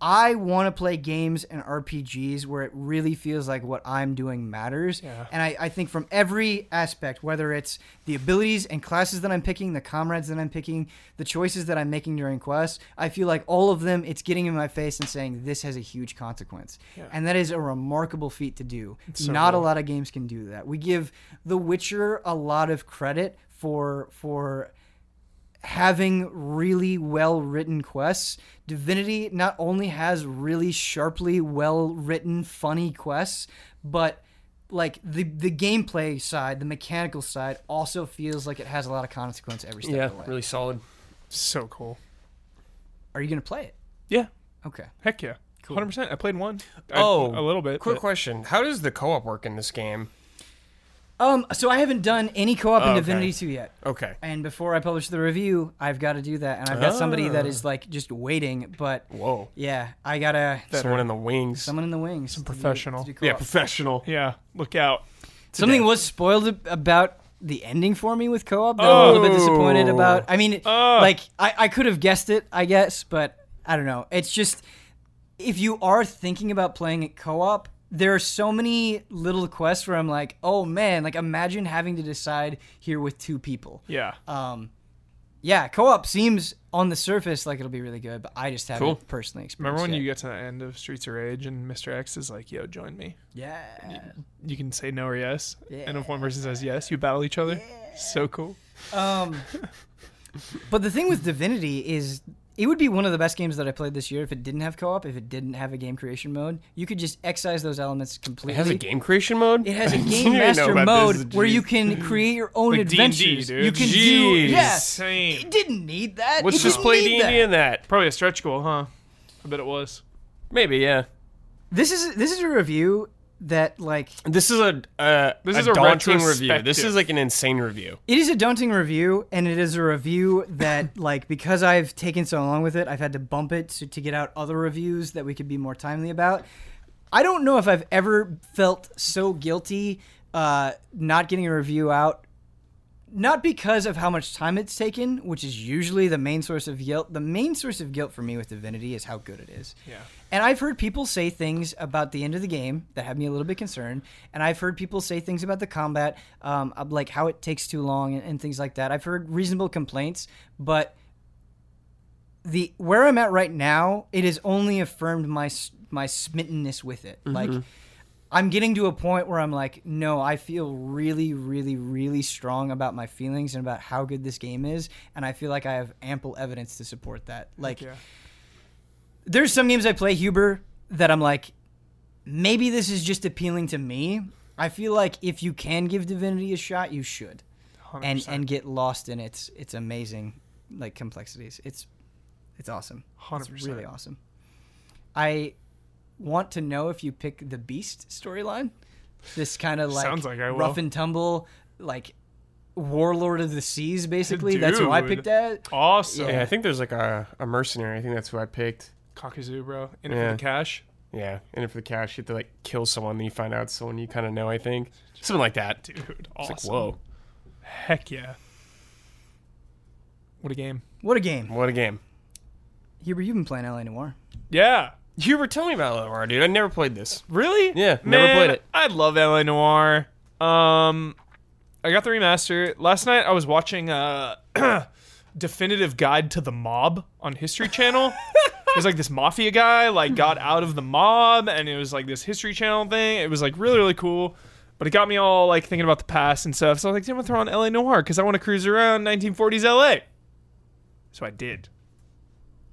i want to play games and rpgs where it really feels like what i'm doing matters Yeah. and I, I think from every aspect whether it's the abilities and classes that i'm picking the comrades that i'm picking the choices that i'm making during quests i feel like all of them it's getting in my face and saying this has a huge consequence and that is a remarkable feat to do so not a cool. lot of games can do that. We give The Witcher a lot of credit for for having really well written quests. Divinity not only has really sharply well written funny quests, but like the the gameplay side, the mechanical side also feels like it has a lot of consequence every step Yeah, of the way. really solid. So cool. Are you going to play it? Yeah. Okay. Heck yeah. Hundred percent. I played one. I- Oh, a little bit. Quick but- question: How does the co-op work in this game? Um so I haven't done any co-op in Oh, Okay. Divinity 2 yet. Okay, And before I publish the review, I've got to do that, and I've got somebody that Oh. is like just waiting. But whoa, yeah, I gotta someone in the wings. someone in the wings, Some professional. yeah, professional. Yeah. Look out. Something was spoiled ab- about the ending for me with co-op. That I'm a little bit disappointed Oh. about. I mean, Oh. like I, I could have guessed it, I guess, but I don't know. It's just if you are thinking about playing it co-op, there are so many little quests where I'm like, oh man, like imagine having to decide here with two people. Yeah. Um, yeah, co-op seems on the surface like it'll be really good, but I just haven't Cool. personally experienced Remember when it. you get to the end of Streets of Rage and Mr. X is like, "Yo, join me." yeah. You can say no or yes, and if one person says yes, you battle each other. So cool. Um, but the thing with Divinity is it would be one of the best games that I played this year if it didn't have co-op, if it didn't have a game creation mode. You could just excise those elements completely. It has a game creation mode. It has [LAUGHS] a I game didn't even know master about mode this. where you Jeez. can create your own Like D&D, adventures. dude. You can Jeez. do yes. Insane. It didn't need that. Let's It just didn't play need D and that. D in that. Probably a stretch goal, huh? I bet it was. Maybe yeah. This is this is a review that like This is a uh, This a is a daunting review. This retrospective. is like an insane review. It is a daunting review, and it is a review that, [LAUGHS] like, because I've taken so long with it, I've had to bump it to, to get out other reviews that we could be more timely about. I don't know if I've ever felt so guilty uh, not getting a review out, not because of how much time it's taken, which is usually the main source of guilt. The main source of guilt for me with Divinity is how good it is. Yeah. And I've heard people say things about the end of the game that have me a little bit concerned. And I've heard people say things about the combat, um, of, like how it takes too long and, and things like that. I've heard reasonable complaints, but the where I'm at right now, it has only affirmed my s- my smittenness with it. Like I'm getting to a point where I'm like, no, I feel really, really, really strong about my feelings and about how good this game is, and I feel like I have ample evidence to support that. Like Yeah. there's some games I play Huber that I'm like, maybe this is just appealing to me. I feel like if you can give Divinity a shot, you should, 100%. and and get lost in its its amazing like complexities. It's it's awesome. It's 100%. really awesome. I want to know if you pick the Beast storyline. This kind of like, Sounds like I will. rough and tumble, like Warlord of the Seas, basically. [LAUGHS] That's who I Dude. picked that. awesome. Yeah. Yeah, I think there's like a, a mercenary. I think that's who I picked. Cockazoo, bro. In it Yeah. for the cash. Yeah, and if the cash, you have to like kill someone, then you find out someone you kind of know. I think something like that. Dude, It's awesome. like whoa, Heck yeah. What a game. What a game. what a game! Huber, you've been playing LA Noir. Yeah. You were telling me about LMR, dude. I never played this. Really? Yeah, never Man, played it. I love LA Noir. Um, I got the remaster last night. I was watching uh, [CLEARS THROAT] definitive guide to the mob on History [LAUGHS] Channel. it was like this mafia guy like got out of the mob, and it was like this History Channel thing. It was like really really cool. But it got me all like thinking about the past and stuff. So I was like, I'm gonna throw on LA Noir because I want to cruise around 1940s LA. So I did.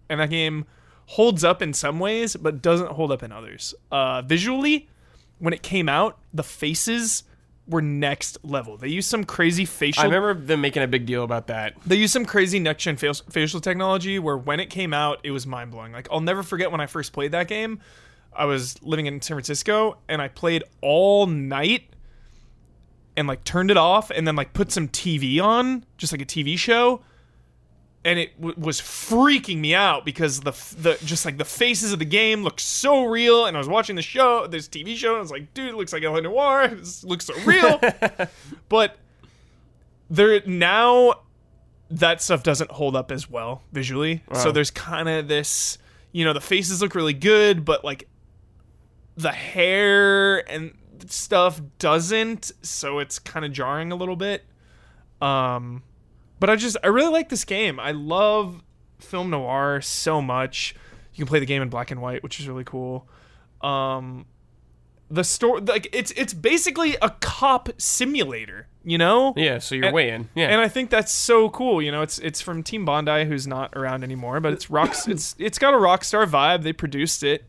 And that game holds up in some ways, but doesn't hold up in others. Uh, visually, when it came out, the faces were next level. They used some crazy facial I remember them making a big deal about that. they used some crazy next gen facial, facial technology where when it came out, it was mind blowing. Like, I'll never forget when I first played that game. I was living in San Francisco and I played all night and like turned it off and then like put some TV on, just like a TV show. And it w- was freaking me out because the f- the just like the faces of the game looked so real, and I was watching the show, this TV show, and I was like, dude, it looks like L.A. Noir. This looks so real. but there now that stuff doesn't hold up as well visually. So there's kind of this, you know, the faces look really good, but like the hair and stuff doesn't, so it's kind of jarring a little bit. Um but I just I really like this game. I love film noir so much. You can play the game in black and white, which is really cool. Um the story like it's it's basically a cop simulator, you know? Yeah, so you're And- way in. Yeah, and I think that's so cool. You know, it's it's from Team Bondi, who's not around anymore, but it's rocks. it's it's got a rock star vibe. They produced it.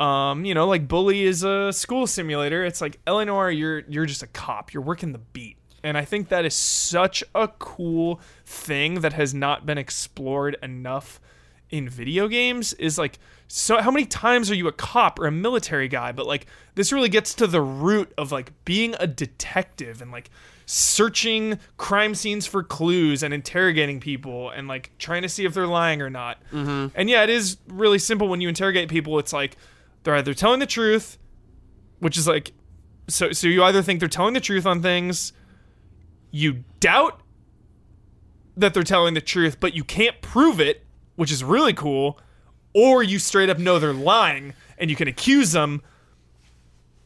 Um, you know, like Bully is a school simulator. It's like Eleanor, you're you're just a cop. You're working the beat, and I think that is such a cool thing that has not been explored enough in video games. Is like, so how many times are you a cop or a military guy? But like, this really gets to the root of like being a detective and like searching crime scenes for clues and interrogating people and like trying to see if they're lying or not. And yeah, it is really simple when you interrogate people. It's like they're either telling the truth, which is like so so you either think they're telling the truth on things, you doubt that they're telling the truth, but you can't prove it, which is really cool, or you straight up know they're lying and you can accuse them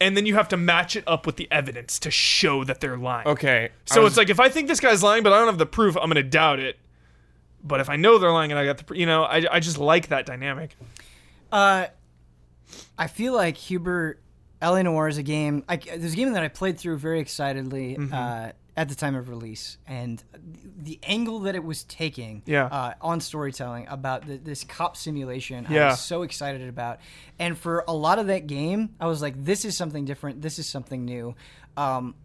and then you have to match it up with the evidence to show that they're lying. okay. So it's like if I think this guy's lying, but I don't have the proof, I'm gonna doubt it. But if I know they're lying and I got the, pr- you know, I, I just like that dynamic. Uh, I feel like Huber, LA Noir is a game. I, there's a game that I played through very excitedly Mm-hmm. uh, at the time of release, and the angle that it was taking Yeah. uh, on storytelling about the, this cop simulation, I Yeah. was so excited about. And for a lot of that game, I was like, this is something different. This is something new. Um,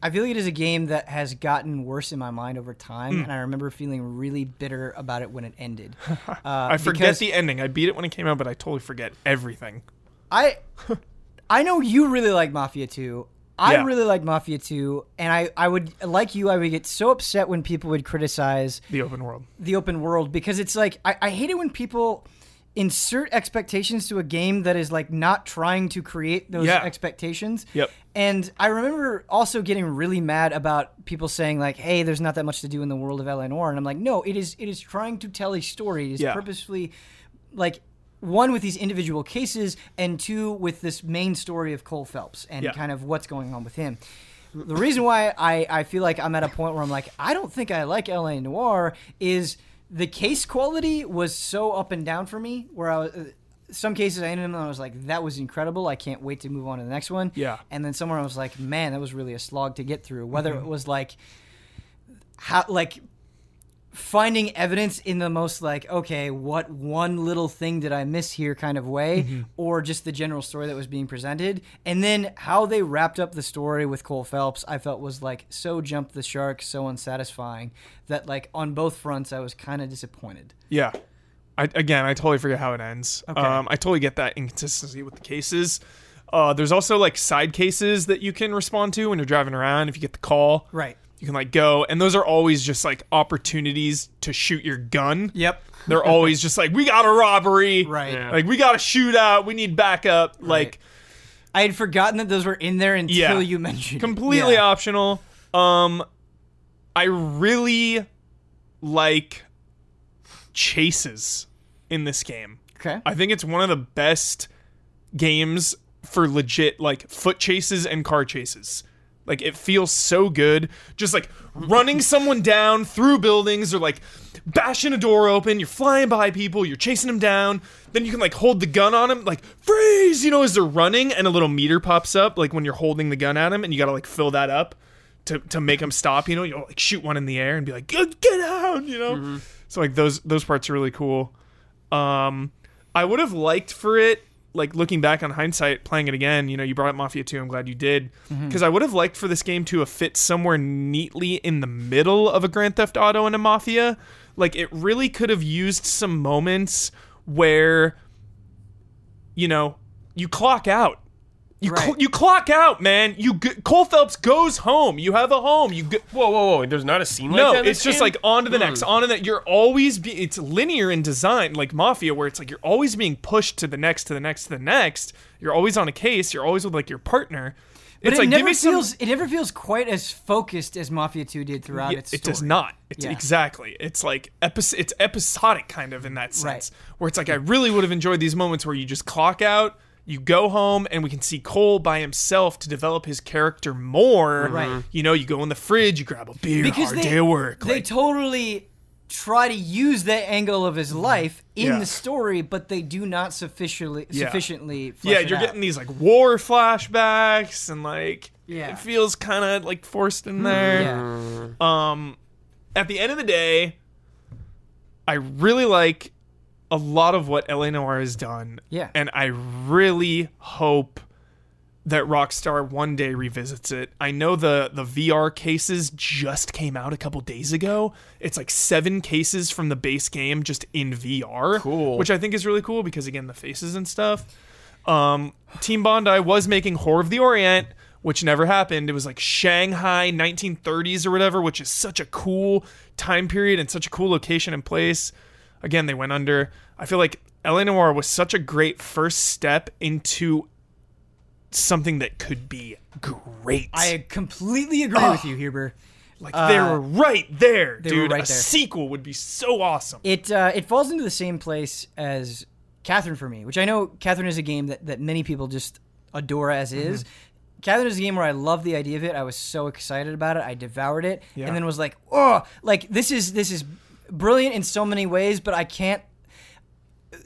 I feel like it is a game that has gotten worse in my mind over Hmm. time, and I remember feeling really bitter about it when it [LAUGHS] ended. Uh, I forget because- the ending. I beat it when it came out, but I totally forget everything. I I know you really like Mafia 2. I Yeah. really like Mafia 2 and I I would like you I would get so upset when people would criticize The open world. the open world because it's like I, I hate it when people insert expectations to a game that is like not trying to create those Yeah. expectations. Yep. And I remember also getting really mad about people saying like, "Hey, there's not that much to do in the world of L.A. Noir," and I'm like, "No, it is. It is trying to tell a story. It is Yeah. purposefully, like." One with these individual cases, and two with this main story of Cole Phelps and Yeah. kind of what's going on with him the reason why I, I feel like I'm at a point where I'm like, I don't think I like LA Noir is the case quality was so up and down for me where I was. some cases I ended them and I was like, that was incredible. I can't wait to move on to the next one. Yeah. And then somewhere I was like, man, that was really a slog to get through. Whether it was like, how like finding evidence in the most like okay what one little thing did i miss here kind of way or just the general story that was being presented and then how they wrapped up the story with cole phelps i felt was like so jump the shark so unsatisfying that like on both fronts i was kind of disappointed Yeah. I, again, I totally forget how it ends. Um, I totally get that inconsistency with the cases. Uh, there's also like side cases that you can respond to when you're driving around. If you get the call, Right. You can like go, and those are always just like opportunities to shoot your gun. yep They're always just like, we got a robbery, Right. Yeah. Like we got a shootout. We need backup. Like i had forgotten that those were in there until Yeah. you mentioned it. completely Yeah. optional. Um, I really like chases in this game. okay I think it's one of the best games for legit like foot chases and car chases. Like it feels so good just like running someone down through buildings or like bashing a door open, you're flying by people, you're chasing them down, then you can like hold the gun on them like freeze, you know, as they're running and a little meter pops up like when you're holding the gun at them and you got to like fill that up to to make them stop, you know, you'll like shoot one in the air and be like get get out, you know. So like those those parts are really cool. Um, I would have liked for it, like looking back on hindsight, playing it again. You know, you brought up Mafia 2. I'm glad you did. Because I would have liked for this game to have fit somewhere neatly in the middle of a Grand Theft Auto and a Mafia. Like, it really could have used some moments where, you know, you clock out. You, cl- Right. you clock out, man. You g- Cole Phelps goes home. You have a home. You g- Whoa, whoa, whoa! There's not a scene like no, that. in it's this just game? like on to the Hmm. next, on to that. You're always be. It's linear in design, like Mafia, where it's like you're always being pushed to the next, to the next, to the next. You're always on a case. You're always with like your partner. but it's it like never give me some. feels it never feels quite as focused as mafia 2 did throughout Yeah, its it does story. not. It's Yeah. exactly. It's like episode. It's episodic kind of in that Right. sense, where it's like I really would have enjoyed these moments where you just clock out, you go home, and we can see Cole by himself to develop his character more. Right. You know, you go in the fridge, you grab a beer, because hard they day of work. They like- totally try to use that angle of his life in Mm-hmm. Yeah. the story, but they do not sufficiently Yeah. sufficiently. Flesh yeah, it you're out. getting these like war flashbacks and like Yeah. Hmm. it feels kind of like forced in there. Yeah. Um at the end of the day, I really like a lot of what LA Noir has done. Yeah. And I really hope that Rockstar one day revisits it. I know the the VR cases just came out a couple days ago. It's like seven cases from the base game just in VR. Cool. Which I think is really cool because again the faces and stuff. Um Team Bondi was making Horror of the Orient, which never happened. It was like Shanghai 1930s or whatever, which is such a cool time period and such a cool location and place. Again, they went under. I feel like LA Noir was such a great first step into something that could be great. I completely agree with you, Huber. like they were right there, were dude. right a there. sequel would be so awesome. It uh, it falls into the same place as Catherine for me, which I know Catherine is a game that, that many people just adore as Mm-hmm. is. Catherine is a game where I love the idea of it. I was so excited about it. I devoured it, Yeah. and then was like, oh, like this is this is brilliant in so many ways, but I can't.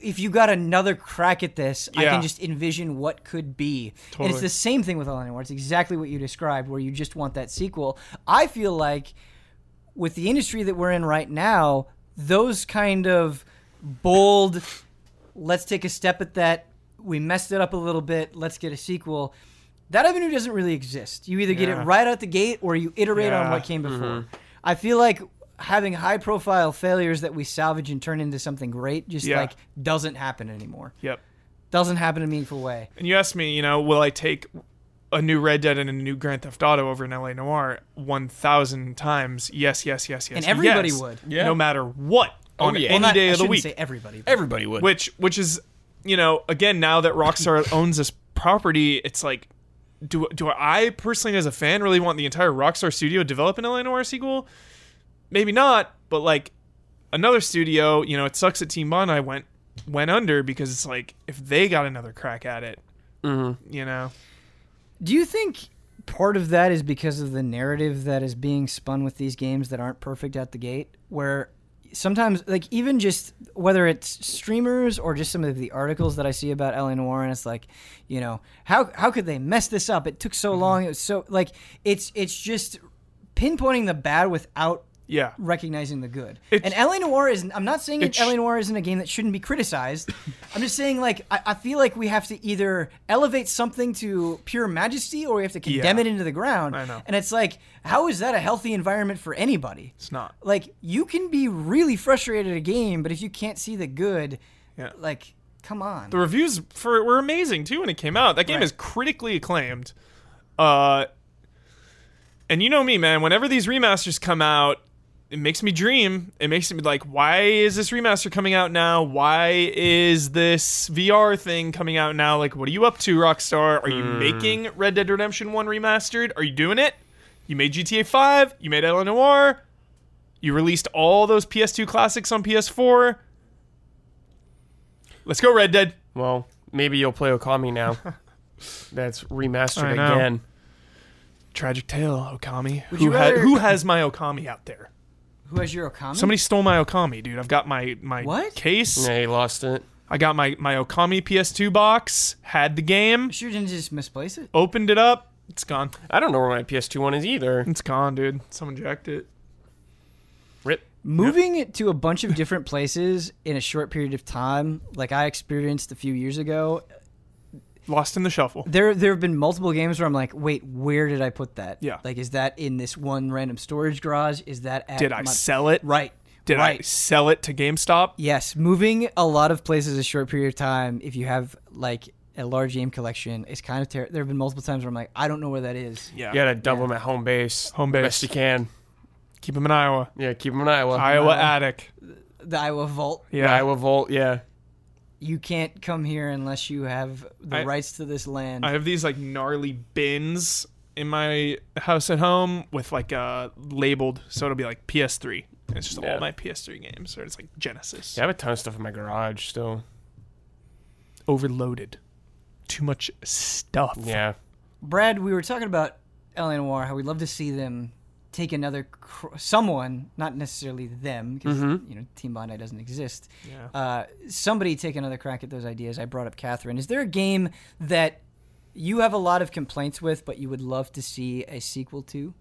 If you got another crack at this, I Yeah. can just envision what could be. And Totally. it's the same thing with Eleanor. It's exactly what you described, where you just want that sequel. I feel like with the industry that we're in right now, those kind of bold, let's take a step at that. We messed it up a little bit. Let's get a sequel. That avenue doesn't really exist. You either get Yeah. it right out the gate or you iterate on Yeah. Mm-hmm. what came before. I feel like having high profile failures that we salvage and turn into something great just Yeah. like doesn't happen anymore. Yep. Doesn't happen in a meaningful way. And you asked me, you know, will I take a new Red Dead and a new Grand Theft Auto over an LA Noir 1,000 times? Yes, yes, yes, yes. And everybody yes. would. Yeah. Oh, No matter what. On yeah. any Not- day I of the shouldn't week. say everybody. but- everybody would. which which is you know again now that Rockstar owns this property, it's like do do I personally as a fan really want the entire Rockstar studio to develop an LA Noire sequel? Maybe not, but like another studio, you know, it sucks that Team Bondi went went under because it's like if they got another crack at it, you know, Do you think part of that is because of the narrative that is being spun with these games that aren't perfect at the gate, where sometimes like even just whether it's streamers or just some of the articles that I see about Ellen Warren, it's like, you know, how how could they mess this up? It took so long. It was so like it's it's just pinpointing the bad without Yeah. recognizing the good. It's- and LA Noir isn't. I'm not saying It's- LA Noir isn't a game that shouldn't be [COUGHS] criticized. I'm just saying like I, I feel like we have to either elevate something to pure majesty or we have to condemn Yeah. it into the ground. I know. And it's like, how is that a healthy environment for anybody? It's not. Like you can be really frustrated at a game, but if you can't see the good, Yeah. like come on. The reviews for it were amazing too when it came out. That game is critically acclaimed. Uh, and you know me, man. Whenever these remasters come out, it makes me dream. It makes me like, why is this remaster coming out now? Why is this VR thing coming out now? Like, what are you up to, Rockstar? Are you making Red Dead Redemption One remastered? Are you doing it? You made GTA Five. You made L.A. Noire. You released all those PS2 classics on PS4. Let's go, Red Dead. Well, maybe you'll play Okami now. [LAUGHS] That's I remastered know. again. Tragic tale, Okami. you Who, ha- rather- who has my Okami out there? Who has your Okami? Somebody stole my Okami, dude. I've got my my What? case. Yeah, you lost it. I got my my Okami PS2 box. Had the game. sure didn't just misplace it. Opened it up. It's gone. I don't know where my PS2 one is either. It's gone, dude. Someone jacked it. Rip. moving it to a bunch of different places in a short period of time like i experienced a few years ago Lost in the shuffle. there there have been multiple games where i'm like wait where did i put that Yeah. like is that in this one random storage garage is that at Did I my- sell it? right Did right I sell it to GameStop? yes moving a lot of places a short period of time if you have like a large game collection is kind of ter- there have been multiple times where i'm like i don't know where that is Yeah. You gotta double them at home base. Home base. Best you can. Keep them in Iowa. Yeah, keep them in Iowa. Iowa attic. the iowa vault Yeah. Iowa Volt, yeah. you can't come here unless you have the I- rights to this land I have these like gnarly bins in my house at home with like uh labeled, so it'll be like PS3. And it's just Yeah. all my PS3 games, or it's like Genesis. Yeah, I have a ton of stuff in my garage still. Overloaded, too much stuff. Yeah. Brad, we were talking about L.A. Noir, how we'd love to see them take another cr- someone, not necessarily them, because you know Team Bondi doesn't exist. Yeah. Uh, somebody take another crack at those ideas. I brought up Catherine. Is there a game that you have a lot of complaints with, but you would love to see a sequel to?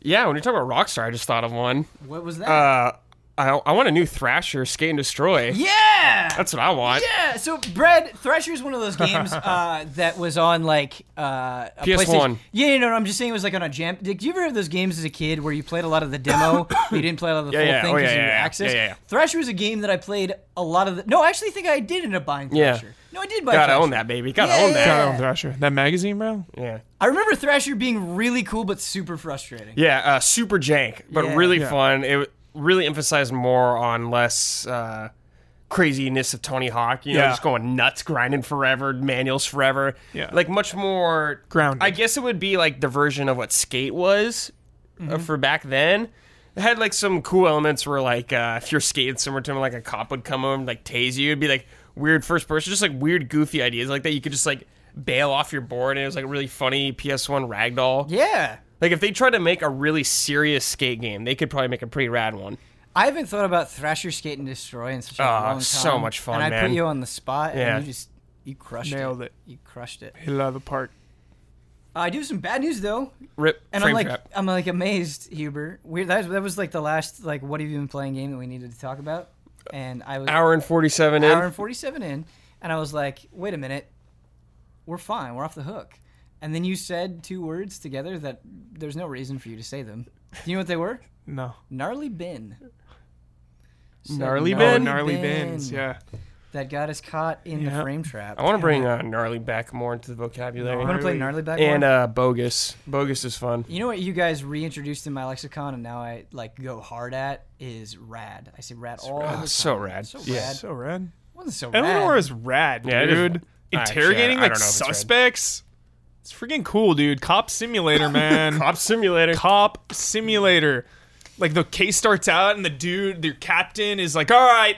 Yeah, when you're talking about Rockstar, I just thought of one. What was that? Uh I, I want a new Thrasher, Skate and Destroy. yeah. That's what I want. Yeah, so Brad Thrasher is one [LAUGHS] of those games uh, that was on like uh, a PS1. PlayStation- Yeah, yeah, no, no, I'm just saying it was like on a jam. Did you ever have those games as a kid where you played a lot of the [COUGHS] demo, but you didn't play a lot of the full yeah, thing oh, because of yeah, your yeah, yeah. access? Yeah, yeah, yeah. Thrasher was a game that I played a lot of. the... No, I actually think I did end up buying Yeah. Thrasher. No, I did buy. Gotta Thrasher. own that, baby. Gotta Yeah, own that. Got yeah, it on Thrasher. That magazine, bro. Yeah. I remember Thrasher being really cool but super frustrating. Yeah, uh, super jank, but Yeah. really Yeah. fun. It w- really emphasized more on less uh, craziness of Tony Hawk. You know, Yeah. just going nuts, grinding forever, manuals forever. Yeah. like much more Grounded. I guess it would be like the version of what Skate was uh, for back then. It had like some cool elements where like uh, if you're skating somewhere, to like a cop would come over and like tase you. It'd be like weird first person, just like weird goofy ideas like that. You could just like bail off your board, and it was like really funny PS1 ragdoll. Yeah. Like if they tried to make a really serious skate game, they could probably make a pretty rad one. I haven't thought about Thrasher Skate and Destroy in such a Oh, long time. so much fun, And I put man. you on the spot, Yeah. and you just you crushed Nailed it. You crushed it. Uh, Hit it out of the park. I do have some bad news though. Rip And I'm frame like, trap. I'm like amazed, Huber. We that was, that was like the last like what have you been playing game that we needed to talk about, and I was Hour and forty seven in. hour and 47 in, and I was like, wait a minute, we're fine, we're off the hook. And then you said two words together that there's no reason for you to say them. Do you know what they were? No. Gnarly bin. Said Gnarly Oh, bin? gnarly bin bins. Yeah. That got us caught in the Yeah. frame trap. I want to bring uh, gnarly back more into the vocabulary. I want to play Gnarly. gnarly back and more? uh, bogus. Bogus is fun. You know what you guys reintroduced in my lexicon, and now I like go hard at is rad. I say rad all the time. Oh, so rad. So Yeah. rad. So rad. wasn't so rad. Eleanor is rad, Yeah, it is dude. rad. Actually, I- Interrogating I like don't know if it's rad. suspects. It's freaking cool, dude. Cop simulator, man. [LAUGHS] Cop Simulator. Cop Simulator. Like the case starts out and the dude, their captain, is like, "All right,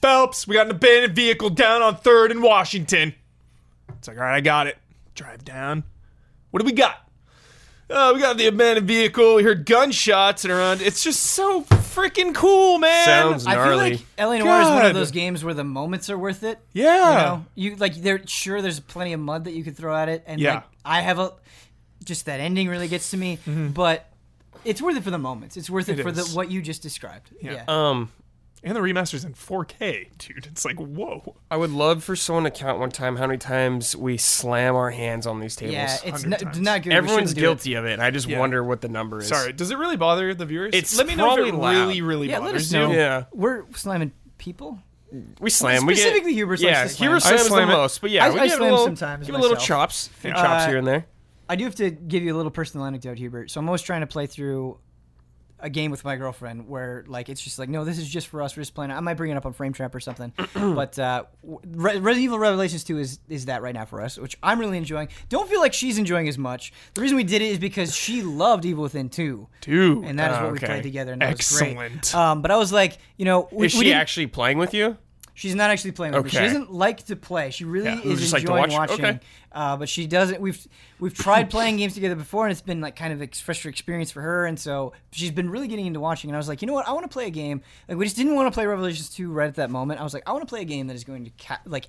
Phelps, we got an abandoned vehicle down on Third in Washington." It's like, "All right, I got it." Drive down. What do we got? Uh, we got the abandoned vehicle. We heard gunshots and around. It's just so freaking cool, man. Sounds I feel gnarly. like L.A. Noir is one of God. those games where the moments are worth it. yeah. You know, you like there. Sure, there's plenty of mud that you could throw at it, and Yeah. like I have a just that ending really gets to me, but it's worth it for the moments. It's worth it, Mm-hmm. It for the is. what you just described. Yeah. um, And the remasters in 4K, dude. It's like whoa. I would love for someone to count one time how many times we slam our hands on these tables. Yeah, it's 100 not, times. not good. We Everyone's shouldn't do guilty of it, and I just Yeah. wonder what the number is. Sorry, does it really bother the viewers? It's let me know if it probably loud. really, really It. Yeah, let us bothers know. you. Yeah. We're slamming people. we slam. We get- Specifically Hubers likes Yeah, to slam. Huber I slams slam the it. most, but yeah, I- we I get slam a little, sometimes Give a little myself. chops, a few chops Uh, here and there. I do have to give you a little personal anecdote, Hubert. So I'm always trying to play through a game with my girlfriend where like it's just like no this is just for us we're just playing it. i might bring it up on frame trap or [CLEARS THROAT] something but uh w- Re- resident evil revelations 2 is is that right now for us which i'm really enjoying don't feel like she's enjoying as much the reason we did it is because she loved evil within 2 Dude. and that is what we okay. played together and that was great Ah, Excellent. um but i was like you know we, Is we she didn't- actually playing with you? She's not actually playing with me. She Okay. doesn't like to play. She really Yeah, is just like to enjoying watch? watching. Okay. Uh, but she doesn't. We've we've tried playing games together before, and it's been like kind of a fresh experience for her. And so she's been really getting into watching. And I was like, you know what? I want to play a game. Like we just didn't want to play Revelations two right at that moment. I was like, I want to play a game that is going to cap like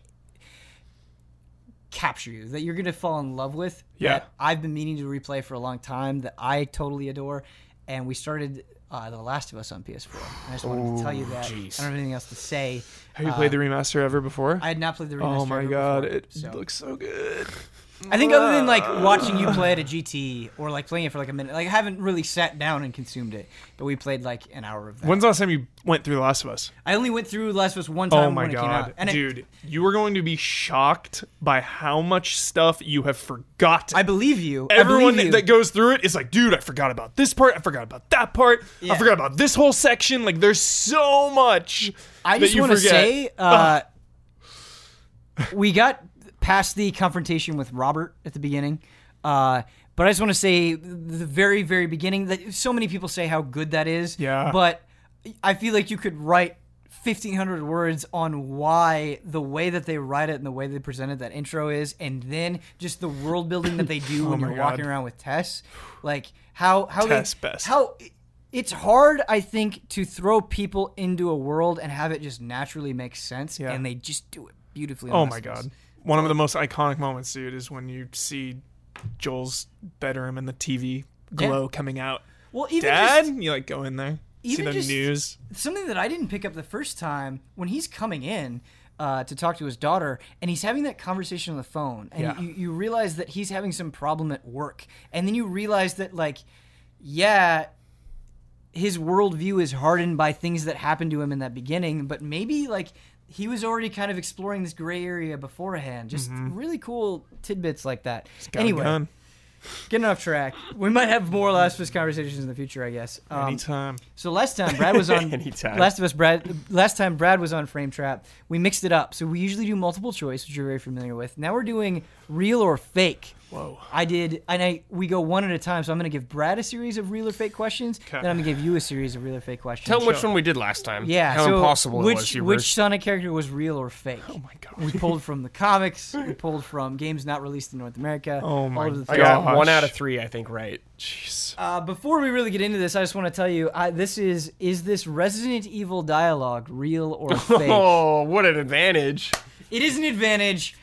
capture you that you're going to fall in love with. Yeah. that I've been meaning to replay for a long time. That I totally adore. And we started. Uh, the Last of Us on PS4. I just wanted to tell you that. jeez. I don't have anything else to say. Have you played the remaster ever before? uh, I had not played the remaster. oh my ever god, before, it so. looks so good. I think other than like watching you play at [LAUGHS] a GT or like playing it for like a minute, like I haven't really sat down and consumed it. But we played like an hour of that. When's the last time you went through The Last of Us? I only went through Last of Us one time Oh my Uh, when it came out, god, and it- dude, you are going to be shocked by how much stuff you have forgotten. I believe you. I Everyone believe you. that goes through it is like, dude, I forgot about this part. I forgot about that part. Yeah. I forgot about this whole section. Like, there's so much. I that just you want to forget. [LAUGHS] say, uh, we got past the confrontation with Robert at the beginning, uh, but I just want to say the very, very beginning that so many people say how good that is. Yeah. But I feel like you could write. 1500 words on why the way that they write it and the way they presented that intro is and then just the world building that they [LAUGHS] do when Oh my you're walking God. around with Tess like how how they- Tess best. how Oh, it's hard, I think, to throw people into a world and have it just naturally make sense, Yeah. and they just do it beautifully. in Oh Last my of Us. god. One of the most iconic moments, dude, is when you see Joel's bedroom and the TV glow coming out. Well, even Dad, just- you like go in there, see even the just- news. something that I didn't pick up the first time when he's coming in. Uh, to talk to his daughter, and he's having that conversation on the phone, and Yeah. you, you realize that he's having some problem at work, and then you realize that, like, yeah, his worldview is hardened by things that happened to him in that beginning, but maybe like he was already kind of exploring this gray area beforehand. Just really cool tidbits like that. Mm-hmm. Got a Anyway, gun getting off track. We might have more Last of Us conversations in the future, I guess. Um, anytime. so last time Brad was on [LAUGHS] Anytime. Last of Us Brad last time Brad was on Frame Trap, we mixed it up. So we usually do multiple choice, which you're very familiar with. Now we're doing real or fake. Whoa. I did and I we go one at a time, so I'm gonna give Brad a series of real or fake questions, then I'm gonna give you a series of real or fake questions. Tell them which one we did last time. yeah, How so impossible which, it was. Hubert. Which Sonic character was real or fake? Oh my god. We pulled from the comics, we pulled from games not released in North America. Oh my all of the I got Gosh. one out of three, I think, right. Jeez. Uh, before we really get into this, I just want to tell you I, this is is this Resident Evil dialogue real [LAUGHS] or fake? [LAUGHS] Oh, what an advantage. it is an advantage.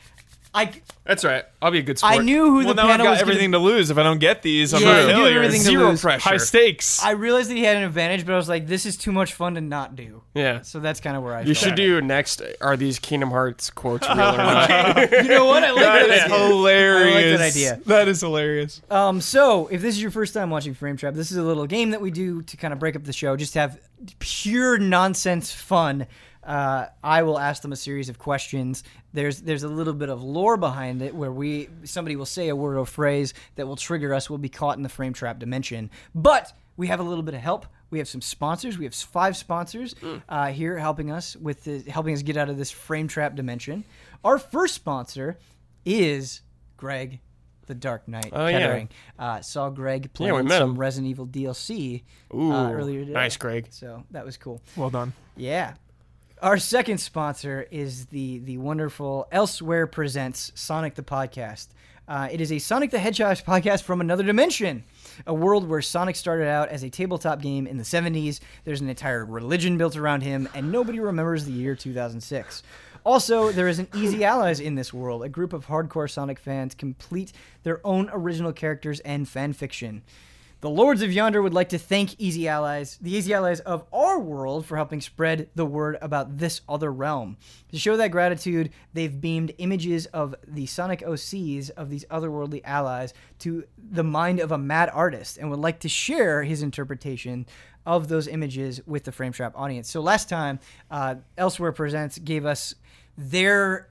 I, That's right. I'll be a good sport. I knew who Well, the now I've panel got was. gonna- everything to lose. If I don't get these, I'm Yeah, you not do a failure. everything to Zero lose. pressure. High stakes. I realized that he had an advantage, but I was like, this is too much fun to not do. Yeah. So that's kind of where I. You fell. should do next. Are these Kingdom Hearts quotes real [LAUGHS] or not? You know what? [LAUGHS] I like that that is idea. hilarious. I like that idea. That is hilarious. Um, so, if this is your first time watching Frame Trap, this is a little game that we do to kind of break up the show, just have pure nonsense fun. Uh, I will ask them a series of questions. There's there's a little bit of lore behind it where we somebody will say a word or phrase that will trigger us. We'll be caught in the Frame Trap dimension, but we have a little bit of help. We have some sponsors. We have s- five sponsors uh, here helping us with the, helping us get out of this Frame Trap dimension. Our first sponsor is Greg the Dark Knight Oh, yeah. Kettering. Uh, saw Greg playing we met some him. Resident Evil DLC Ooh, uh, earlier today. nice, Greg. So that was cool. Well done. Yeah. Our second sponsor is the the wonderful Elsewhere Presents Sonic the Podcast. Uh, it is a Sonic the Hedgehog [LAUGHS] podcast from another dimension, a world where Sonic started out as a tabletop game in the 70s. There's an entire religion built around him, and nobody remembers the year 2006. Also, there is an Easy Allies in this world, a group of hardcore Sonic fans complete their own original characters and fan fiction. The Lords of Yonder would like to thank Easy Allies, the Easy Allies of our world, for helping spread the word about this other realm. To show that gratitude, they've beamed images of the Sonic OCs of these otherworldly allies to the mind of a mad artist and would like to share his interpretation of those images with the Frame Trap audience. So last time, uh, Elsewhere Presents gave us their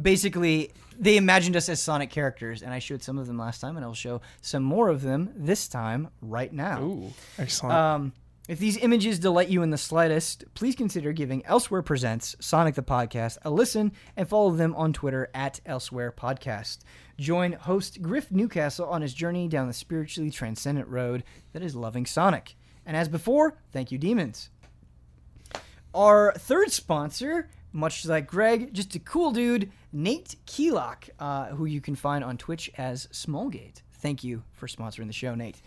basically they imagined us as Sonic characters, and I showed some of them last time, and I'll show some more of them this time right now. Ooh. Excellent. Um, if these images delight you in the slightest, please consider giving Elsewhere Presents Sonic the Podcast a listen and follow them on Twitter at Elsewhere Podcast. Join host Griff Newcastle on his journey down the spiritually transcendent road that is loving Sonic. And as before, thank you, demons. Our third sponsor, much like Greg, just a cool dude, Nate Keelock, uh, who you can find on Twitch as Smallgate. Thank you for sponsoring the show, Nate.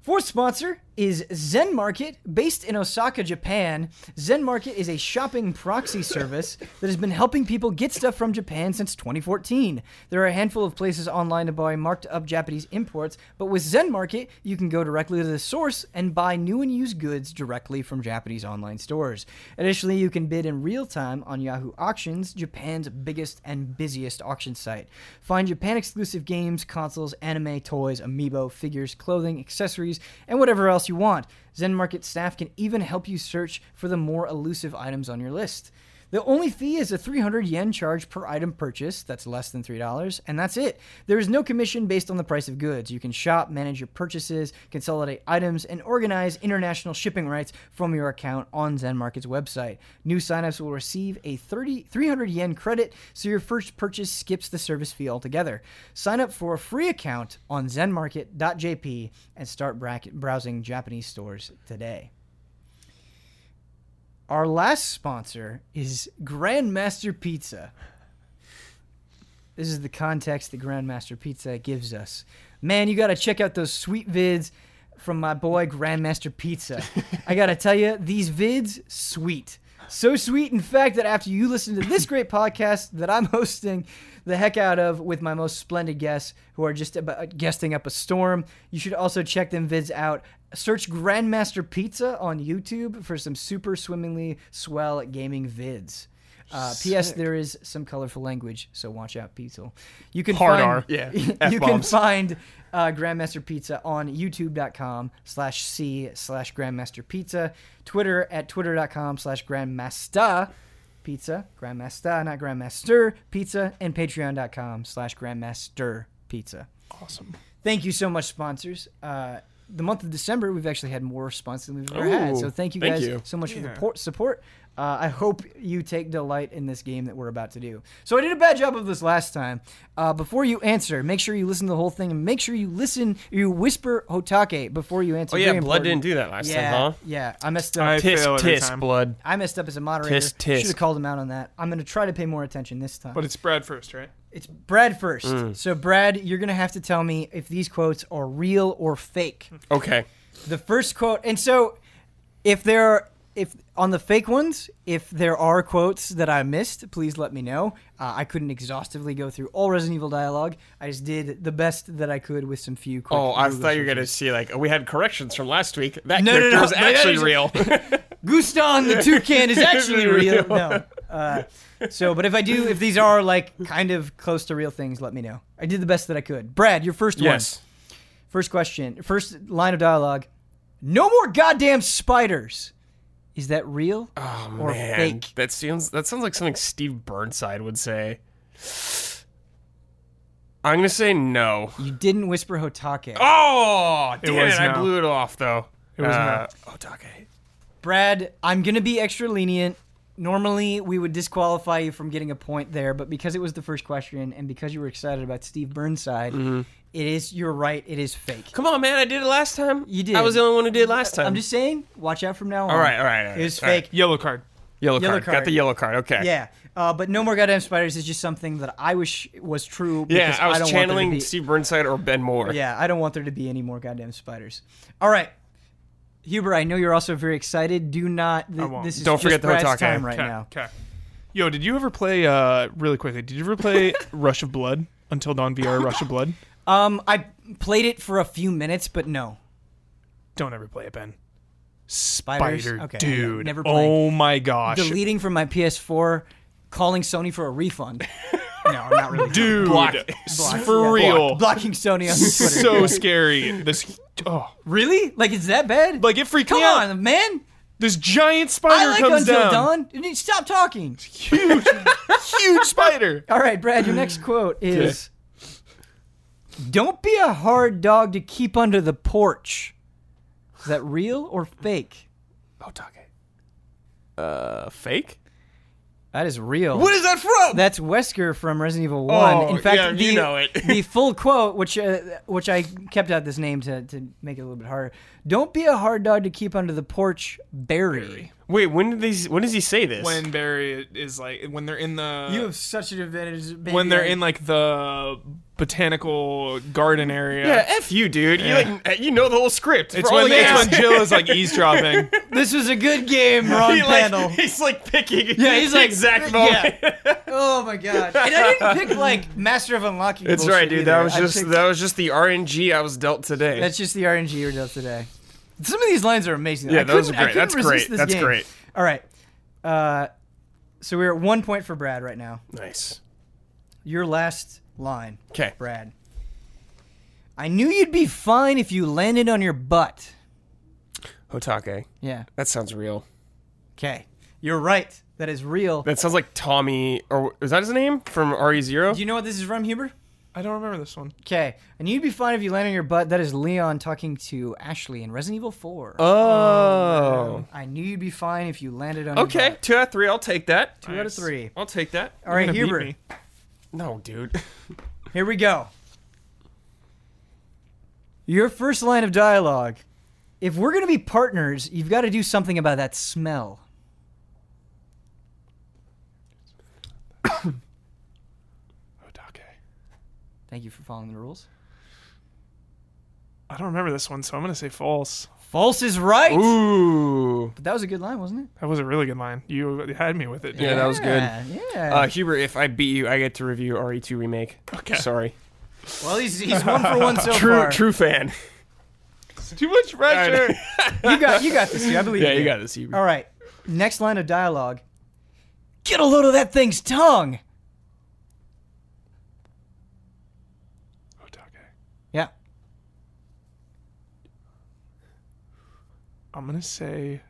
Fourth sponsor is Zen Market, based in Osaka, Japan. Zen Market is a shopping proxy service that has been helping people get stuff from Japan since 2014. There are a handful of places online to buy marked up Japanese imports, but with Zen Market, you can go directly to the source and buy new and used goods directly from Japanese online stores. Additionally, you can bid in real time on Yahoo Auctions, Japan's biggest and busiest auction site. Find Japan exclusive games, consoles, anime, toys, amiibo, figures, clothing, accessories, and whatever else you want. Zen Market staff can even help you search for the more elusive items on your list. The only fee is a 300 yen charge per item purchase, that's less than $3, and that's it. There is no commission based on the price of goods. You can shop, manage your purchases, consolidate items, and organize international shipping rights from your account on Zen Market's website. New signups will receive a 30, 300 yen credit, so your first purchase skips the service fee altogether. Sign up for a free account on zenmarket.jp and start bracket- browsing Japanese stores today. Our last sponsor is Grandmaster Pizza. This is the context that Grandmaster Pizza gives us. Man, you got to check out those sweet vids from my boy Grandmaster Pizza. I got to tell you, these vids sweet. So sweet in fact that after you listen to this great podcast that I'm hosting the heck out of with my most splendid guests who are just about uh, guesting up a storm, you should also check them vids out search Grandmaster Pizza on YouTube for some super swimmingly swell gaming vids. Uh, P.S. There is some colorful language, so watch out, Pizza. You can Hard find, R. Yeah. [LAUGHS] you can F-bombs. find uh, Grandmaster Pizza on youtube.com slash C slash Grandmaster Pizza, Twitter at twitter.com slash Grandmaster Pizza, Grandmaster, not Grandmaster Pizza, and patreon.com slash Grandmaster Pizza. awesome. Thank you so much, sponsors. Uh, the month of December, we've actually had more sponsors than we've ever had. Ooh, So thank you thank guys you. so much for Yeah. the por- support. Uh, I hope you take delight in this game that we're about to do. So I did a bad job of this last time. Uh, before you answer, make sure you listen to the whole thing and make sure you listen. You whisper Hotake before you answer. Oh yeah, Very blood important. didn't do that last Yeah, time, huh? yeah. I messed up. I- I, fail Tisk every tisk time. blood. messed up as a moderator. Tisk, tisk. Should have called him out on that. I'm gonna try to pay more attention this time. But it's Brad first, right? It's Brad first. So Brad, you're gonna have to tell me if these quotes are real or [LAUGHS] fake. Okay. The first quote, and so if there are, if on the fake ones, if there are quotes that I missed, please let me know. Uh, I couldn't exhaustively go through all Resident Evil dialogue. I just did the best that I could with some few. Quick Oh, I Google thought you were searches. gonna see like oh, we had corrections from last week. That No, no, character no, was no, that actually is- real. Guston the toucan [LAUGHS] is actually real. No. Uh, so, but if I do, if these are like kind of close to real things, let me know. I did the best that I could. Brad, your first yes. one, first question, first line of dialogue: No more goddamn spiders. Is that real [LAUGHS] or [LAUGHS] Man, fake? that sounds that sounds like something Steve Burnside would say. I'm gonna say no. You didn't whisper Hotake. Oh, damn it! was I no. blew it off though. Uh, oh, It was no. Otake. Brad, I'm gonna be extra lenient. Normally, we would disqualify you from getting a point there, but because it was the first question and because you were excited about Steve Burnside, it is. You're right. It is fake. Come on, man! I did it last time. You did. I was the only one who did last time. I'm just saying, watch out from now on. All right, all right, all right. It was all right. fake. Yellow card. Yellow, Yellow card. card. Got the yellow card. Okay. Yeah. Uh, but no more goddamn spiders is just something that I wish was true. Yeah, because I don't want was there to channeling be- Steve Burnside or Ben Moore. Yeah, I don't want there to be any more goddamn spiders. All right. Huber, I know you're also very excited. Do not. Th- won't. This is Don't just forget the Brad's Hotake. time right Okay, now. okay. Yo, did you ever play? Uh, really quickly, did you [LAUGHS] ever play Rush of Blood? Until Dawn VR, Rush of Blood. Um, I played it for a few minutes, but no. Oh, Don't ever play it, Ben. Spiders? Spider, Okay, dude. yeah, never oh my gosh, Deleting from my PS4, calling Sony for a [LAUGHS] refund. no, not really. dude, Block. Block- for yeah. real, Blocking Sony [LAUGHS] on Twitter. so scary. This, oh, really? Like it's that bad? like it freaked Come me out. on, man. This giant I spider like comes Until down. Dawn. You need- Stop talking. Huge, huge spider. [LAUGHS] All right, Brad, your [CLEARS THROAT] next quote is Don't be a hard dog to keep under the porch. Is that real or fake? Hotake. Uh, fake? That is real. What is that from? That's Wesker from Resident Evil One. Oh, In fact, yeah, the, you know it. [LAUGHS] the full quote, which uh, which I kept out this name to, to make it a little bit harder. Don't be a hard dog to keep under the porch, Barry. Wait, when did these? When does he say this? When Barry is like, when they're in the, such an advantage. when they're in like the botanical garden area. uh, Yeah, f you, dude. You like, uh, you know the whole script. It's For all when, the it's when [LAUGHS] answers. Jill [LAUGHS] is like eavesdropping. this was a good [LAUGHS] game, wrong he panel. like, he's like picking. Yeah, he's [LAUGHS] the like- exact yeah. moment. Oh my god! And I didn't pick like Master of Unlocking. That's bullshit right, dude. either. That was I just picked- that was just the RNG I was dealt today. that's just the RNG you're dealt today. Some of these lines are amazing. Yeah, I those couldn't- are I great. couldn't That's resist great. this That's game. great. All right, uh, so we're at one point for Brad right now. nice. Your last line, Okay. Brad. I knew you'd be fine if you landed on your butt. Hotake. Yeah. That sounds real. Okay. You're right. That is real. That sounds like Tommy, or is that his name from RE Zero? Do you know what this is from, Huber? I don't remember this one. Okay. I knew you'd be fine if you landed on your butt. That is Leon talking to Ashley in Resident Evil 4. Oh. I knew you'd be fine if you landed on. your Okay, butt. two out of three. I'll take that. two out of three. I'll take that. All right, gonna beat Huber, me. No, dude. here we go. Your first line of dialogue: If we're gonna be partners, you've got to do something about that smell. Hotake. Thank you for following the rules. I don't remember this one, so I'm gonna say false. False is right. [LAUGHS] Ooh. But that was a good line, wasn't it? That was a really good line. You had me with it. dude. Yeah, that was good. Yeah, Yeah. Uh, Huber, if I beat you, I get to review RE2 remake. Okay. Sorry. well, he's, he's one for one so [LAUGHS] True, far. true fan. Too much pressure. You got you got this. dude. I believe. [LAUGHS] yeah, in you got this, Huber. All right. Next line of dialogue. Get a load of that thing's tongue. Hotake. Yeah. I'm gonna say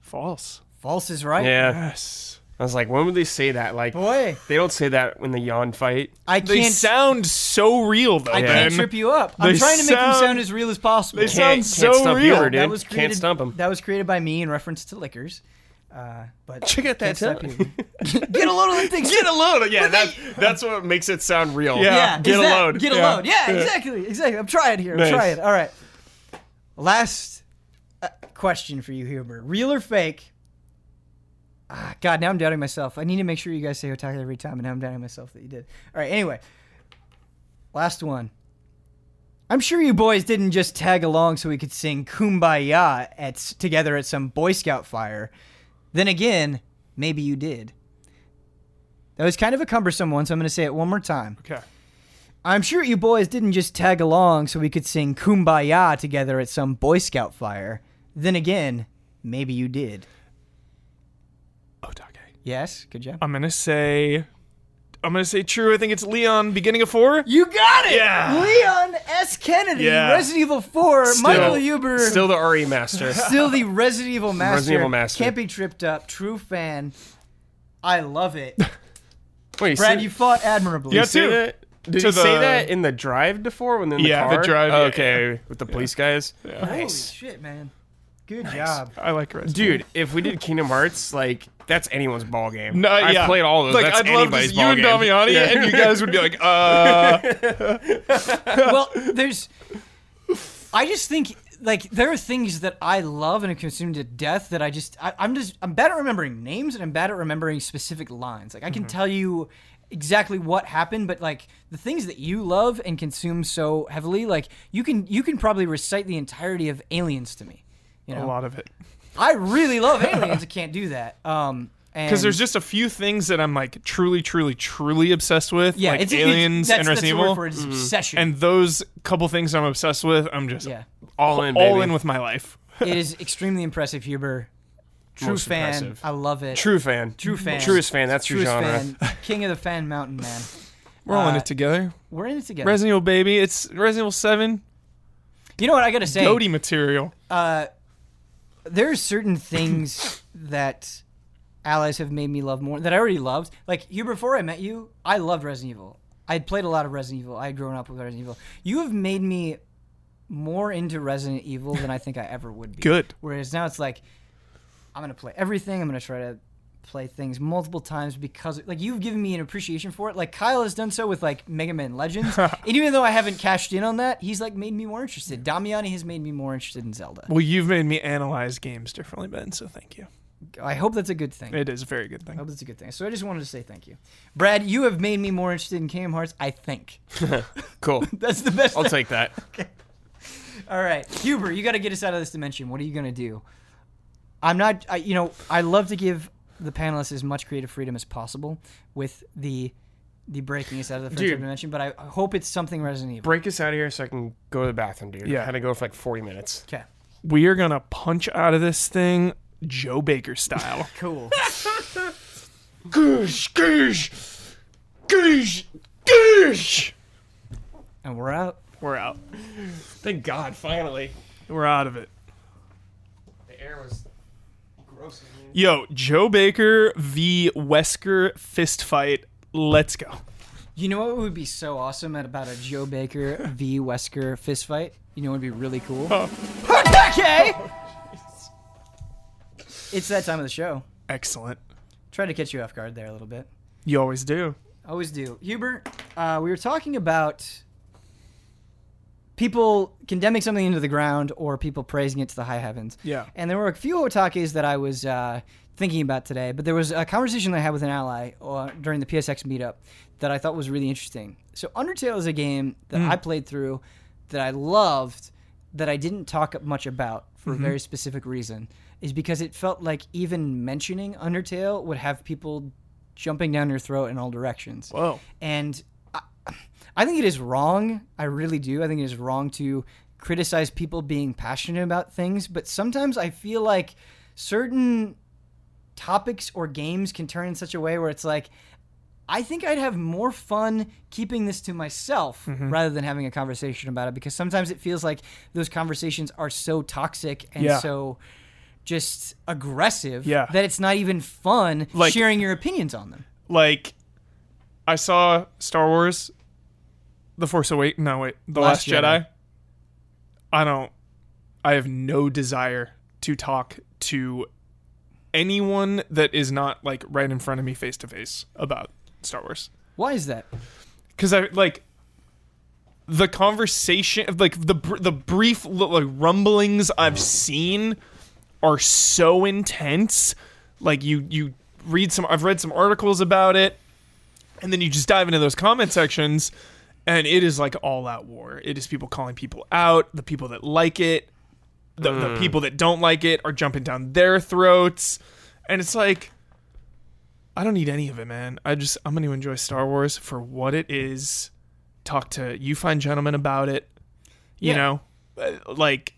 false. False is right. Yeah. Yes. I was like, when would they say that? Like, Boy, they don't say that when the yawn fight. I They can't. sound so real though. I can't Ben. trip you up. I'm They trying to make them sound- sound as real as possible. They sound can't so stump real. Huber, dude. that was created, can't stump him. That was created by me in reference to liquors. Uh, but Check out that can't stop tongue. you. [LAUGHS] Get a load of that [LAUGHS] thing's Get a load. Yeah, they- that, that's what makes it sound real. Yeah. Yeah, get is a that- load. Get a Yeah. load. Yeah, exactly, exactly. I'm trying here. I'm Nice. trying. All right. Last uh, question for you, Huber. Real or fake? Ah, God, now I'm doubting myself. I need to make sure you guys say otaku every time, and now I'm doubting myself that you did. All right. Anyway, last one. I'm sure you boys didn't just tag along so we could sing "Kumbaya" at s- together at some Boy Scout fire. Then again, maybe you did. That was kind of a cumbersome one, so I'm going to say it one more time. Okay. I'm sure you boys didn't just tag along so we could sing Kumbaya together at some Boy Scout fire. Then again, maybe you did. Otake. Yes, good job. I'm gonna say. I'm gonna say true. I think it's Leon, beginning of four. You got it! Yeah. Leon S. Kennedy, Yeah. Resident Evil 4, Michael Huber, still, Still the E RE [LAUGHS] master. the Resident Evil master. Evil master. Can't be tripped up. True fan. I love it. Wait, Brad, see- you fought admirably. Yes. say Two. that? Did To you say the- that in the drive before when they're in Yeah, the the car? drive, yeah, Okay, with the police guys. Holy Nice, shit, man. Good job. I like Red. dude. If we did Kingdom Hearts, like that's anyone's ball game. No, I've yeah. played all those. Like that's I'd love to anybody's see you ball and game. Damiani, Yeah. and you guys would be like, uh, well, there's. I just think like there are things that I love and have consumed to death that I just I, I'm just I'm bad at remembering names and I'm bad at remembering specific lines. Like I Mm-hmm. can tell you exactly what happened, but like the things that you love and consume so heavily, like you can you can probably recite the entirety of Aliens to me. You [LAUGHS] a know, lot of it. I really [LAUGHS] love Aliens. I can't do that. Um, Because because there's just a few things that I'm like truly, truly, truly obsessed with, yeah, like it's, it's- aliens that's, and that's Resident the word Evil, for it, it's obsession. and those couple things I'm obsessed with, I'm just yeah, [LAUGHS] all in, all baby. in with my life. it is extremely impressive, Huber. True Most fan. impressive. I love it. True fan. True fan. Truest fan. That's your Truest genre. fan. [LAUGHS] King of the fan mountain, man. We're all in Uh, it together. We're in it together. Resident Evil, baby. It's Resident Evil Seven. you know what I gotta say? Goaty material. Uh, there are certain things that allies have made me love more that I already loved. Like you, before I met you, I loved Resident Evil. I had played a lot of Resident Evil. I had grown up with Resident Evil. You have made me more into Resident Evil than I think I ever would be. Good. Whereas now it's like I'm gonna play everything. I'm gonna try to play things multiple times because like you've given me an appreciation for it. Like Kyle has done so with like Mega Man Legends, and even though I haven't cashed in on that, he's like made me more interested. Damiani has made me more interested in Zelda. Well, you've made me analyze games differently, Ben. So thank you. I hope that's a good thing. It is a very good I thing. hope that's a good thing. So I just wanted to say thank you, Brad. You have made me more interested in Kingdom Hearts. I think [LAUGHS] Cool. that's the best. [LAUGHS] I'll thing. take that. All right, Huber, you got to get us out of this dimension. What are you gonna do? I'm not. I, you know, I love to give the panelists as much creative freedom as possible with the the breaking us out of the friendship Dude. dimension, but I I hope it's something Resident Evil. Break us out of here so I can go to the bathroom, dude. Yeah. I had to go for like 40 minutes. Okay, We are gonna punch out of this thing, Joe Baker style. cool. Goosh, goosh, [LAUGHS] goosh, goosh. and we're out. We're out. Thank God, finally. We're out of it. The air was gross. Yo, Joe Baker v. Wesker fist fight. Let's go. You know what would be so awesome at about a Joe Baker v Wesker fistfight? You know what would be really cool? Hatake! it's that time of the show. Excellent. Try to catch you off guard there a little bit. You always do. Always do. Hubert, uh, we were talking about people condemning something into the ground or people praising it to the high heavens. Yeah. And there were a few otakes that I was uh, thinking about today, but there was a conversation that I had with an ally uh, during the PSX meetup that I thought was really interesting. So, Undertale is a game that I played through that I loved that I didn't talk much about for a very specific reason, is because it felt like even mentioning Undertale would have people jumping down your throat in all directions Whoa. and I, I think it is wrong. I really do. I think it is wrong to criticize people being passionate about things, but sometimes I feel like certain topics or games can turn in such a way where it's like I think I'd have more fun keeping this to myself Mm-hmm. rather than having a conversation about it because sometimes it feels like those conversations are so toxic and Yeah. so just aggressive Yeah. that it's not even fun Like- sharing your opinions on them. Like, I saw Star Wars, The Force Awakens. No, wait. The Last Last, Jedi. Jedi. I don't. I have no desire to talk to anyone that is not, like, right in front of me face to face about Star Wars. Why is that? because I like the conversation, like the br- the brief li- like rumblings I've seen are so intense. Like you you read some, I've read some articles about it, and then you just dive into those comment sections, and it is like all out war. It is people calling people out, the people that like it, the, the people that don't like it are jumping down their throats, and it's like. I don't need any of it, man. I just I'm going to enjoy Star Wars for what it is. Talk to you fine gentlemen about it. You Yeah. know, Uh, like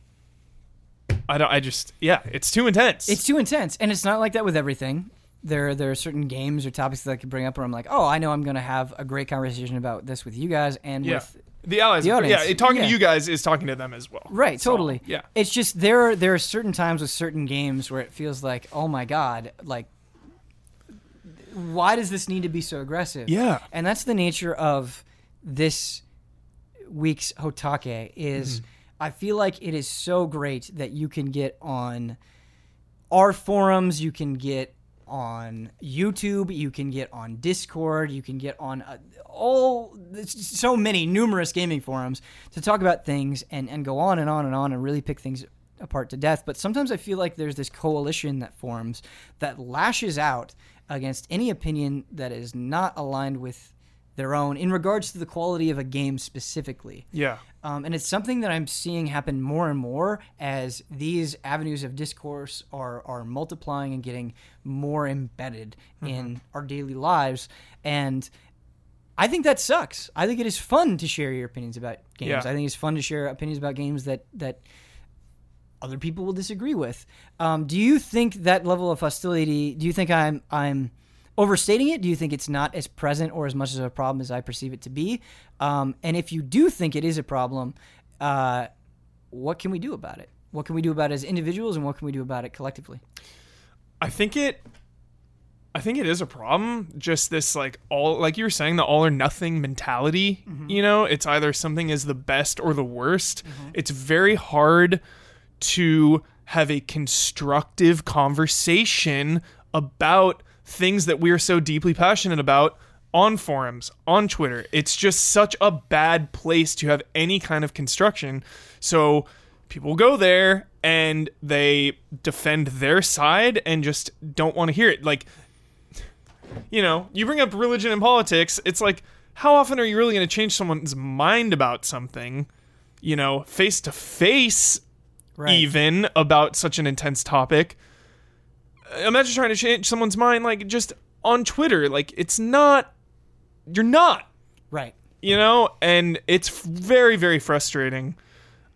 I don't. I just yeah, it's too intense. It's too intense, and it's not like that with everything. There, there are certain games or topics that I could bring up where I'm like, oh, I know I'm going to have a great conversation about this with you guys and yeah. with The allies, the audience. yeah. it- Talking Yeah. to you guys is talking to them as well. right, So, totally. yeah. it's just there. Are, there are certain times with certain games where it feels like, oh my god, like, why does this need to be so aggressive? Yeah. and that's the nature of this week's Hotake. Is I feel like it is so great that you can get on our forums, you can get on YouTube, you can get on Discord, you can get on uh, all there's so many numerous gaming forums to talk about things and and go on and on and on and really pick things apart to death. But sometimes I feel like there's this coalition that forms that lashes out against any opinion that is not aligned with their own in regards to the quality of a game specifically. Yeah. Um, and it's something that I'm seeing happen more and more as these avenues of discourse are, are multiplying and getting more embedded in our daily lives. And I think that sucks. I think it is fun to share your opinions about games. Yeah. I think it's fun to share opinions about games that, that other people will disagree with. Um, do you think that level of hostility? Do you think I'm I'm overstating it? Do you think it's not as present or as much as a problem as I perceive it to be? Um, and if you do think it is a problem, uh, what can we do about it? What can we do about it as individuals, and what can we do about it collectively? I think it I think it is a problem. Just this like all like you were saying, the all or nothing mentality. Mm-hmm. You know, it's either something is the best or the worst. It's very hard to have a constructive conversation about things that we are so deeply passionate about on forums, on Twitter. It's just such a bad place to have any kind of construction. So people go there and they defend their side and just don't want to hear it. Like, you know, you bring up religion and politics, it's like, how often are you really going to change someone's mind about something, you know, face to face, Right. even about such an intense topic? Imagine trying to change someone's mind, like, just on Twitter. Like, it's not, you're not Right. you know and it's f- very very frustrating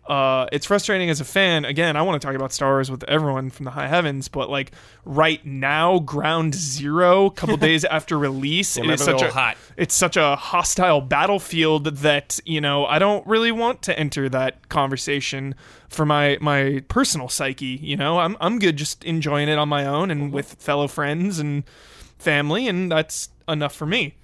uh it's frustrating as a fan again i want to talk about star wars with everyone from the high heavens but like right now ground zero a [LAUGHS] couple days after release it might is be a such a little hot. it's such a hostile battlefield that you know i don't really want to enter that conversation for my my personal psyche you know i'm, I'm good just enjoying it on my own Mm-hmm. and with fellow friends and family and that's enough for me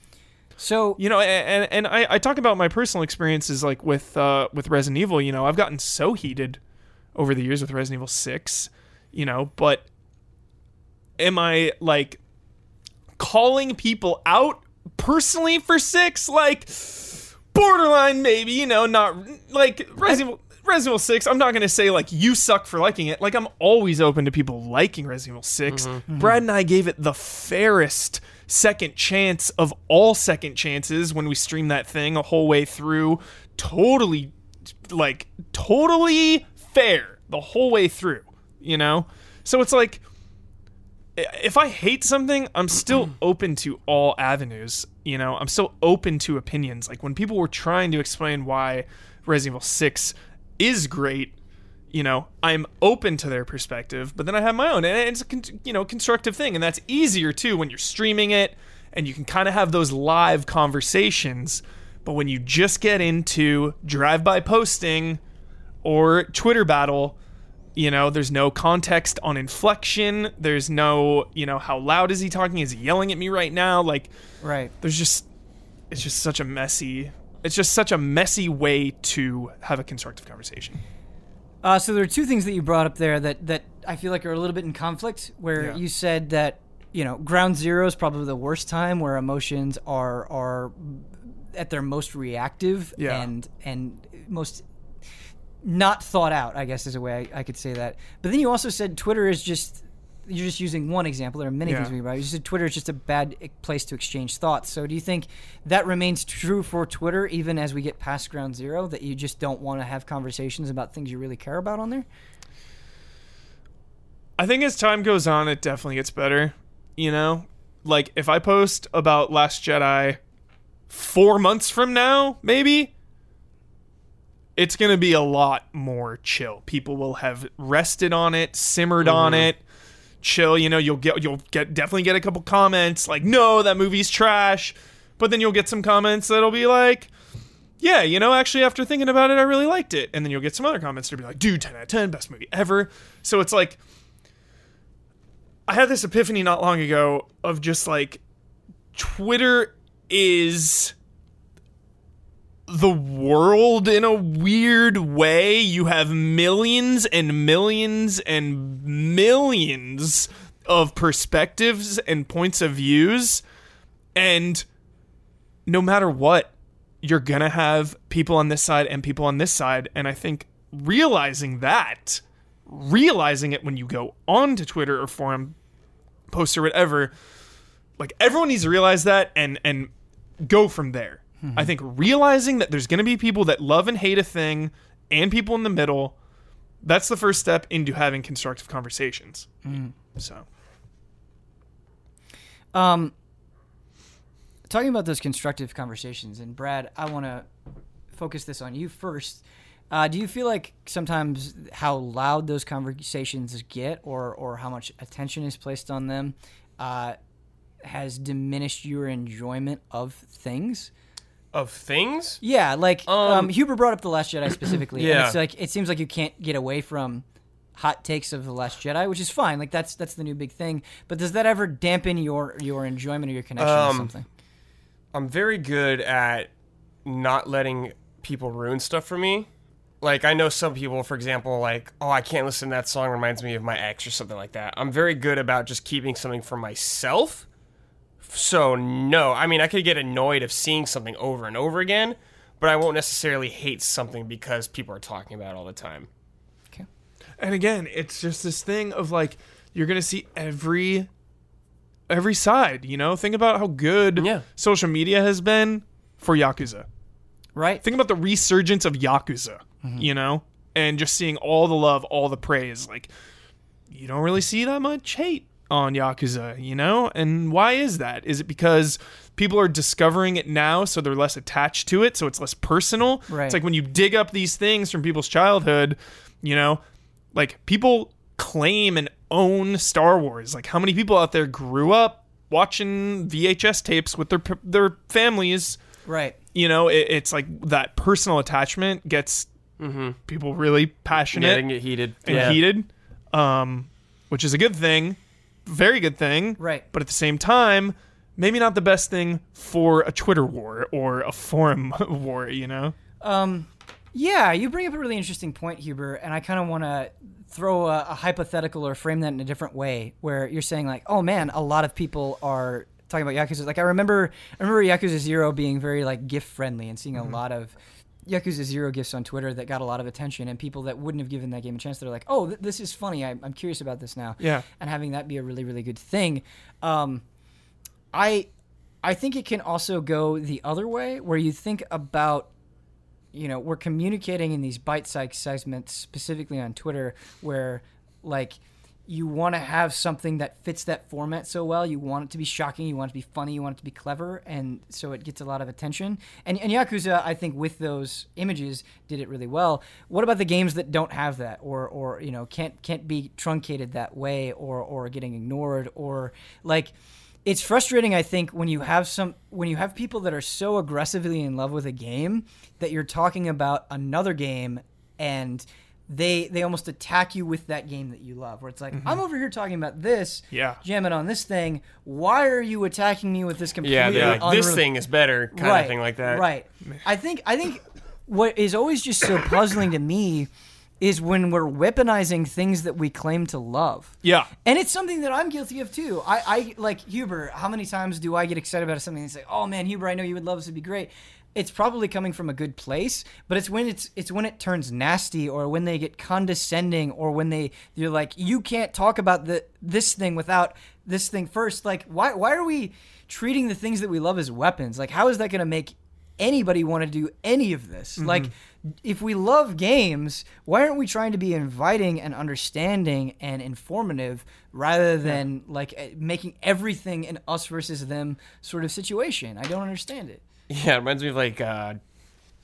So you know, a- and and I, I talk about my personal experiences like with uh, with Resident Evil. You know, I've gotten so heated over the years with Resident Evil Six. You know, but am I like calling people out personally for Six? Like borderline, maybe. You know, not like Resident Evil. Resident Evil 6, I'm not going to say, like, you suck for liking it. Like, I'm always open to people liking Resident Evil 6. Brad and I gave it the fairest second chance of all second chances when we streamed that thing a whole way through. Totally, like, totally fair the whole way through, you know? So it's like, i- if I hate something, I'm still open to all avenues. You know, I'm still open to opinions. Like when people were trying to explain why Resident Evil 6 is great, you know, I'm open to their perspective, but then I have my own. And it's a, con- you know, constructive thing. And that's easier too when you're streaming it and you can kind of have those live conversations. But when you just get into drive by posting or Twitter battle, you know, there's no context on inflection. There's no, you know, how loud is he talking? Is he yelling at me right now? Like, right. there's just, it's just such a messy, it's just such a messy way to have a constructive conversation. Uh, so there are two things that you brought up there that, that I feel like are a little bit in conflict. Where Yeah. you said that you know ground zero is probably the worst time where emotions are are at their most reactive Yeah. and and most not thought out. I guess is a way I, I could say that. But then you also said Twitter is just you're just using one example. There are many things Yeah. we brought. up. You said Twitter is just a bad e- place to exchange thoughts. So do you think that remains true for Twitter even as we get past ground zero? That you just don't want to have conversations about things you really care about on there? I think as time goes on, it definitely gets better. You know, like if I post about Last Jedi four months from now, maybe it's gonna be a lot more chill. People will have rested on it, simmered on it, chill. You know, you'll get you'll get definitely get a couple comments like, "No, that movie's trash," but then you'll get some comments that'll be like. Yeah, you know, actually, after thinking about it, I really liked it. And then you'll get some other comments to be like, dude, 10 out of 10, best movie ever. So it's like, I had this epiphany not long ago of just like Twitter is the world in a weird way. You have millions and millions and millions of perspectives and points of views and no matter what you're going to have people on this side and people on this side and I think realizing that realizing it when you go onto Twitter or forum posts or whatever like everyone needs to realize that and and go from there. I think realizing that there's going to be people that love and hate a thing and people in the middle that's the first step into having constructive conversations. So, Um, talking about those constructive conversations, and Brad, I want to focus this on you first. Uh, do you feel like sometimes how loud those conversations get, or or how much attention is placed on them, uh, has diminished your enjoyment of things? of things. Yeah, like um, Huber brought up the Last Jedi specifically. and Yeah. it's like it seems like you can't get away from hot takes of the Last Jedi, which is fine. Like that's that's the new big thing. But does that ever dampen your your enjoyment or your connection Um, to something? I'm very good at not letting people ruin stuff for me. Like I know some people, for example, like, oh, I can't listen to that song reminds me of my ex or something like that. I'm very good about just keeping something for myself. So no, I mean I could get annoyed of seeing something over and over again, but I won't necessarily hate something because people are talking about it all the time. Okay. and again, it's just this thing of like you're gonna see every every side. You know, think about how good Yeah. social media has been for Yakuza. Right? Mm-hmm. Think about the resurgence of Yakuza. You know, and just seeing all the love, all the praise. Like you don't really see that much hate on Yakuza. You know, and why is that? Is it because People are discovering it now, so they're less attached to it, so it's less personal. Right. It's like when you dig up these things from people's childhood, you know, like people claim and own Star Wars. Like how many people out there grew up watching VHS tapes with their p- their families? Right. You know, it, it's like that personal attachment gets people really passionate Yeah, they can get heated. and yeah. heated, um, which is a good thing, very good thing. Right. But at the same time, maybe not the best thing for a Twitter war or a forum [LAUGHS] war. You know. Yeah, you bring up a really interesting point, Huber, and I kind of want to throw a, a hypothetical or frame that in a different way, where you're saying like, "Oh man, a lot of people are talking about Yakuza." Like I remember, I remember Yakuza Zero being very like gift friendly and seeing a lot of Yakuza Zero gifts on Twitter that got a lot of attention, and people that wouldn't have given that game a chance, they're like, "Oh, th- this is funny. I, I'm curious about this now." Yeah. and having that be a really, really good thing. Um, I I think it can also go the other way where you think about you know, we're communicating in these bite-sized segments specifically on Twitter where like you want to have something that fits that format so well. You want it to be shocking, you want it to be funny, you want it to be clever, and so it gets a lot of attention. And and Yakuza, I think with those images did it really well. What about the games that don't have that or or you know, can't can't be truncated that way or or getting ignored or like it's frustrating i think when you have some when you have people that are so aggressively in love with a game that you're talking about another game and they they almost attack you with that game that you love where it's like Mm-hmm. i'm over here talking about this Yeah. jamming on this thing why are you attacking me with this completely Yeah, they're like, this unrela- thing is better, kind of thing like that. Right. I think I think what is always just so puzzling to me is when we're weaponizing things that we claim to love. Yeah. And it's something that I'm guilty of too. I, I like Huber, how many times do I get excited about something and say, Oh man, Huber, I know you would love this, it'd be great. It's probably coming from a good place, but it's when it's it's when it turns nasty or when they get condescending or when they you're like, You can't talk about the this thing without this thing first. Like why why are we treating the things that we love as weapons? Like how is that gonna make anybody want to do any of this. Mm-hmm. Like, if we love games, why aren't we trying to be inviting and understanding and informative rather than like eh, making everything an us versus them sort of situation? I don't understand it. Yeah, it reminds me of like uh,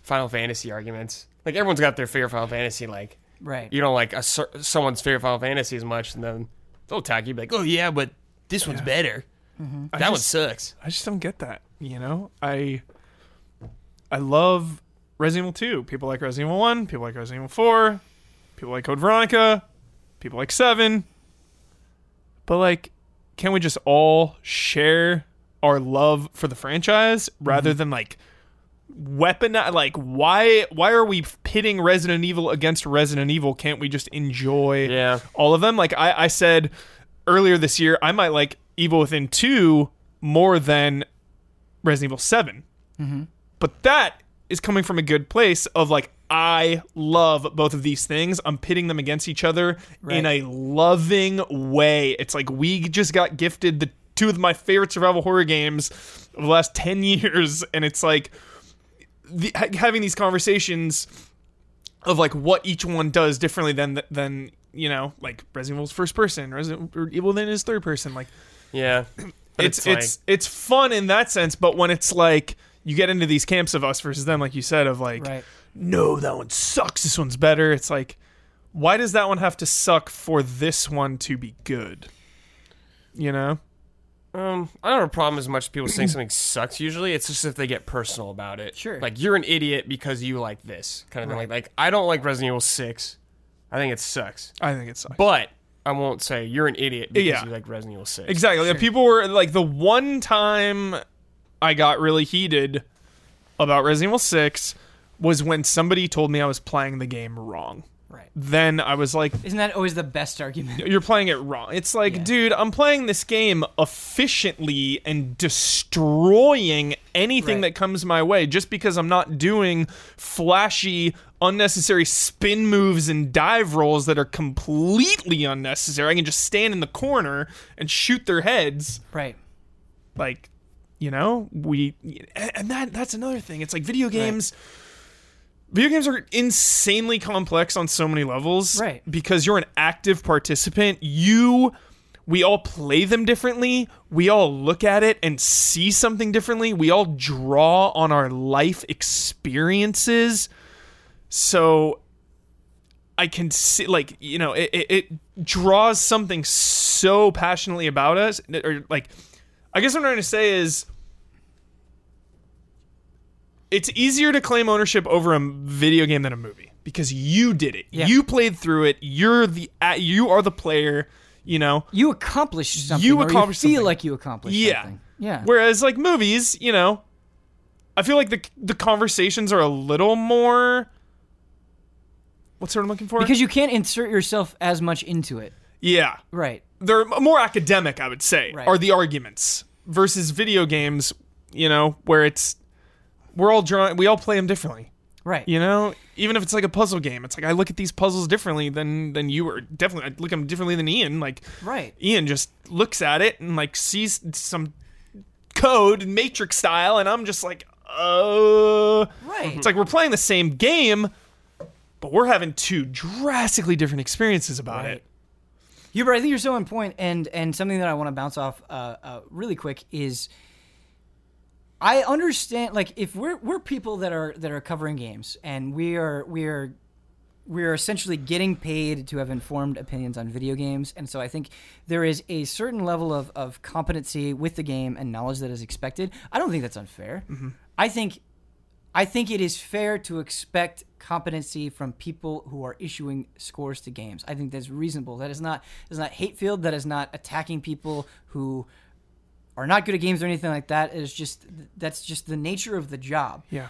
Final Fantasy arguments. Like everyone's got their favorite Final Fantasy. Like Right. you don't like a, cer- someone's favorite Final Fantasy as much, and then they'll attack you. Be like, oh yeah, but this one's better. That [LAUGHS] one sucks. I just don't get that. You know, I I love Resident Evil 2. People like Resident Evil 1. People like Resident Evil 4. People like Code Veronica. People like 7. But like, can we just all share our love for the franchise rather than like weapon like why why are we pitting Resident Evil against Resident Evil? Can't we just enjoy Yeah. all of them? Like I, I said earlier this year, I might like Evil Within 2 more than Resident Evil 7. But that is coming from a good place of like, I love both of these things. I'm pitting them against each other in a Right. loving way. It's like we just got gifted the two of my favorite survival horror games of the last [LAUGHS] 10 years. And it's like the, ha- having these conversations of like what each one does differently than than you know like Resident Evil's first person, Resident Evil then is third person. Like Yeah. But it's it's it's, fun in that sense, but when it's like you get into these camps of us versus them, like you said, of like Right. no, that one sucks, this one's better. It's like why does that one have to suck for this one to be good? You know, like, um, I don't have a problem as much as people saying something sucks. Usually, it's just if they get personal about it. Sure. Like you're an idiot because you like this kind of thing. Like, like I don't like Resident Evil Six. I think it sucks. I think it sucks. But I won't say you're an idiot because Yeah. you like Resident Evil Six. Exactly. Like, People were like the one time I got really heated about Resident Evil 6 was when somebody told me I was playing the game wrong. Right. Then I was like, Isn't that always the best argument? you're playing it wrong. It's like, dude, I'm playing this game efficiently and destroying anything Right. that comes my way just because I'm not doing flashy, unnecessary spin moves and dive rolls that are completely unnecessary. I can just stand in the corner and shoot their heads Right. like you know we and that that's another thing it's like video games video games are insanely complex on so many levels Right. because you're an active participant you we all play them differently we all look at it and see something differently we all draw on our life experiences so I can see, like, you know, it, it, it draws something so passionately about us. Or, like, I guess what I'm trying to say is it's easier to claim ownership over a m- video game than a movie because you did it. Yeah. You played through it. You're the, a- you are the player, you know? You accomplished something. You or accomplished you feel something. like you accomplished Yeah. something. Yeah. Whereas, like, movies, you know, I feel like the, the conversations are a little more. What's the word I'm looking for? Because you can't insert yourself as much into it. yeah. Right. they're more academic, I would say, Right. are the arguments versus video games, you know, where it's we're all drawing, we all play them differently. Right. You know, even if it's like a puzzle game, it's like I look at these puzzles differently than than you or definitely I look at them differently than Ian. Like Right. Ian just looks at it and like sees some code matrix style and I'm just like, "Uh, Right. it's like we're playing the same game, but we're having two drastically different experiences about Right. it." You're right. I think you're so on point, and and something that I want to bounce off uh, uh, really quick is, I understand like if we're we're people that are that are covering games, and we are we are we are essentially getting paid to have informed opinions on video games, and so I think there is a certain level of of competency with the game and knowledge that is expected. I don't think that's unfair. I think I think it is fair to expect competency from people who are issuing scores to games. I think that's reasonable. That is not that is not hate filled. That is not attacking people who are not good at games or anything like that. It is just that's just the nature of the job. Yeah.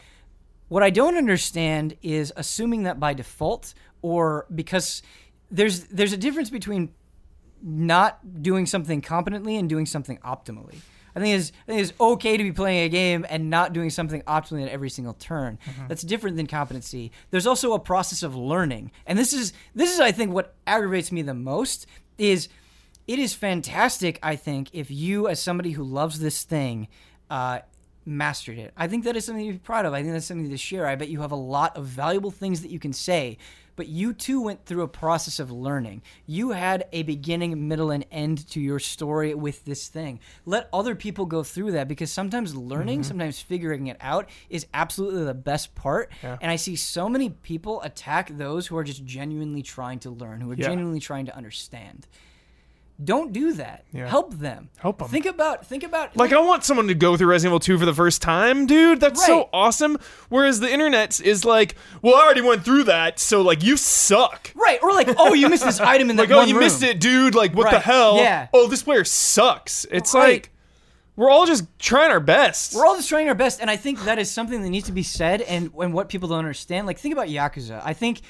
What I don't understand is assuming that by default or because there's there's a difference between not doing something competently and doing something optimally. I think it's I think it's okay to be playing a game and not doing something optimally at every single turn. That's different than competency. There's also a process of learning, and this is this is I think what aggravates me the most is it is fantastic. I think if you as somebody who loves this thing. Uh, mastered it. I think that is something to be proud of. I think that's something to share. I bet you have a lot of valuable things that you can say, but you too went through a process of learning. You had a beginning, middle, and end to your story with this thing. Let other people go through that because sometimes learning, sometimes figuring it out is absolutely the best part. And I see so many people attack those who are just genuinely trying to learn, who are Yeah. genuinely trying to understand. Don't do that. Yeah. Help them. Help 'em. Think about think about Like I want someone to go through Resident Evil 2 for the first time, dude. That's Right. so awesome. Whereas the internet is like, well, I already went through that, so like you suck. Right, or like, oh, you [LAUGHS] missed this item in the Like, oh, you missed it, dude. Like, what the Right. hell? Yeah. Oh, this player sucks. It's Right. like we're all just trying our best. We're all just trying our best, and I think that is something that needs to be said, and and what people don't understand. Like, think about Yakuza. I think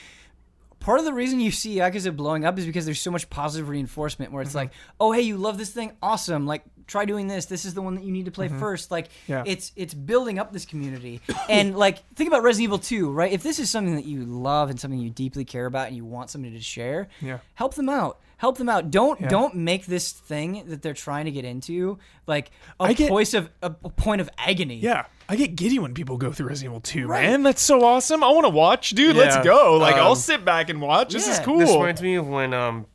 part of the reason you see Yakuza blowing up is because there's so much positive reinforcement Mm-hmm. where it's like, oh hey, you love this thing, awesome. Like try doing this. This is the one that you need to play first. Like Mm-hmm. Yeah. it's it's building up this [COUGHS] community. and like think about Resident Evil 2, right? If this is something that you love and something you deeply care about and you want somebody to share, Yeah. help them out. Help them out. Don't don't make this thing that they're trying to get into like a I get- point of a a point of agony. Yeah, I get giddy when people go through Resident Evil 2, Right. man. That's so awesome. I want to watch, dude. Let's Yeah. go. Like, I'll Um, sit back and watch. This is yeah. cool. This reminds me of when um,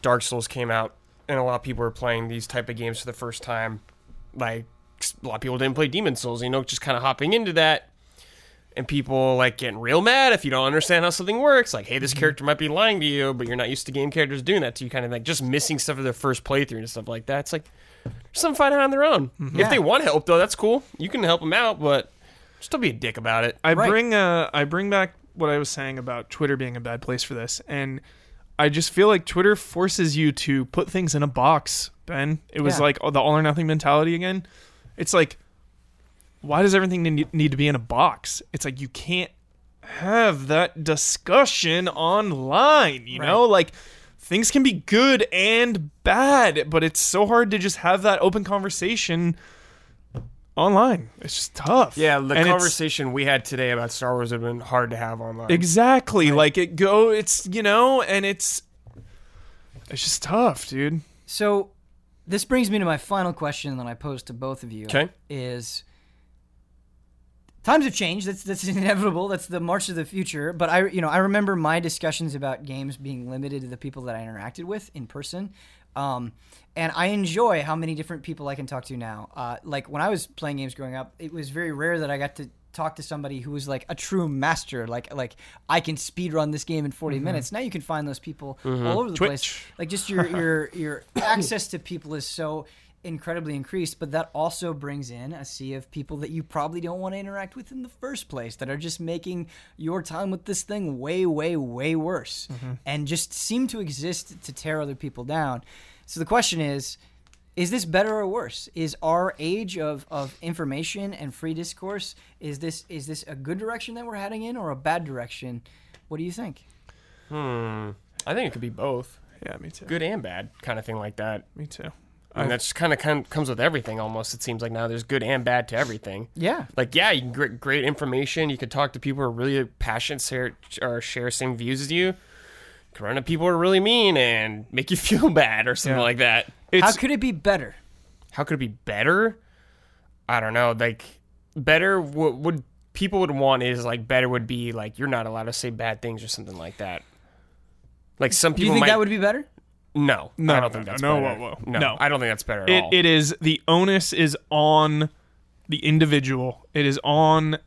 Dark Souls came out, and a lot of people were playing these type of games for the first time. Like a lot of people didn't play Demon Souls, you know, just kind of hopping into that, and people like getting real mad if you don't understand how something works. Like, hey, this Mm-hmm. character might be lying to you, but you're not used to game characters doing that, so you kind of like just missing stuff of their first playthrough and stuff like that. It's like some find out on their own. Mm-hmm. If they want help, though, that's cool. You can help them out, but still be a dick about it. I Right. bring uh, I bring back what I was saying about Twitter being a bad place for this, and I just feel like Twitter forces you to put things in a box. Ben, it was Yeah. like oh, the all or nothing mentality again. It's like, why does everything need need to be in a box? It's like you can't have that discussion online. You know, like things can be good and bad, but it's so hard to just have that open conversation online. It's just tough. Yeah, the And it's- conversation we had today about Star Wars would have been hard to have online. Exactly. Like it go it's you know, and it's it's just tough, dude. So this brings me to my final question that I posed to both of you. 'Kay. Is times have changed. That's that's [LAUGHS] inevitable. That's the march of the future. But I you know, I remember my discussions about games being limited to the people that I interacted with in person. Um, and I enjoy how many different people I can talk to now. Uh, like when I was playing games growing up, it was very rare that I got to talk to somebody who was like a true master. Like like I can speed run this game in 40 minutes. Now you can find those people all over the place Twitch. like just your your your [COUGHS] access to people is so incredibly increased but that also brings in a sea of people that you probably don't want to interact with in the first place that are just making your time with this thing way way way worse and just seem to exist to tear other people down so the question is is this better or worse is our age of, of information and free discourse is this is this a good direction that we're heading in or a bad direction what do you think I think it could be both, Yeah, me too. good and bad, kind of thing like that. Me too. And that's kind of kind comes with everything almost. It seems like now there's good and bad to everything. yeah Like yeah, you can get great information. You can talk to people who are really passionate, share, or share same views as you. You Can run into people who are really mean and make you [LAUGHS] feel bad or something Yeah. like that. how It's could it be better how could it be better? I don't know. Like better what would people would want is like better would be like you're not allowed to say bad things or something like that. Like some people Do you think might that would be better? no, No, I no, don't think no, that's no, better. whoa, whoa. No, No. I don't think that's better at it, all. it is the onus is on the individual. It is on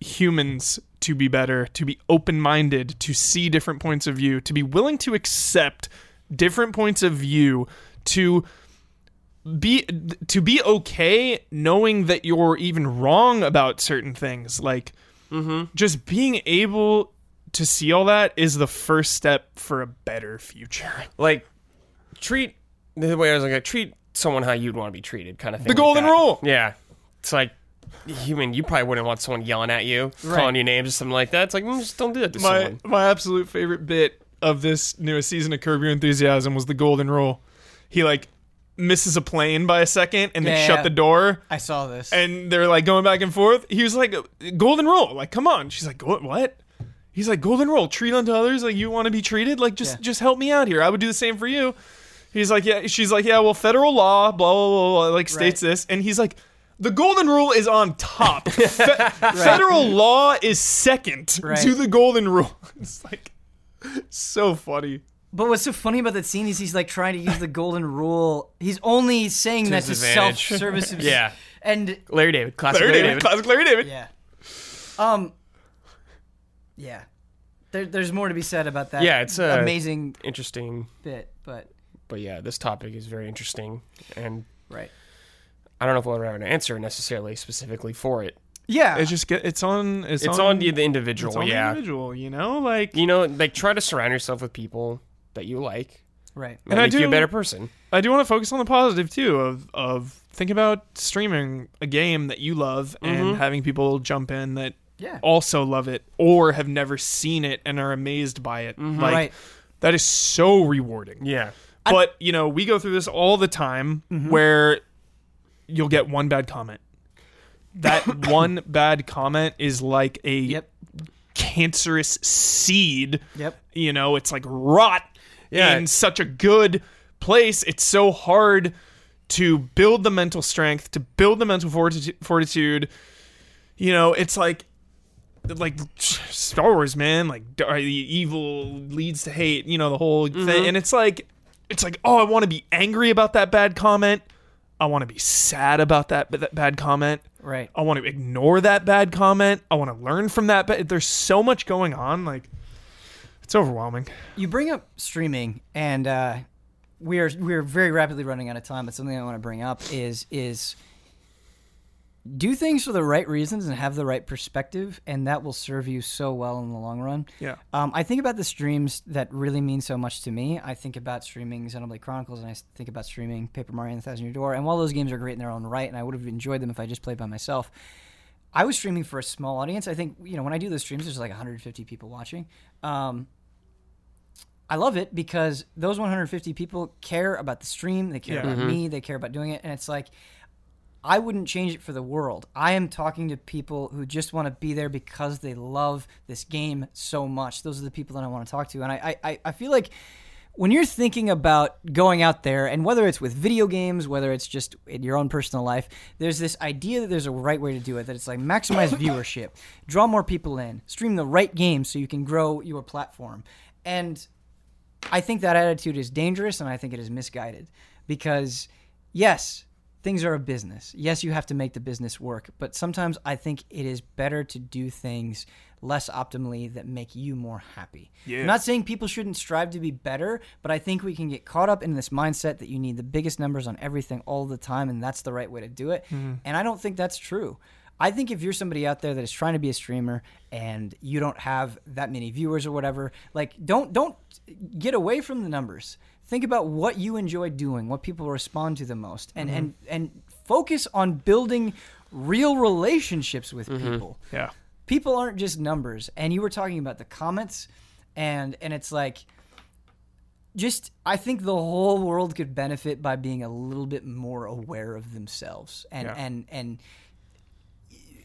humans to be better, to be open-minded, to see different points of view, to be willing to accept different points of view, to be to be okay knowing that you're even wrong about certain things like Mm-hmm. just being able to see all that is the first step for a better future like treat the way I was like treat someone how you'd want to be treated, kind of thing. the like golden that. rule Yeah, it's like. You mean you probably wouldn't want someone yelling at you, calling you names or something like that? It's like mm, just don't do that to my [LAUGHS] someone. my absolute favorite bit of this newest season of Curb Your Enthusiasm was the golden rule. He like misses a plane by a second and they Yeah. shut the door I saw this. and they're like going back and forth. He was like golden rule, like come on. She's like "Go- what? He's like golden rule, treat unto others like you want to be treated. Like just Yeah. just help me out here. I would do the same for you. He's like yeah. She's like yeah. Well, federal law, blah blah blah, blah like states Right. this, and he's like. The golden rule is on [LAUGHS] top. Fe- Federal law is second Right. to the golden rule. [LAUGHS] It's like so funny. but what's so funny about that scene is he's like trying to use the golden rule. He's only saying that his to self advantage. [LAUGHS] service. Yeah. And Larry David, classic Larry Larry David, classic Larry David. yeah. Um Yeah. There, there's more to be said about that. Yeah, it's, uh, amazing Interesting bit, but but yeah, this topic is very interesting, and right. I don't know if we'll ever have an answer necessarily specifically for it. Yeah. It's just get. It's on. It's, It's on the, the individual, It's on yeah. the individual. You know, like You know, like try to surround yourself with people that you like, right. and I make you do- a better person. I do want to focus on the positive too of of think about streaming a game that you love and having people jump in that Mm-hmm. Yeah. also love it or have never seen it and are amazed by it. Like Mm-hmm. Right. that is so rewarding. Yeah. But you know, we go through this all the time Mm-hmm. where you'll get one bad comment. [COUGHS] That one bad comment is like a Yep. cancerous seed. Yep. You know, it's like rot Yeah. in such a good place. It's so hard to build the mental strength, to build the mental fortitude. fortitude. You know, it's like like Star Wars, man. Like dar- the evil leads to hate. You know the whole Mm-hmm. thing, and it's like, it's like, oh, I want to be angry about that bad comment. I want to be sad about that, that bad comment. Right. I want to ignore that bad comment. I want to learn from that. But there's so much going on. Like, it's overwhelming. You bring up streaming, and uh, we are we are very rapidly running out of time. But something I want to bring up is is do things for the right reasons and have the right perspective, and that will serve you so well in the long run. Yeah. Um, I think about the streams that really mean so much to me. I think about streaming Xenoblade Chronicles, and I think about streaming Paper Mario and the Thousand Year Door. And while those games are great in their own right, and I would have enjoyed them if I just played by myself, I was streaming for a small audience. I think you know when I do those streams, there's like 150 people watching. Um, I love it because those 150 people care about the stream, they care Yeah. about me, they care about doing it, and it's like I wouldn't change it for the world. I am talking to people who just want to be there because they love this game so much. Those are the people that I want to talk to. And I, I, I- I feel like when you're thinking about going out there, and whether it's with video games, whether it's just in your own personal life, there's this idea that there's a right way to do it, that it's like maximize viewership, draw more people in, stream the right games so you can grow your platform. And I think that attitude is dangerous and I think it is misguided because, yes, things are a business. Yes, you have to make the business work, but sometimes I think it is better to do things less optimally that make you more happy. I'm not saying people shouldn't strive to be better, but I think we can get caught up in this mindset that you need the biggest numbers on everything all the time and that's the right way to do it. And I don't think that's true. I think if you're somebody out there that is trying to be a streamer and you don't have that many viewers or whatever, like don't don't get away from the numbers. Think about what you enjoy doing, what people respond to the most, and and and focus on building real relationships with people. Yeah. People aren't just numbers. And you were talking about the comments and and it's like just I think the whole world could benefit by being a little bit more aware of themselves and Yeah. and and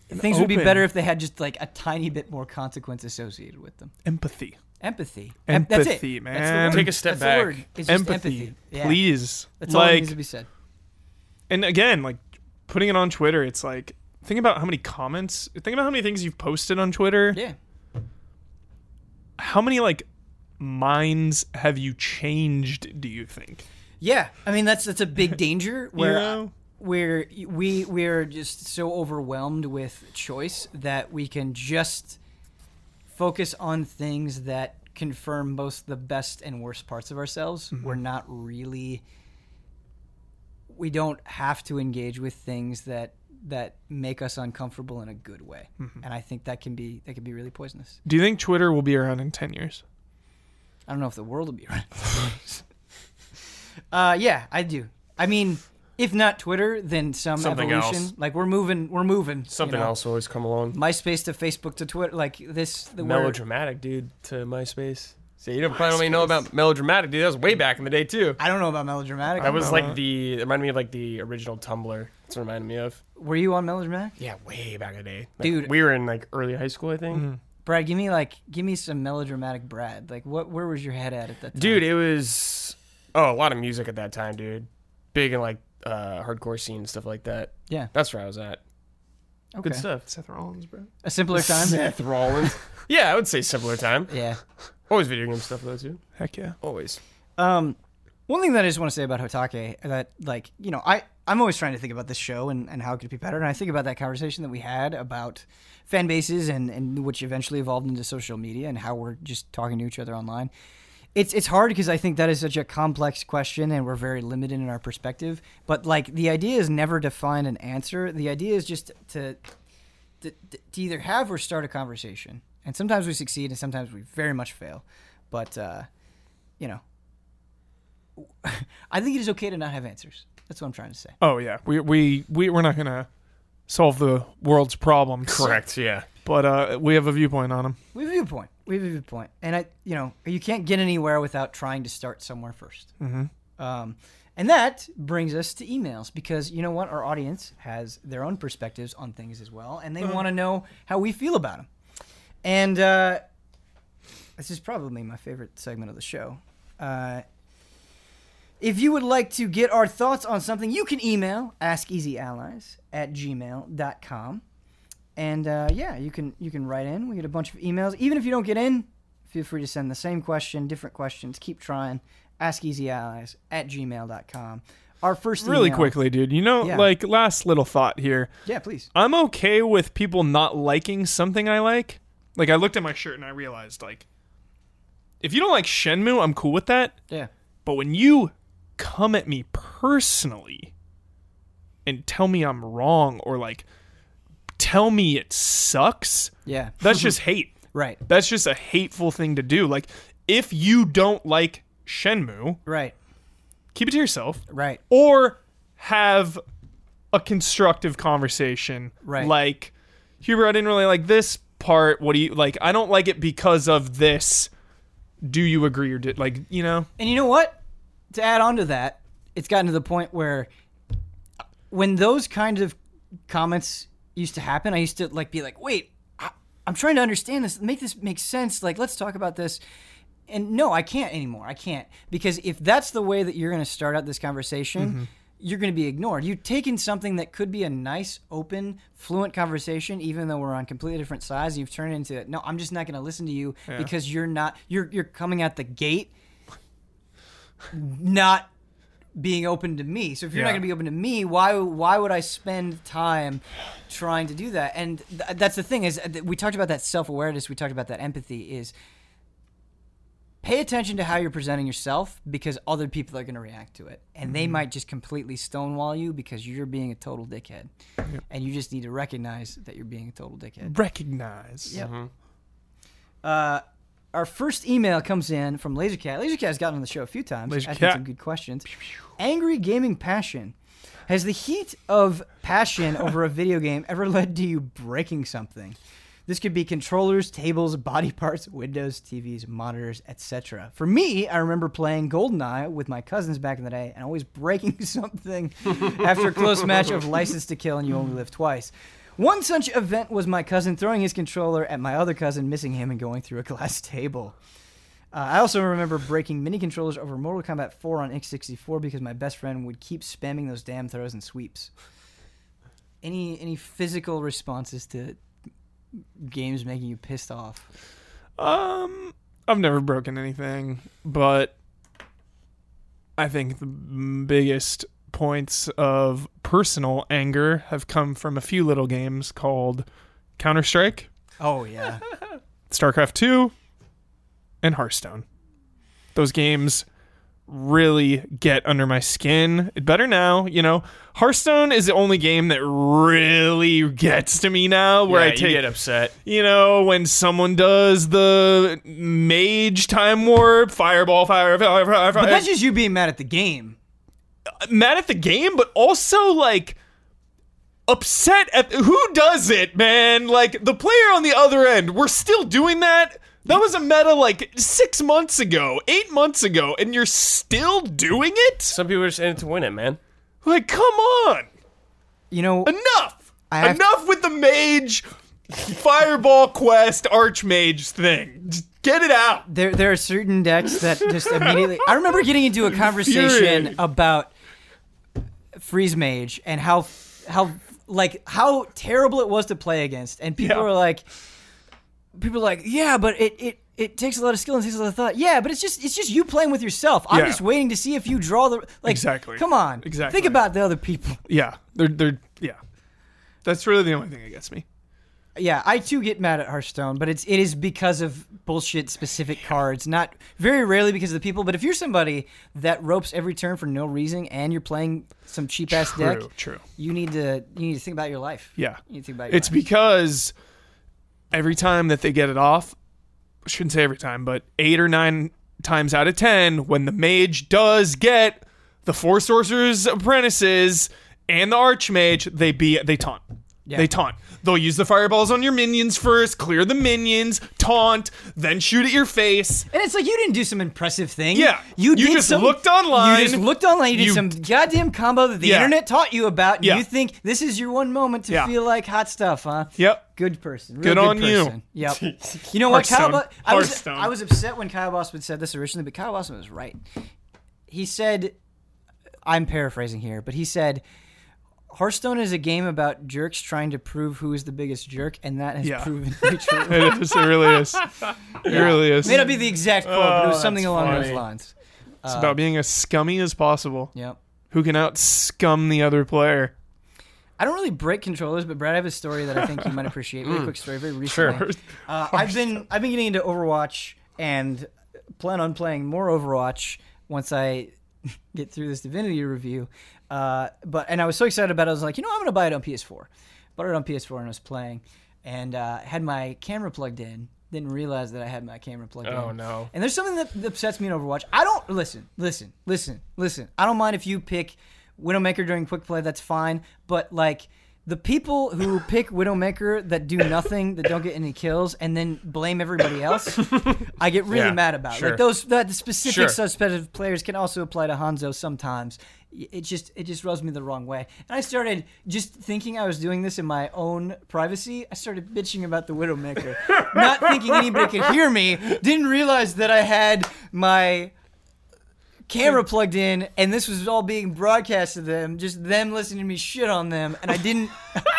things would be open. better if they had just like a tiny bit more consequence associated with them. Empathy. Empathy. Em- that's it. Empathy, That's the man. word. Take a step That's the back. word. It's just empathy. Yeah. Please. That's all that like, needs to be said. and again, like putting it on Twitter, it's like think about how many comments, think about how many things you've posted on Twitter. Yeah. How many like minds have you changed? Do you think? Yeah. I mean that's that's a big [LAUGHS] danger where know? where we we're just so overwhelmed with choice that we can just focus on things that confirm both the best and worst parts of ourselves. We're not really we don't have to engage with things that that make us uncomfortable in a good way. And I think that can be that can be really poisonous. Do you think Twitter will be around in ten years? I don't know if the world will be [LAUGHS] around. uh, yeah, I do. I mean, if not Twitter, then some Something evolution. else. Like we're moving, we're moving. Something you know? else will always come along. MySpace to Facebook to Twitter, like this. The word. melodramatic, dude, to MySpace. See, you don't probably know about [LAUGHS] melodramatic, dude. That was way back in the day too. I don't know about melodramatic. I was know like that. the. It reminded me of like the original Tumblr. That's what it reminded me of. Were you on melodramatic, Yeah, way back in the day, Like, Dude. We were in like early high school, I think. Hmm. Brad? Give me like, give me some melodramatic, Brad. Like, what? Where was your head at at that time? Dude, it was oh a lot of music at that time, dude. Big in like uh, hardcore scene and stuff like that. Yeah. That's where I was at. okay. Good stuff. Seth Rollins, bro. A simpler time. Seth [LAUGHS] Rollins. yeah, I would say similar time. yeah. Always video game stuff though too. Heck yeah. Always. Um, one thing that I just want to say about Hotake that like you know I I'm always trying to think about this show and, and how it could be better, and I think about that conversation that we had about fan bases and and which eventually evolved into social media and how we're just talking to each other online. It's it's hard because I think that is such a complex question and we're very limited in our perspective. But like the idea is never to find an answer. The idea is just to to, to either have or start a conversation. And sometimes we succeed and sometimes we very much fail. But uh, you know, I think it is okay to not have answers. That's what I'm trying to say. Oh yeah. We we we we're not gonna solve the world's problems. Correct. Yeah. But uh, we have a viewpoint on him. We have a viewpoint. We have a viewpoint, and I, you know, you can't get anywhere without trying to start somewhere 1st Mm-hmm. Um, and that brings us to emails because you know what, our audience has their own perspectives on things as well, and they want to know how we feel about them. And uh, this is probably my favorite segment of the show. Uh, if you would like to get our thoughts on something, you can email askeasyallies at gmail.com. And uh, yeah, you can you can write in. We get a bunch of emails. Even if you don't get in, feel free to send the same question, different questions. Keep trying. AskEasyAllies at gmail.com. Our first Really email- quickly, dude. You know, Yeah. like last little thought here. Yeah, please. I'm okay with people not liking something I like. Like I looked at my shirt and I realized like if you don't like Shenmue, I'm cool with that. Yeah. But when you come at me personally and tell me I'm wrong or like tell me it sucks, Yeah. that's just hate. Right. That's just a hateful thing to do. Like if you don't like Shenmue, Right. keep it to yourself Right. or have a constructive conversation. Right. Like, Huber, I didn't really like this part. What do you like? I don't like it because of this. Do you agree or did like you know? And you know what? To add on to that, it's gotten to the point where when those kinds of comments used to happen, I used to like be like, "Wait, I, I'm trying to understand this. Make this make sense. Like, let's talk about this." And no, I can't anymore. I can't because if that's the way that you're going to start out this conversation, you're going to be ignored. You've taken something that could be a nice, open, fluent conversation, even though we're on completely different sides. You've turned it into no. I'm just not going to listen to you because you're not. You're you're coming at the gate not being open to me. So if you're not Yeah. going to be open to me, why why would I spend time trying to do that? And th- that's the thing is uh, th- we talked about that self-awareness, we talked about that empathy is pay attention to how you're presenting yourself because other people are going to react to it and they might just completely stonewall you because you're being a total dickhead. And you just need to recognize that you're being a total dickhead. Recognize. Yep. Uh, our first email comes in from LaserCat. LaserCat's gotten on the show a few times. Laser asking Cat. some good questions. Angry gaming passion. Has the heat of passion over a video game ever led to you breaking something? This could be controllers, tables, body parts, windows, TVs, monitors, etc. For me, I remember playing GoldenEye with my cousins back in the day and always breaking [LAUGHS] something after a close match of License to Kill and You Only Live Twice. One such event was my cousin throwing his controller at my other cousin, missing him and going through a [LAUGHS] glass table. Uh, I also remember breaking mini controllers over Mortal Kombat 4 on X64 because my best friend would keep spamming those damn throws and sweeps. Any any physical responses to games making you pissed off? Um, I've never broken anything, but I think the biggest points of personal anger have come from a few little games called Counter Strike, Oh yeah, StarCraft 2 and Hearthstone. Those games really get under my skin. Better now, you know. Hearthstone is the only game that really gets to me now where I yeah, you take get upset. you know, when someone does the mage time warp, fireball, fire, fire, but fire, fire. that's just you being mad at the game. mad at the game, but also like upset at who does it, man. Like the player on the other end, we're still doing that. That was a meta like six months ago, eight months ago, and you're still doing it? Some people are just in it to win it, man. Like, come on. You know, Enough! I have- Enough with the mage fireball quest archmage thing. Just get it out. there there are certain decks that just immediately. I remember getting into a conversation Infuriating. about freeze mage and how how like how terrible it was to play against, and people Yeah. were like, people were like, yeah, but it it. It takes a lot of skill and takes a lot of thought. Yeah, but it's just it's just you playing with yourself. I'm Yeah. just waiting to see if you draw the like. Exactly. Come on. Exactly. Think about the other people. Yeah, they're they're yeah. That's really the only thing that gets me. Yeah, I too get mad at Hearthstone, but it's it is because of bullshit specific cards. Not very rarely because of the people, but if you're somebody that ropes every turn for no reason and you're playing some cheap ass deck, true. you need to you need to think about your life. Yeah, You need to think about your it's life. because every time that they get it off, I shouldn't say every time, but eight or nine times out of ten, when the mage does get the four sorcerers apprentices and the archmage, they be they taunt. Yeah. They taunt. They'll use the fireballs on your minions first, clear the minions, taunt, then shoot at your face. And it's like you didn't do some impressive thing. Yeah. you You did just some- looked online. You just looked online. You did You- some goddamn combo that the Yeah. internet taught you about. and Yeah. You think this is your one moment to Yeah. feel like hot stuff, huh? Yep. Good person. Real Good on you. person. [LAUGHS] Yep. You know what, Kyle? Hearthstone. Bo- I was Hearthstone. I was upset when Kyle Bossman said this originally, but Kyle Bossman was right. He said, I'm paraphrasing here, but he said. Hearthstone is a game about jerks trying to prove who is the biggest jerk, and that has Yeah. proven to be true. [LAUGHS] It is. It really is. It really is. May not be the exact quote, but it [LAUGHS] was Oh, something that's along those funny. lines. It's about being as scummy as possible. Yep. Who can out scum the other player? I don't really break controllers, but Brad, I have a story that I think you might appreciate. [LAUGHS] Mm, Really quick story, very recently. Sure. Uh, I've been I've been getting into Overwatch and plan on playing more Overwatch once I [LAUGHS] get through this Divinity review. Uh, but and I was so excited about it, I was like, you know, I'm gonna buy it on PS4. Bought it on PS4 and I was playing, and uh, had my camera plugged in. Didn't realize that I had my camera plugged in. Oh, no. And there's something that that upsets me in Overwatch. I don't listen, listen, listen, listen. I don't mind if you pick Widowmaker during quick play. That's fine. But like the people [LAUGHS] who pick Widowmaker that do nothing, that don't get any kills, and then blame everybody [LAUGHS] else, I get really Yeah, mad about. sure. Like those that specific Sure. suspect of players can also apply to Hanzo sometimes. Y- It just it just rubs me the wrong way. And I started just thinking I was doing this in my own privacy. I started bitching about the Widowmaker, not thinking anybody could hear me. Didn't realize that I had my camera plugged in and this was all being broadcast to them just them listening to me shit on them and i didn't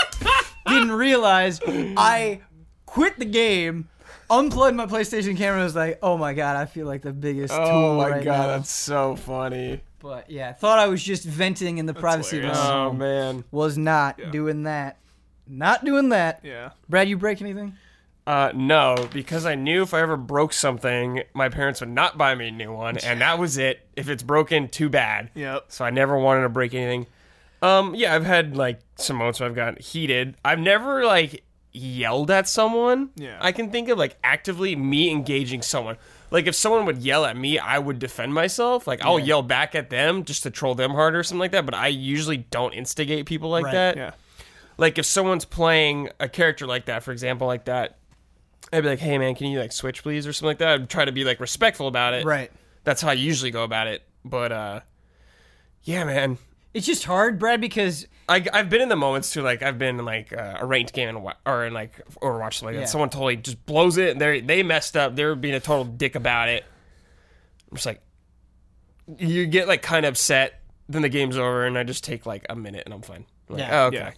[GASPS] didn't realize i quit the game unplugged my playstation camera and was like oh my god i feel like the biggest Oh Oh, tool right now. so funny. but yeah thought i was just venting in the privacy of my Uh, hilarious. Um, home. Oh, man. was not doing that not doing that Yeah. brad you break anything Uh, no, because I knew if I ever broke something, my parents would not buy me a new one, and that was it. If it's broken, too bad. Yep. So I never wanted to break anything. Um, yeah, I've had like some moments where I've gotten heated. I've never like yelled at someone. Yeah. I can think of like actively me engaging someone. Like if someone would yell at me, I would defend myself. Like I'll yell back at them just to troll them harder or something like that. But I usually don't instigate people like Right, that Yeah. like if someone's playing a character like that, for example, like that, I'd be like, "Hey man, can you like switch please?" or something like that. I'd try to be like respectful about it. right That's how I usually go about it. But uh, yeah, man, it's just hard brad because I I've been in the moments too. Like I've been in like uh, a ranked game and or in like Overwatch something like Yeah. that. Someone totally just blows it. And they they messed up. They're being a total dick about it. I'm just like, you get like kind of upset. Then the game's over, and I just take like a minute, and I'm fine. Like, Yeah. oh, okay. Yeah.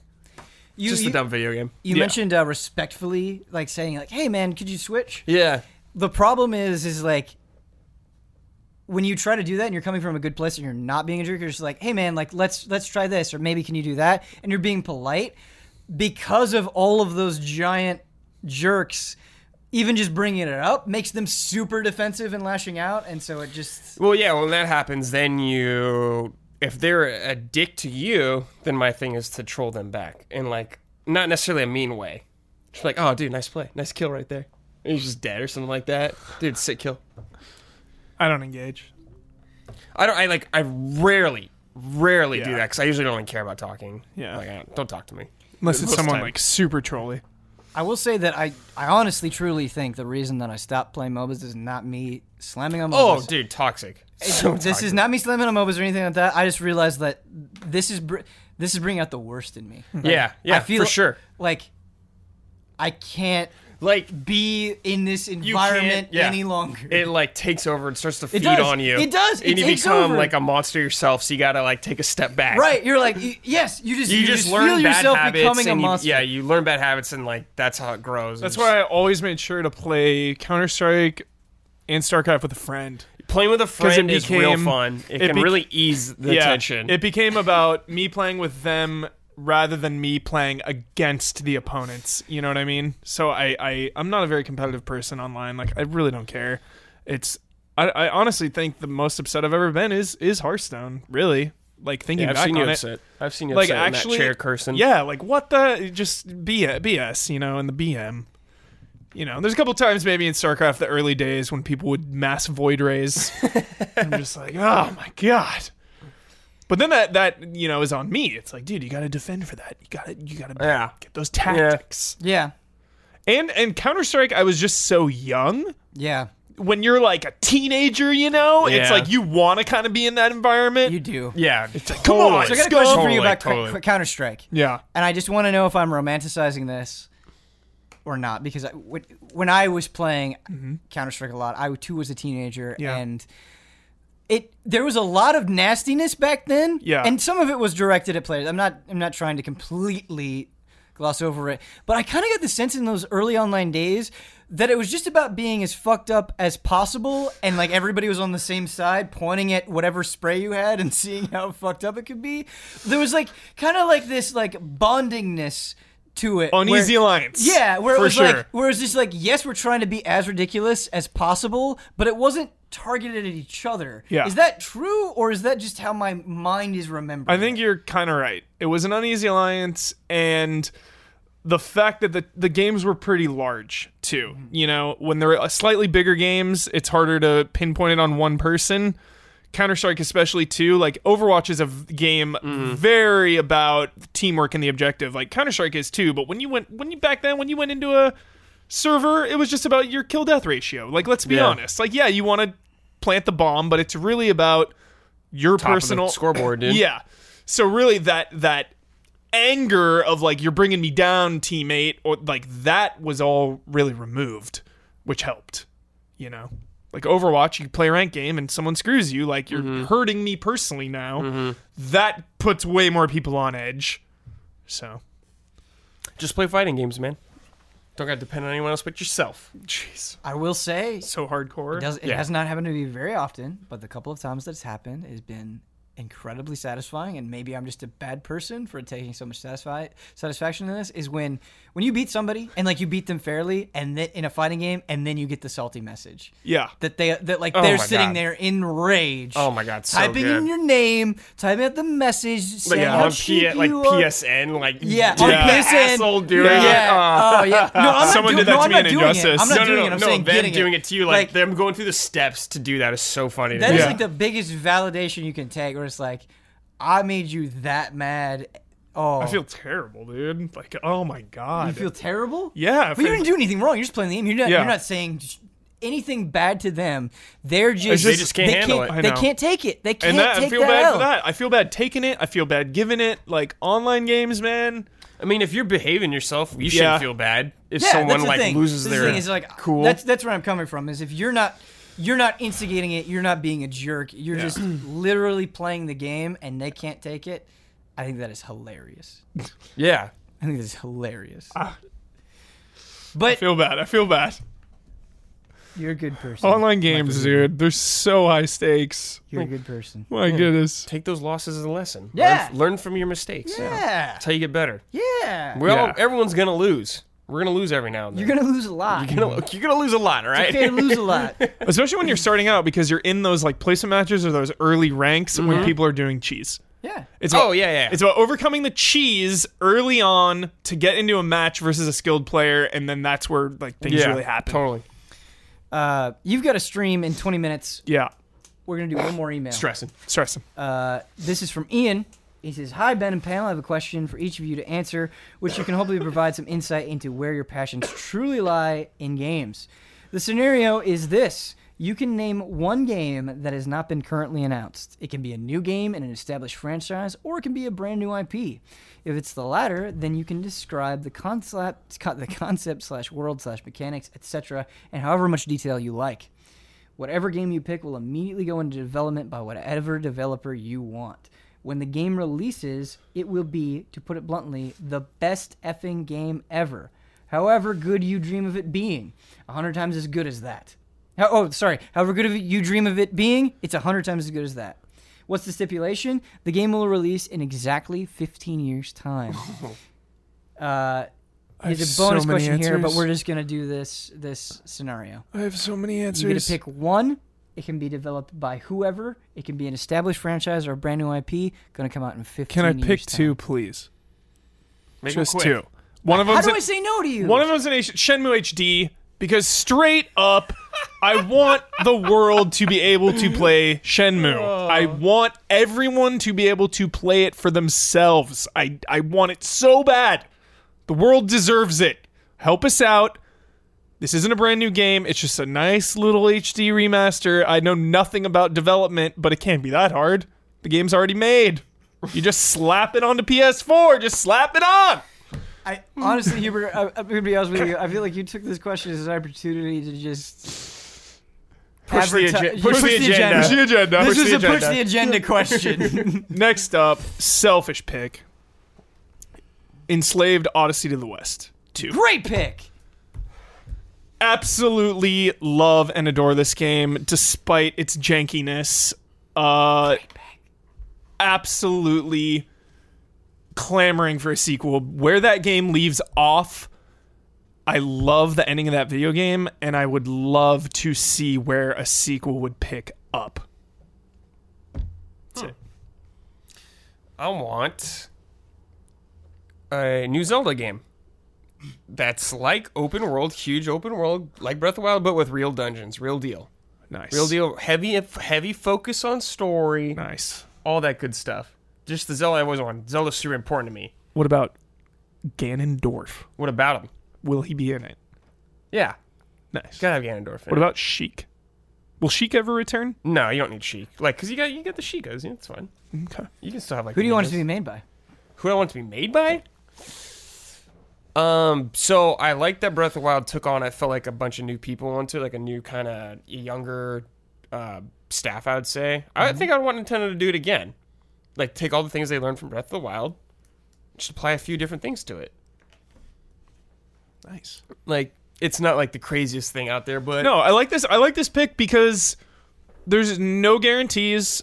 you, Just you, a dumb video game. you Yeah. mentioned uh, respectfully like saying like hey man could you switch Yeah. the problem is is like when you try to do that and you're coming from a good place and you're not being a jerk you're just like hey man like let's let's try this or maybe can you do that and you're being polite because of all of those giant jerks even just bringing it up makes them super defensive and lashing out and so it just Well, yeah, when that happens, then you. If they're a dick to you, then my thing is to troll them back in, like, not necessarily a mean way. Just like, oh, dude, nice play. Nice kill right there. And he's just dead or something like that. Dude, sick kill. I don't engage. I don't, I like, I rarely, rarely do Yeah. that because I usually don't even care about talking. Yeah. Like, I don't, don't talk to me. Unless it's Most someone time. like super trolly. i will say that i i honestly truly think the reason that i stopped playing mobas is not me slamming on Oh, mobas dude, toxic. [LAUGHS] So this is not me slamming on MOBAs or anything like that. I just realized that this is br- this is bringing out the worst in me. Like, Yeah, yeah, I feel for sure. Like I can't Like, be in this can't- environment yeah. any longer. it like takes over and starts to feed does. on you. It does. It and you takes become over. like a monster yourself, so you gotta like take a step back. right? You're like y- yes. You just you, just, feel learn bad yourself habits becoming a and you- monster. yeah you learn bad habits and like that's how it grows That's why I always made sure to play Counter Strike and StarCraft with a friend. playing with a 'Cause it friend is real became- fun it, it can bec- really ease the tension It became about me playing with them rather than me playing against the opponents. You know what I mean? So I, I I'm not a very competitive person online. Like I really don't care. It's I, I honestly think the most upset I've ever been is is Hearthstone. Really, like thinking Yeah, i've back seen you on it. upset i've seen you Like upset in actually, that chair cursing Yeah, like what the just B BS, you know, and the BM. You know, there's a couple times maybe in StarCraft the early days [LAUGHS] when people would mass void rays. I'm just like, oh my god. But then that that you know is on me. It's like, dude, you got to defend for that. You got to you got to Yeah. get those tactics. Yeah. And and Counter Strike, I was just so young. Yeah. When you're like a teenager, you know, it's Yeah. like you want to kind of be in that environment. You do. Yeah. Come on, So I got a scum. question for you Totally, about totally. Counter Strike. Yeah. and I just want to know if I'm romanticizing this or not because I, when when I was playing Counter Strike a lot, I too was a teenager Mm-hmm. Yeah. and it there was a lot of nastiness back then. Yeah. and some of it was directed at players. I'm not I'm not trying to completely gloss over it, but I kind of got the sense in those early online days that it was just about being as fucked up as possible and like everybody was on the same side pointing at whatever spray you had and [LAUGHS] seeing how fucked up it could be there was like kind of like this like bondingness to it where- Uneasy alliance. yeah, where it for was sure. like, where it was just like, yes, we're trying to be as ridiculous as possible, but it wasn't targeted at each other. Yeah. Is that true, or is that just how my mind is remembering? I think you're kind of right. It was an uneasy alliance, and the fact that the, the games were pretty large too. Mm-hmm. You know, when they're uh, slightly bigger games, it's harder to pinpoint it on one person. Counter Strike, especially too, like Overwatch is a v- game Mm-hmm. very about teamwork and the objective. Like Counter Strike is too, but when you went when you back then when you went into a server, it was just about your kill death ratio. Like let's be Yeah. honest, like yeah, you want to plant the bomb, but it's really about your Top of the personal scoreboard, dude. yeah. So really that that anger of like you're bringing me down teammate or like that was all really removed, which helped, you know. Like Overwatch, you play a rank game and someone screws you, like you're Mm-hmm. hurting me personally now. That puts way more people on edge. So, Just play fighting games, man. Don't got to depend on anyone else but yourself. jeez, I will say, it, so hardcore. does, it Yeah. has not happened to me very often, but the couple of times that it's happened, it's been incredibly satisfying. And maybe I'm just a bad person for taking so much satisfi- satisfaction in this. Is when when you beat somebody and like you beat them fairly, and then in a fighting game, and then you get the salty message. yeah. that they that like Oh they're my sitting God. there in rage. Oh my God, so typing in good. your name, typing out the message, saying yeah, how on P- cheap like you are. PSN, like Yeah, dude, on that PSN. asshole dude. Yeah. Oh yeah. No, I'm Someone not doing, did that no, to I'm me not in doing it. Injustice. I'm not no, doing no, it. no, I'm no, saying them getting doing it. to you, like, Like- them going through the steps to do that is so funny. to That me. is Yeah. like the biggest validation you can take, where it's like, I made you that mad. Oh, I feel terrible, dude. Like, oh my god. you feel terrible. yeah, I but you feel- didn't do anything wrong. You're just playing the game. You're not. Yeah. You're not saying. sh- Anything bad to them, they're just, just- They just can't they handle it. I They know. can't take it. They can't and that take I feel that bad L. for that. I feel bad taking it. I feel bad giving it. Like online games, man. I mean, if you're behaving yourself, you Yeah. shouldn't feel bad. If Yeah, someone that's the like thing. loses That's their the thing is like cool, That's that's where I'm coming from. Is if you're not you're not instigating it, you're not being a jerk. You're [CLEARS THROAT] just literally playing the game, and they can't take it. I think that is hilarious. yeah, I think that is hilarious. but I feel bad. I feel bad. you're a good person. Online games, dude. They're so high stakes. You're a good person. My goodness. take those losses as a lesson. Yeah. learn, learn from your mistakes. Yeah, that's how you get better. yeah. Well, Yeah. everyone's gonna lose. We're gonna lose every now and then. You're gonna lose a lot. [LAUGHS] You're gonna, you're gonna lose a lot, all right? okay to [LAUGHS] lose a lot. [LAUGHS] [LAUGHS] Especially when you're starting out because you're in those like placement matches or those early ranks when people are doing cheese. Yeah. It's Oh, about- yeah, yeah. It's about overcoming the cheese early on to get into a match versus a skilled player, and then that's where like things yeah, really happen. Totally. Uh, you've got a stream in 20 minutes. Yeah. We're gonna do one more email. Stressing. Stressing. Uh, this is from Ian. He says, Hi, Ben and panel. I have a question for each of you to answer, which you can hopefully provide some insight into where your passions truly lie in games. The scenario is this you can name one game that has not been currently announced. It can be a new game in an established franchise, or it can be a brand new IP. If it's the latter, then you can describe the concept, [LAUGHS] co- the concept slash world slash mechanics, etc., and however much detail you like. Whatever game you pick will immediately go into development by whatever developer you want. When the game releases, it will be, to put it bluntly, the best effing game ever. However good you dream of it being, a hundred times as good as that. How, oh, sorry. However good of it you dream of it being, it's a hundred times as good as that. What's the stipulation? The game will release in exactly 15 years' [LAUGHS] time. Uh, Oh. have here's a so bonus many question here, but answers. we're just gonna do this this scenario. I have so many You're going answers. to pick one. It can be developed by whoever. It can be an established franchise or a brand new IP. Going to come out in 15 Can I pick years' two, time. please? Make Just it quick. two. One of How them's do an- I say no to you? One of them's an H- Shenmue HD because straight up, I want the world to be able to play Shenmue. I want everyone to be able to play it for themselves. I I want it so bad. The world deserves it. Help us out. This isn't a brand new game. It's just a nice little HD remaster. I know nothing about development, but it can't be that hard. The game's already made. You just slap it onto PS4. Just slap it on. I honestly, Hubert, I, I'm gonna be honest with you. I feel like you took this question as an opportunity to just Push the adverti- agen- push the agenda. Push the agenda. This Push is the a push agenda. the [LAUGHS] agenda question. Next up, selfish pick. Enslaved Odyssey to the West. Two. Great pick. Absolutely love and adore this game, despite its jankiness. Uh, absolutely clamoring for a sequel. Where that game leaves off, I love the ending of that video game, and I would love to see where a sequel would pick up. I want a new Zelda game that's like open world, huge open world, like Breath of the Wild, but with real dungeons, real deal, Nice. real deal. Heavy, heavy focus on story, Nice. all that good stuff. Just the Zelda I always wanted. Zelda's super important to me. What about Ganondorf? What about him? Will he be in it? Yeah, Nice. gotta have Ganondorf. In What it. about Sheik? Will Sheik ever return? No, you don't need Sheik. Like, cause you got you got the Sheikas. Yeah, it's fine. Okay. You can still have like. Who do you want it ninjas. to be made by? Who do I want to be made by? Um, so I like that Breath of the Wild took on. I felt like a bunch of new people onto it, like a new kind of younger uh, staff. I would say. I Mm-hmm. think I'd want Nintendo to do it again, like take all the things they learned from Breath of the Wild, just apply a few different things to it. Nice. Like it's not like the craziest thing out there, but No, I like this. I like this pick because there's no guarantees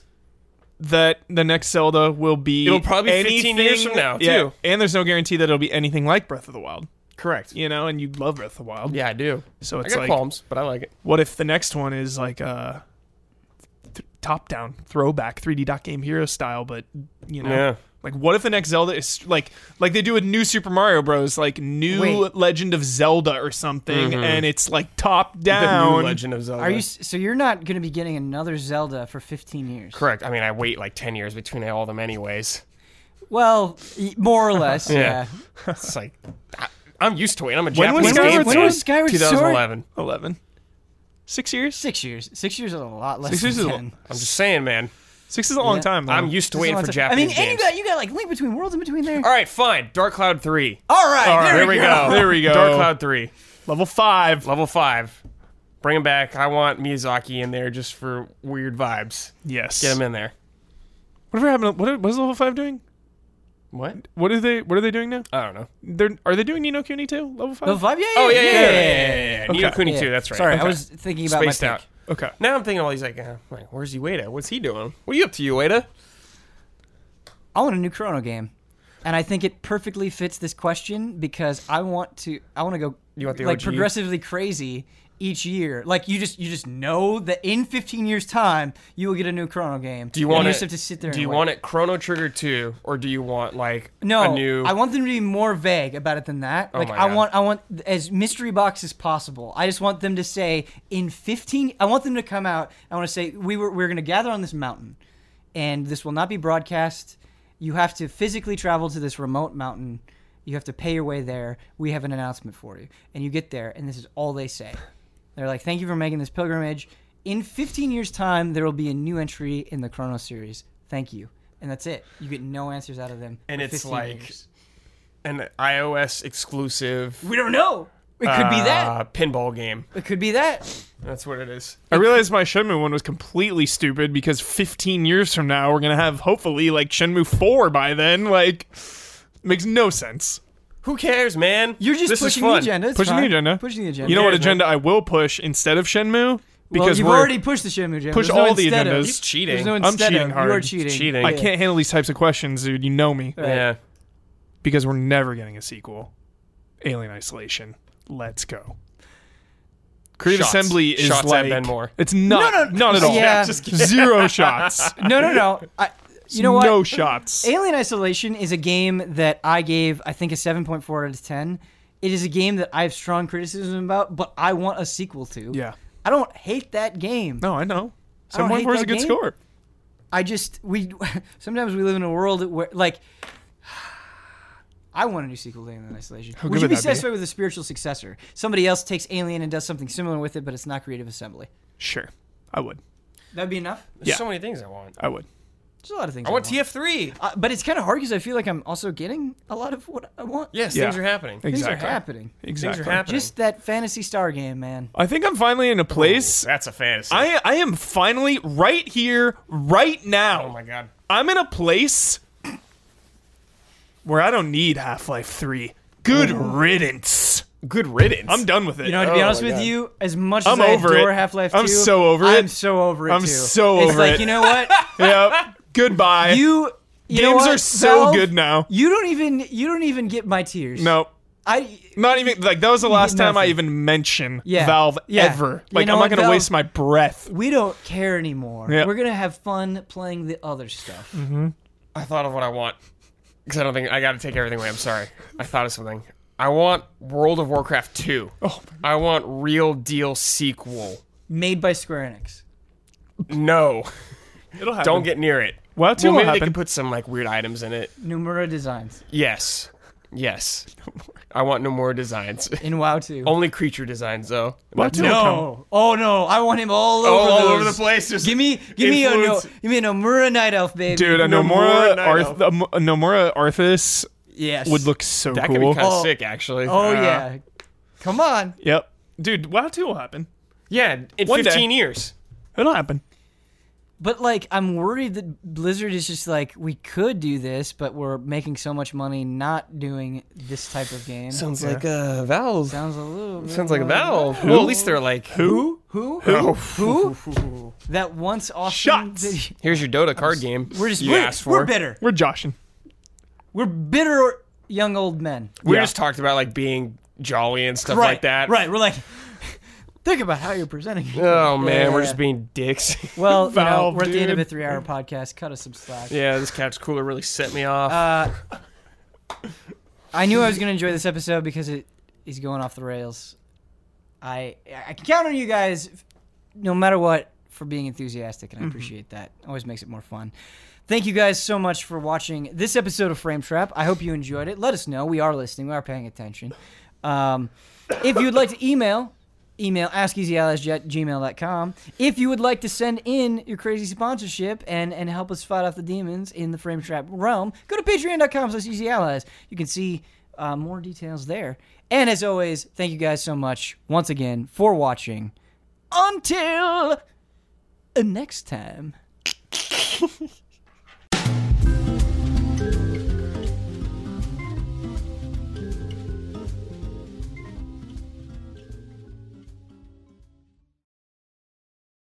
that the next Zelda will be. It'll probably be 15 anything, years from now, Yeah, too. And there's no guarantee that it'll be anything like Breath of the Wild. correct. Yeah, You know, and you love Breath of the Wild. I do. So I it's got like, qualms, but I like it. what if the next one is like a th- top-down throwback 3D dot game hero style, but you know. Yeah. Like, what if the next Zelda is like, like they do with New Super Mario Bros, like New Wait. Legend of Zelda or something, and it's like top Mm-hmm. The new down. Legend of Zelda. Are you s- so you're not gonna be getting another Zelda for 15 years? correct? I mean, I wait like 10 years between all of them, anyways. Well, y- more or [LAUGHS] less. yeah. Yeah. It's like I, I'm used to it. I'm a When was Japanese Skyward Sword? game fan. When was Skyward Sword? 2011. 11. Six years? Six, Six years. Six years is a lot less. years is than a- 10. I'm just saying, man. is a long Yeah. time. Though. I'm used to waiting for I mean, Japanese and you games. got you got like Link Between Worlds in between there. All right, fine. Dark Cloud 3. All right, right, there, There we go. There we go. Dark Cloud 3. Level 5. Level 5. Bring him back. I want Miyazaki in there just for weird vibes. Yes. Get him in there. Whatever happened? to- What, what is level 5 doing? What? What are they What are they doing now? I don't know. They're, are they doing Nino Kuni 2? Level 5? The vibe, yeah, Oh, yeah, yeah, yeah, yeah, yeah. yeah, yeah, yeah. Ni no Okay. Kuni Yeah. 2, that's right. Sorry, I Okay. was thinking about spaced my pick. out. Okay. Now I'm thinking all these like, uh, like, where's Ueda? What's he doing? What are you up to, Ueda? I want a new Chrono game, and I think it perfectly fits this question because I want to. I want to go. You want the like OG? progressively crazy each year. Like you just you just know that in 15 years time you will get a new Chrono game. Do you And want you it? just have to sit there? Do and you wait. want it Chrono Trigger 2 or do you want like No, a new Oh I want them to be more vague about it than that. like my I God. want, I want as mystery box as possible. I just want them to say in fifteen. I want them to come out. I want to say we were we we're going to gather on this mountain, and this will not be broadcast. You have to physically travel to this remote mountain. You have to pay your way there. We have an announcement for you, and you get there, and this is all they say. They're like, "Thank you for making this pilgrimage." In 15 years' time, there will be a new entry in the Chrono series. Thank you, and that's it. You get no answers out of them. And for it's 15 like- years. an iOS exclusive. We don't know. It could be that. uh, pinball game. It could be that. That's what it is. I realized my Shenmue one was completely stupid because 15 years from now, we're going to have hopefully like Shenmue 4 by then. Like, makes no sense. Who cares, man? You're just This is pushing the fun. agenda. It's Pushing the fine. agenda. Pushing the agenda. You know what cares, man? agenda I will push instead of Shenmue? Well, Because you've we're, already pushed the Shenmue agenda. Push There's no all the instead of. agendas. He's cheating. There's no I'm instead cheating of. hard. You are It's cheating. cheating. I Yeah. can't handle these types of questions, dude. You know me. Right. yeah. Because we're never getting a sequel. Alien Isolation. Let's go. Creative Shots. Assembly is Shots at like Ben [LAUGHS] Moore. It's not No, no, not at all. yeah. Just kidding. [LAUGHS] Zero shots. No, no, no. I, [LAUGHS] you know what? No shots. Alien Isolation is a game that I gave, I think, a 7.4 out of 10. It is a game that I have strong criticism about, but I want a sequel to. yeah. I don't hate that game. No, I know. I don't Someone hate four is that a good Oh, game. score. I just we [LAUGHS] sometimes we live in a world where like [SIGHS] I want a new sequel to Alien Isolation. How Would good you would be that be? satisfied with a spiritual successor? Somebody else takes Alien and does something similar with it, but it's not Creative Assembly. Sure, I would. That'd be enough. There's Yeah. so many things I want. I would. There's a lot of things. I want TF3. Uh, but it's kind of hard because I feel like I'm also getting a lot of what I want. Yes, Yeah. things are happening. things Exactly. are happening. Exactly. Things are happening. Just that fantasy star game, man. I think I'm finally in a Oh, place. That's a fantasy. I I am finally right here, right now. oh my god. I'm in a place where I don't need Half Life 3. Good riddance. Good riddance. I'm done with it. You know, to be Oh honest my with God. you, as much I'm as I over it. adore Half-Life 2, I'm so over I'm it. so over it I'm too. so it's over like, it. you know [LAUGHS] what? Oh. yep. Goodbye. You, you know Games what, are so Valve? good now. You don't even you don't even get my tears. No. I Not even like that was the last time I nothing. even mention Yeah. Valve Yeah. ever. You Like know I'm what, not gonna Valve? waste my breath. we don't care anymore. Yeah. We're gonna have fun playing the other stuff. I thought of what I want. Because I don't think I got to take everything away. I'm sorry. I thought of something. I want World of Warcraft 2. Oh, I want real deal sequel. Made by Square Enix. No, It'll happen. don't get near it. Well, too well, will maybe they happen. could put some like weird items in it. Numura Designs Yes, yes. I want no more designs. [LAUGHS] in WoW 2. Oh, Only creature designs though. Well, too will come. no. Oh no. I want him all All, over all those. over the place. Just Give me give me a no, influence. give me a Nomura Night Elf baby. Dude, a Nomura Nomura, Night Arth- Elf. a Mo- a Nomura Arthas Yes. would look so That cool. could be kind of Oh. sick, actually. Oh Uh, yeah. Come on. Yep. Dude, WoW 2 will happen. yeah. In One day. 15 years, It'll happen. But like, I'm worried that Blizzard is just like, we could do this, but we're making so much money not doing this type of game. sounds like a Valve. Sounds a little. Bit Sounds like a Valve. Well, at least they're like who? Who? Oh. Who? That once awesome. Shots. video- Here's your Dota card game. We're just you we're, asked for. we're bitter. We're joshing. We're bitter young old men. We Yeah. just talked about like being jolly and stuff like that. Right. We're like, [LAUGHS] think about how you're presenting. it. Oh man, we're Yeah. just being dicks. [LAUGHS] Well, you know, Valve, we're at the end of a dude. three-hour podcast. Cut us some slack. yeah, this couch cooler really set me off. Uh, I knew I was gonna enjoy this episode because it is going off the rails. I I can count on you guys, no matter what, for being enthusiastic, and I appreciate that. Always makes it more fun. Thank you guys so much for watching this episode of Frame Trap. I hope you enjoyed it. Let us know. We are listening. We are paying attention. Um, if you'd like to email, email askeasyallies at gmail.com. If you would like to send in your crazy sponsorship and, and help us fight off the demons in the frame trap realm, go to patreon.com slash easy allies. You can see uh, more details there. And as always, thank you guys so much once again for watching. Until uh, next time.